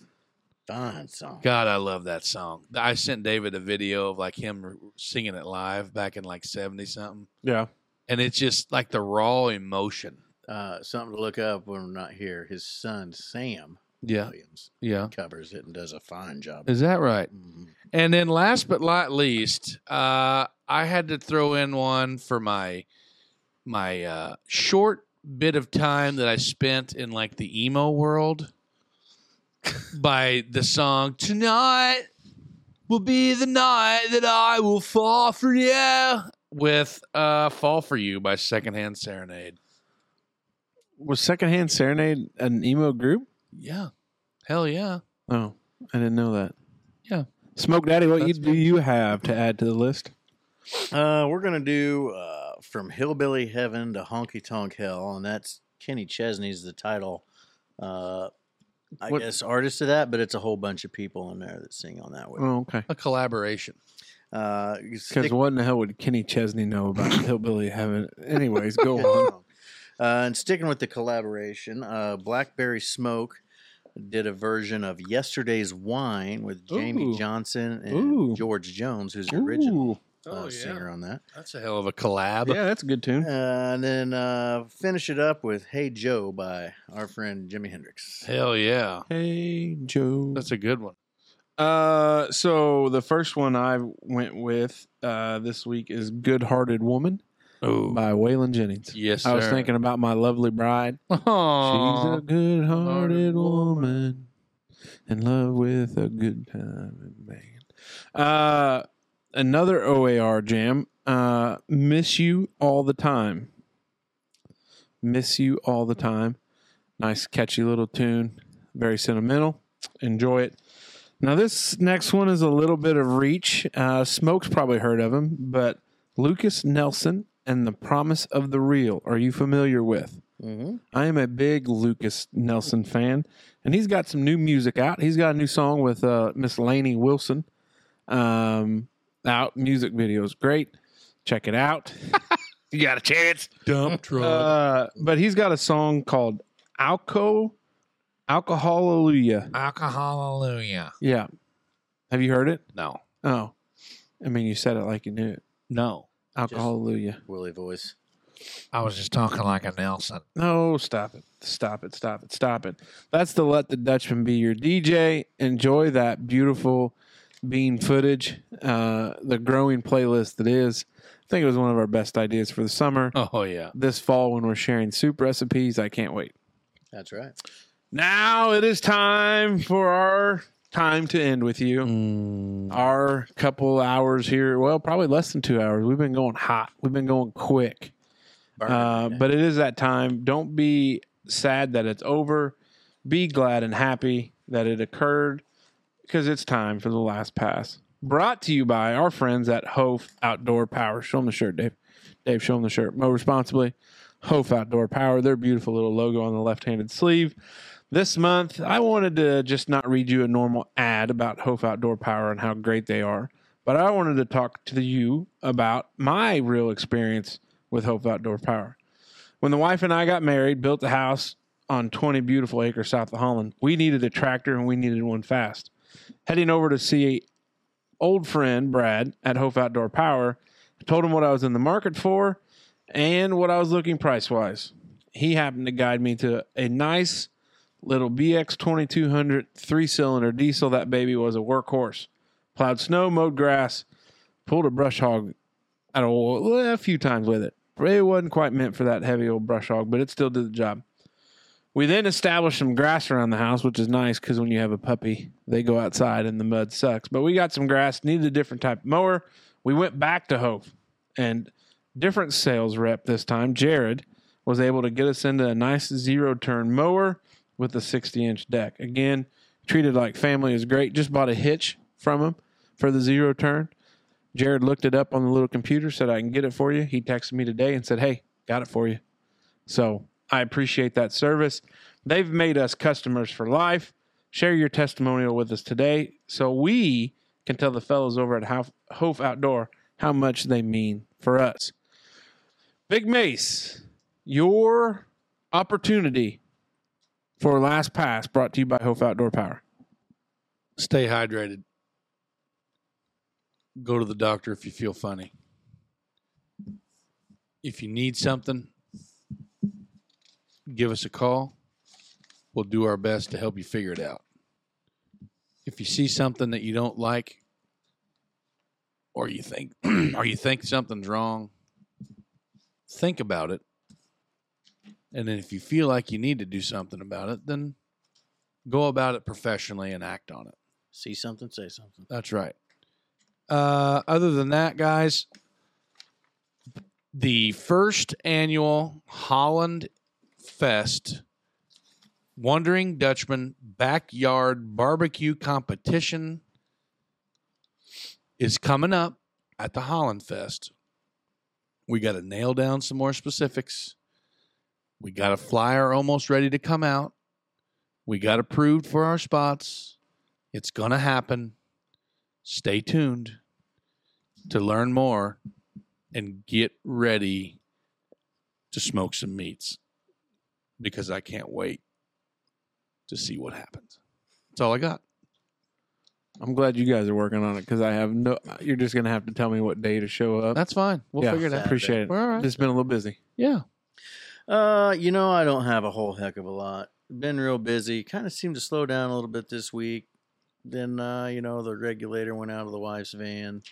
S3: Fine song.
S2: God, I love that song. I sent David a video of like him singing it live back in like 70 something.
S1: yeah.
S2: And it's just like the raw emotion.
S3: Uh, something to look up when we're not here. His son Sam
S2: Yeah.
S3: Williams
S2: Yeah.
S3: covers it and does a fine job.
S2: Is that right?
S3: Mhm.
S2: And then last but not least, uh, I had to throw in one for my my uh, short bit of time that I spent in like the emo world by the song Tonight will be the night that I will fall for you with uh, Fall for You by Secondhand Serenade.
S1: Was Secondhand Serenade an emo group?
S2: Yeah. Hell yeah.
S1: Oh, I didn't know that.
S2: Yeah.
S1: Smoke Daddy, what you,
S2: That's
S1: do you have to add to the list?
S3: Uh, we're gonna do uh, from hillbilly heaven to honky tonk hell, and that's Kenny Chesney's the title. Uh, I
S1: What-
S3: guess artist of that, but it's a whole bunch of people in there that sing on that with.
S1: Oh, okay.
S2: A collaboration.
S3: Uh, you
S1: Because
S3: stick-
S1: what in the hell would Kenny Chesney know about Hillbilly Heaven? Anyways, go on.
S3: Uh, and sticking with the collaboration, uh, Blackberry Smoke did a version of Yesterday's Wine with Jamie
S1: Ooh.
S3: Johnson and
S1: Ooh.
S3: George Jones, who's the original
S1: Ooh.
S2: Oh,
S3: uh, singer on that.
S2: That's a hell of a collab.
S1: Yeah, that's a good tune.
S3: Uh, and then uh, finish it up with Hey Joe by our friend Jimi Hendrix.
S2: Hell yeah.
S1: Hey, Joe.
S2: That's a good one.
S1: Uh, so the first one I went with uh, this week is "Good Hearted Woman"
S2: Oh,
S1: by Waylon Jennings.
S2: yes.
S1: I was
S2: sir.
S1: thinking about my lovely bride. She's a
S2: Aww.
S1: good hearted
S2: Hearted woman.
S1: woman in love with a good time man. Uh, another OAR jam. Uh, miss you all the time. Miss you all the time. Nice, catchy little tune. Very sentimental. Enjoy it. Now, this next one is a little bit of reach. Uh, Smoke's probably heard of him, but Lucas Nelson and the Promise of the Real are you familiar with?
S3: Mm-hmm.
S1: I am a big Lucas Nelson fan, and he's got some new music out. He's got a new song with uh, Miss Lainey Wilson um, out. Music video is great. Check it out. you got a chance.
S2: Dump truck.
S1: Uh, but he's got a song called Alco Alcoholaluya.
S2: Alcoholaluya.
S1: Yeah. Have you heard it?
S2: No.
S1: Oh. I mean, you said it like you knew it.
S2: No.
S1: Alcoholaluya.
S3: Willie voice.
S2: I was just talking like a Nelson.
S1: No, stop it. Stop it. Stop it. Stop it. That's the Let the Dutchman Be Your DJ. Enjoy that beautiful bean footage, uh, the growing playlist that is. I think it was one of our best ideas for the summer.
S2: Oh, yeah.
S1: This fall, when we're sharing soup recipes, I can't wait.
S3: That's right.
S1: Now it is time for our time to end with you. Our couple hours here, well, probably less than two hours. We've been going hot, we've been going quick. Uh,
S3: Burn.
S1: but it is that time. Don't be sad that it's over. Be glad and happy that it occurred because it's time for the last pass. Brought to you by our friends at Hof Outdoor Power. Show them the shirt, Dave. Dave, show them the shirt. Mow responsibly. Hof Outdoor Power. Their beautiful little logo on the left handed sleeve. This month, I wanted to just not read you a normal ad about Hof Outdoor Power and how great they are, but I wanted to talk to you about my real experience with Hope Outdoor Power. When the wife and I got married, built a house on 20 beautiful acres south of Holland, we needed a tractor and we needed one fast. Heading over to see old friend Brad at Hope Outdoor Power, I told him what I was in the market for and what I was looking price wise. He happened to guide me to a nice little BX 2200 three cylinder diesel. That baby was a workhorse. Plowed snow, mowed grass, pulled a brush hog at a, a few times with it. It wasn't quite meant for that heavy old brush hog, but it still did the job. We then established some grass around the house, which is nice because when you have a puppy, they go outside and the mud sucks. But we got some grass, needed a different type of mower. We went back to Hope, and different sales rep this time, Jared, was able to get us into a nice zero turn mower with a 60 inch deck. Again, treated like family is great. Just bought a hitch from him for the zero turn. Jared looked it up on the little computer, said, I can get it for you. He texted me today and said, Hey, got it for you. So I appreciate that service. They've made us customers for life. Share your testimonial with us today so we can tell the fellows over at Hof- Hof Outdoor how much they mean for us. Big Mace, your opportunity for Last Pass brought to you by Hof Outdoor Power.
S2: Stay hydrated. Go to the doctor if you feel funny. If you need something, give us a call. We'll do our best to help you figure it out. If you see something that you don't like, or you think, or you think something's wrong, think about it. And then if you feel like you need to do something about it, then go about it professionally and act on it.
S3: See something, say something.
S2: That's right. Uh, other than that, guys, the first annual Holland Fest Wandering Dutchman Backyard Barbecue Competition is coming up at the Holland Fest. We got to nail down some more specifics. We got a flyer almost ready to come out. We got approved for our spots. It's going to happen. Stay tuned to learn more and get ready to smoke some meats because I can't wait to see what happens. That's all I got.
S1: I'm glad you guys are working on it because I have no. You're just gonna have to tell me what day to show up.
S2: That's fine. We'll
S1: Yeah,
S2: figure it out.
S1: Appreciate it.
S2: We're all right.
S1: Just been a little busy.
S2: yeah.
S3: Uh, you know, I don't have a whole heck of a lot. Been real busy. Kind of seemed to slow down a little bit this week. Then, uh, you know, the regulator went out of the wife's van.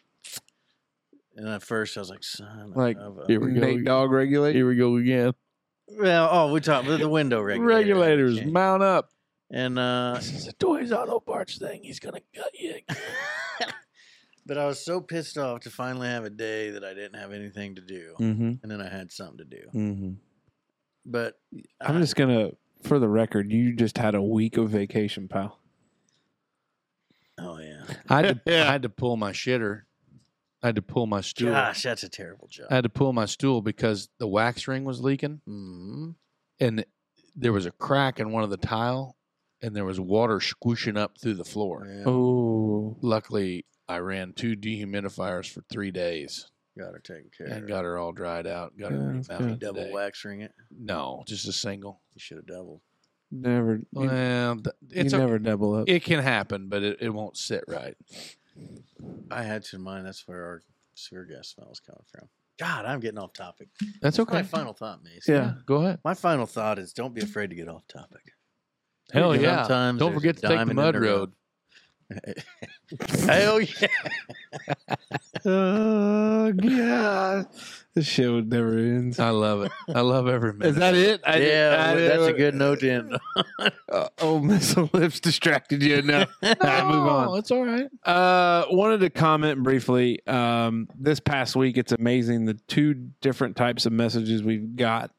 S3: And at first, I was like, "Son
S2: Like,
S3: of a-"
S2: Here we go.
S1: Nate Dog regulate.
S2: Here we go again.
S3: Well, oh, we talked about the window regulator.
S2: Regulators,
S3: Okay.
S2: mount up.
S3: And uh,
S2: This is a Toys Auto Parts thing. He's gonna gut you.
S3: but I was so pissed off to finally have a day that I didn't have anything to do,
S1: Mm-hmm.
S3: and then I had something to do.
S1: Mm-hmm.
S3: But
S1: I'm just gonna, for the record, you just had a week of vacation, pal.
S3: oh yeah,
S2: I had, to, I had to pull my shitter. I had to pull my stool.
S3: gosh, that's a terrible job.
S2: I had to pull my stool because the wax ring was leaking,
S1: Mm-hmm.
S3: Mhm.
S2: and there was a crack in one of the tile, and there was water squishing up through the floor.
S3: Yeah,
S1: Oh,
S2: Luckily, I ran two dehumidifiers for three days
S3: got her taken care
S2: and
S3: of.
S2: got her all dried out. Got
S1: Yeah,
S2: her
S1: that's
S2: remounted.
S1: good.
S3: Double
S2: today.
S3: wax ring it.
S2: No, just a single.
S3: You should have doubled.
S1: never. you-
S2: Well, th-
S1: You,
S2: it's a,
S1: never double up.
S2: it can happen, but it, it won't sit right.
S3: I had to mind. That's where our sewer gas smell is coming from. God, I'm getting off topic.
S2: That's
S3: That's my
S2: okay.
S3: final thought, Mace.
S1: yeah.
S2: Go ahead.
S3: My final thought is don't be afraid to get off topic.
S2: Hell
S3: Because
S2: yeah.
S3: sometimes
S2: Don't
S3: there's a
S2: forget to take
S3: diamond
S2: the
S3: in
S2: mud
S3: rough.
S2: road.
S3: Hell yeah.
S1: Oh God, this show never ends.
S2: I love it. I love every minute.
S1: Is that it? I did-
S3: yeah,
S1: I
S3: well,
S1: did-
S3: that's a good note to end.
S1: Uh, oh, missile lips distracted you enough. All right, move on.
S2: No, It's all right.
S1: Uh, wanted to comment briefly. Um, this past week, it's amazing the two different types of messages we've got,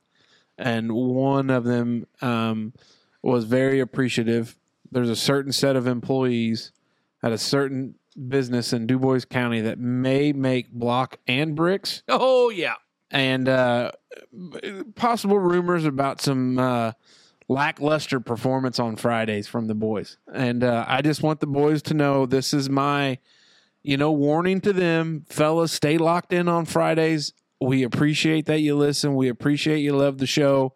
S1: and one of them um, was very appreciative. There's a certain set of employees at a certain business in Du Bois County that may make block and bricks
S2: Oh yeah.
S1: and uh, possible rumors about some uh, lackluster performance on Fridays from the boys. And uh, I just want the boys to know this is my, you know, warning to them, fellas. Stay locked in on Fridays. We appreciate that you listen. We appreciate you love the show,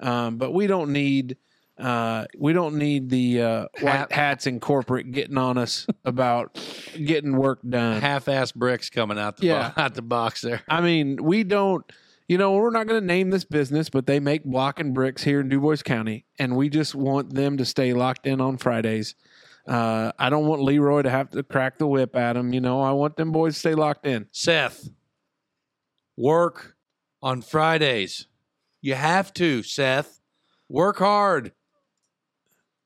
S1: um, but we don't need. Uh, we don't need the uh, white
S2: Hat-
S1: hats in corporate getting on us about getting work
S2: Uh,
S1: done.
S2: Half-ass bricks coming out the
S1: Yeah.
S2: bo- out the box there.
S1: I mean, we don't, you know, we're not going to name this business, but they make block and bricks here in Du Bois County, and we just want them to stay locked in on Fridays. Uh, I don't want Leroy to have to crack the whip at him. You know, I want them boys to stay locked in.
S2: Seth, work on Fridays. You have to, Seth. Work hard.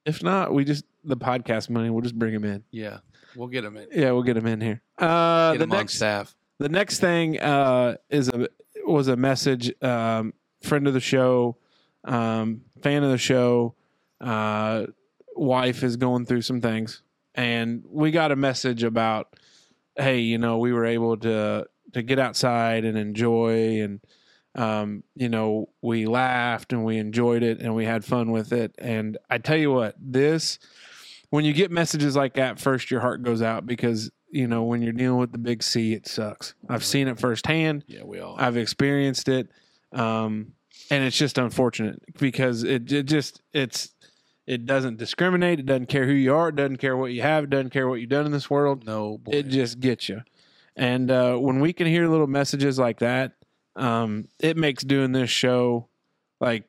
S1: If not, we just the podcast money. We'll just bring him in.
S2: Yeah, we'll get him in.
S1: Yeah, we'll get him in here. Uh,
S2: Get
S1: the
S2: him on
S1: next,
S2: staff.
S1: the next thing uh, is a was a message. Um, friend of the show, um, fan of the show, uh, wife is going through some things, and we got a message about, hey, you know, we were able to to get outside and enjoy, and um, you know, we laughed and we enjoyed it and we had fun with it. And I tell you what, this when you get messages like that, first your heart goes out because you know when you're dealing with the big C, it sucks. I've seen it firsthand.
S2: Yeah, we all.
S1: I've experienced it, um, and it's just unfortunate because it, it just it's it doesn't discriminate. It doesn't care who you are. It doesn't care what you have. It doesn't care what you've done in this world.
S2: no, boy.
S1: It just gets you. And uh, when we can hear little messages like that, um, it makes doing this show like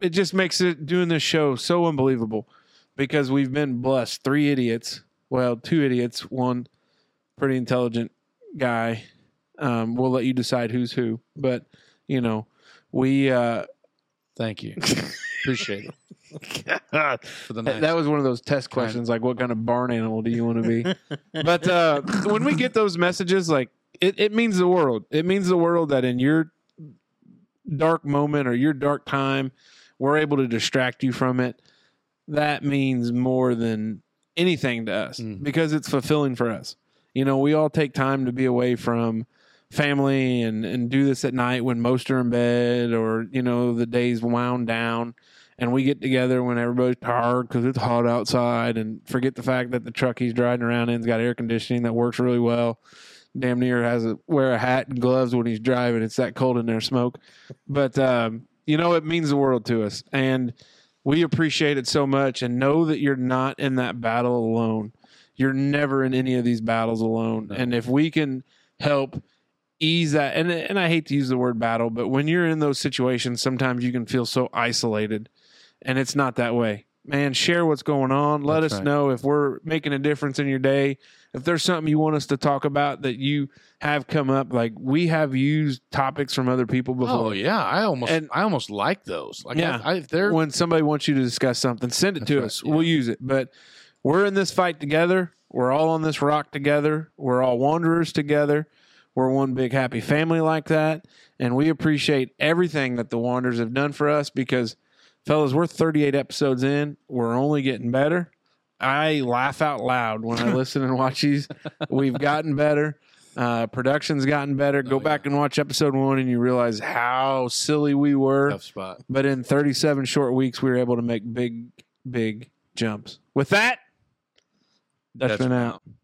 S1: it just makes it doing this show so unbelievable because we've been blessed. Three idiots, well, two idiots, one pretty intelligent guy. Um, we'll let you decide who's who, but you know, we uh,
S2: Thank you. Appreciate it for the nice.
S1: That was one of those test
S2: Kind of.
S1: questions, like what kind of barn animal do you want to be? but uh, when we get those messages, like it, it means the world. It means the world that in your dark moment or your dark time, we're able to distract you from it. That means more than anything to us
S2: Mhm.
S1: because it's fulfilling for us. You know, we all take time to be away from family and and do this at night when most are in bed or you know the day's wound down and we get together when everybody's tired because it's hot outside and forget the fact that the truck he's driving around in's got air conditioning that works really well damn near has a wear a hat and gloves when he's driving it's that cold in there smoke but um, you know it means the world to us and we appreciate it so much and know that you're not in that battle alone you're never in any of these battles alone
S2: No.
S1: and if we can help ease that and, and i hate to use the word battle but when you're in those situations sometimes you can feel so isolated and it's not that way. Man, share what's going on. Let
S2: That's
S1: us
S2: right.
S1: know if we're making a difference in your day. If there's something you want us to talk about that you have come up, like we have used topics from other people
S2: Oh
S1: before.
S2: yeah, I almost
S1: And-
S2: I almost like those. Like
S1: Yeah.
S2: I, I, if they're
S1: when somebody wants you to discuss something, send it
S2: That's
S1: to
S2: right,
S1: us.
S2: yeah.
S1: We'll use it. But we're in this fight together. We're all on this rock together. We're all wanderers together. We're one big happy family like that. And we appreciate everything that the Wanderers have done for us because, fellas, we're 38 episodes in. We're only getting better. I laugh out loud when I listen and watch these. We've gotten better. Uh, production's gotten better. Go
S2: Oh, yeah.
S1: back and watch episode one, and you realize how silly we were.
S2: tough spot.
S1: But in 37 short weeks, we were able to make big, big jumps. With that, Dutchman
S2: Dutchman
S1: out.
S2: out.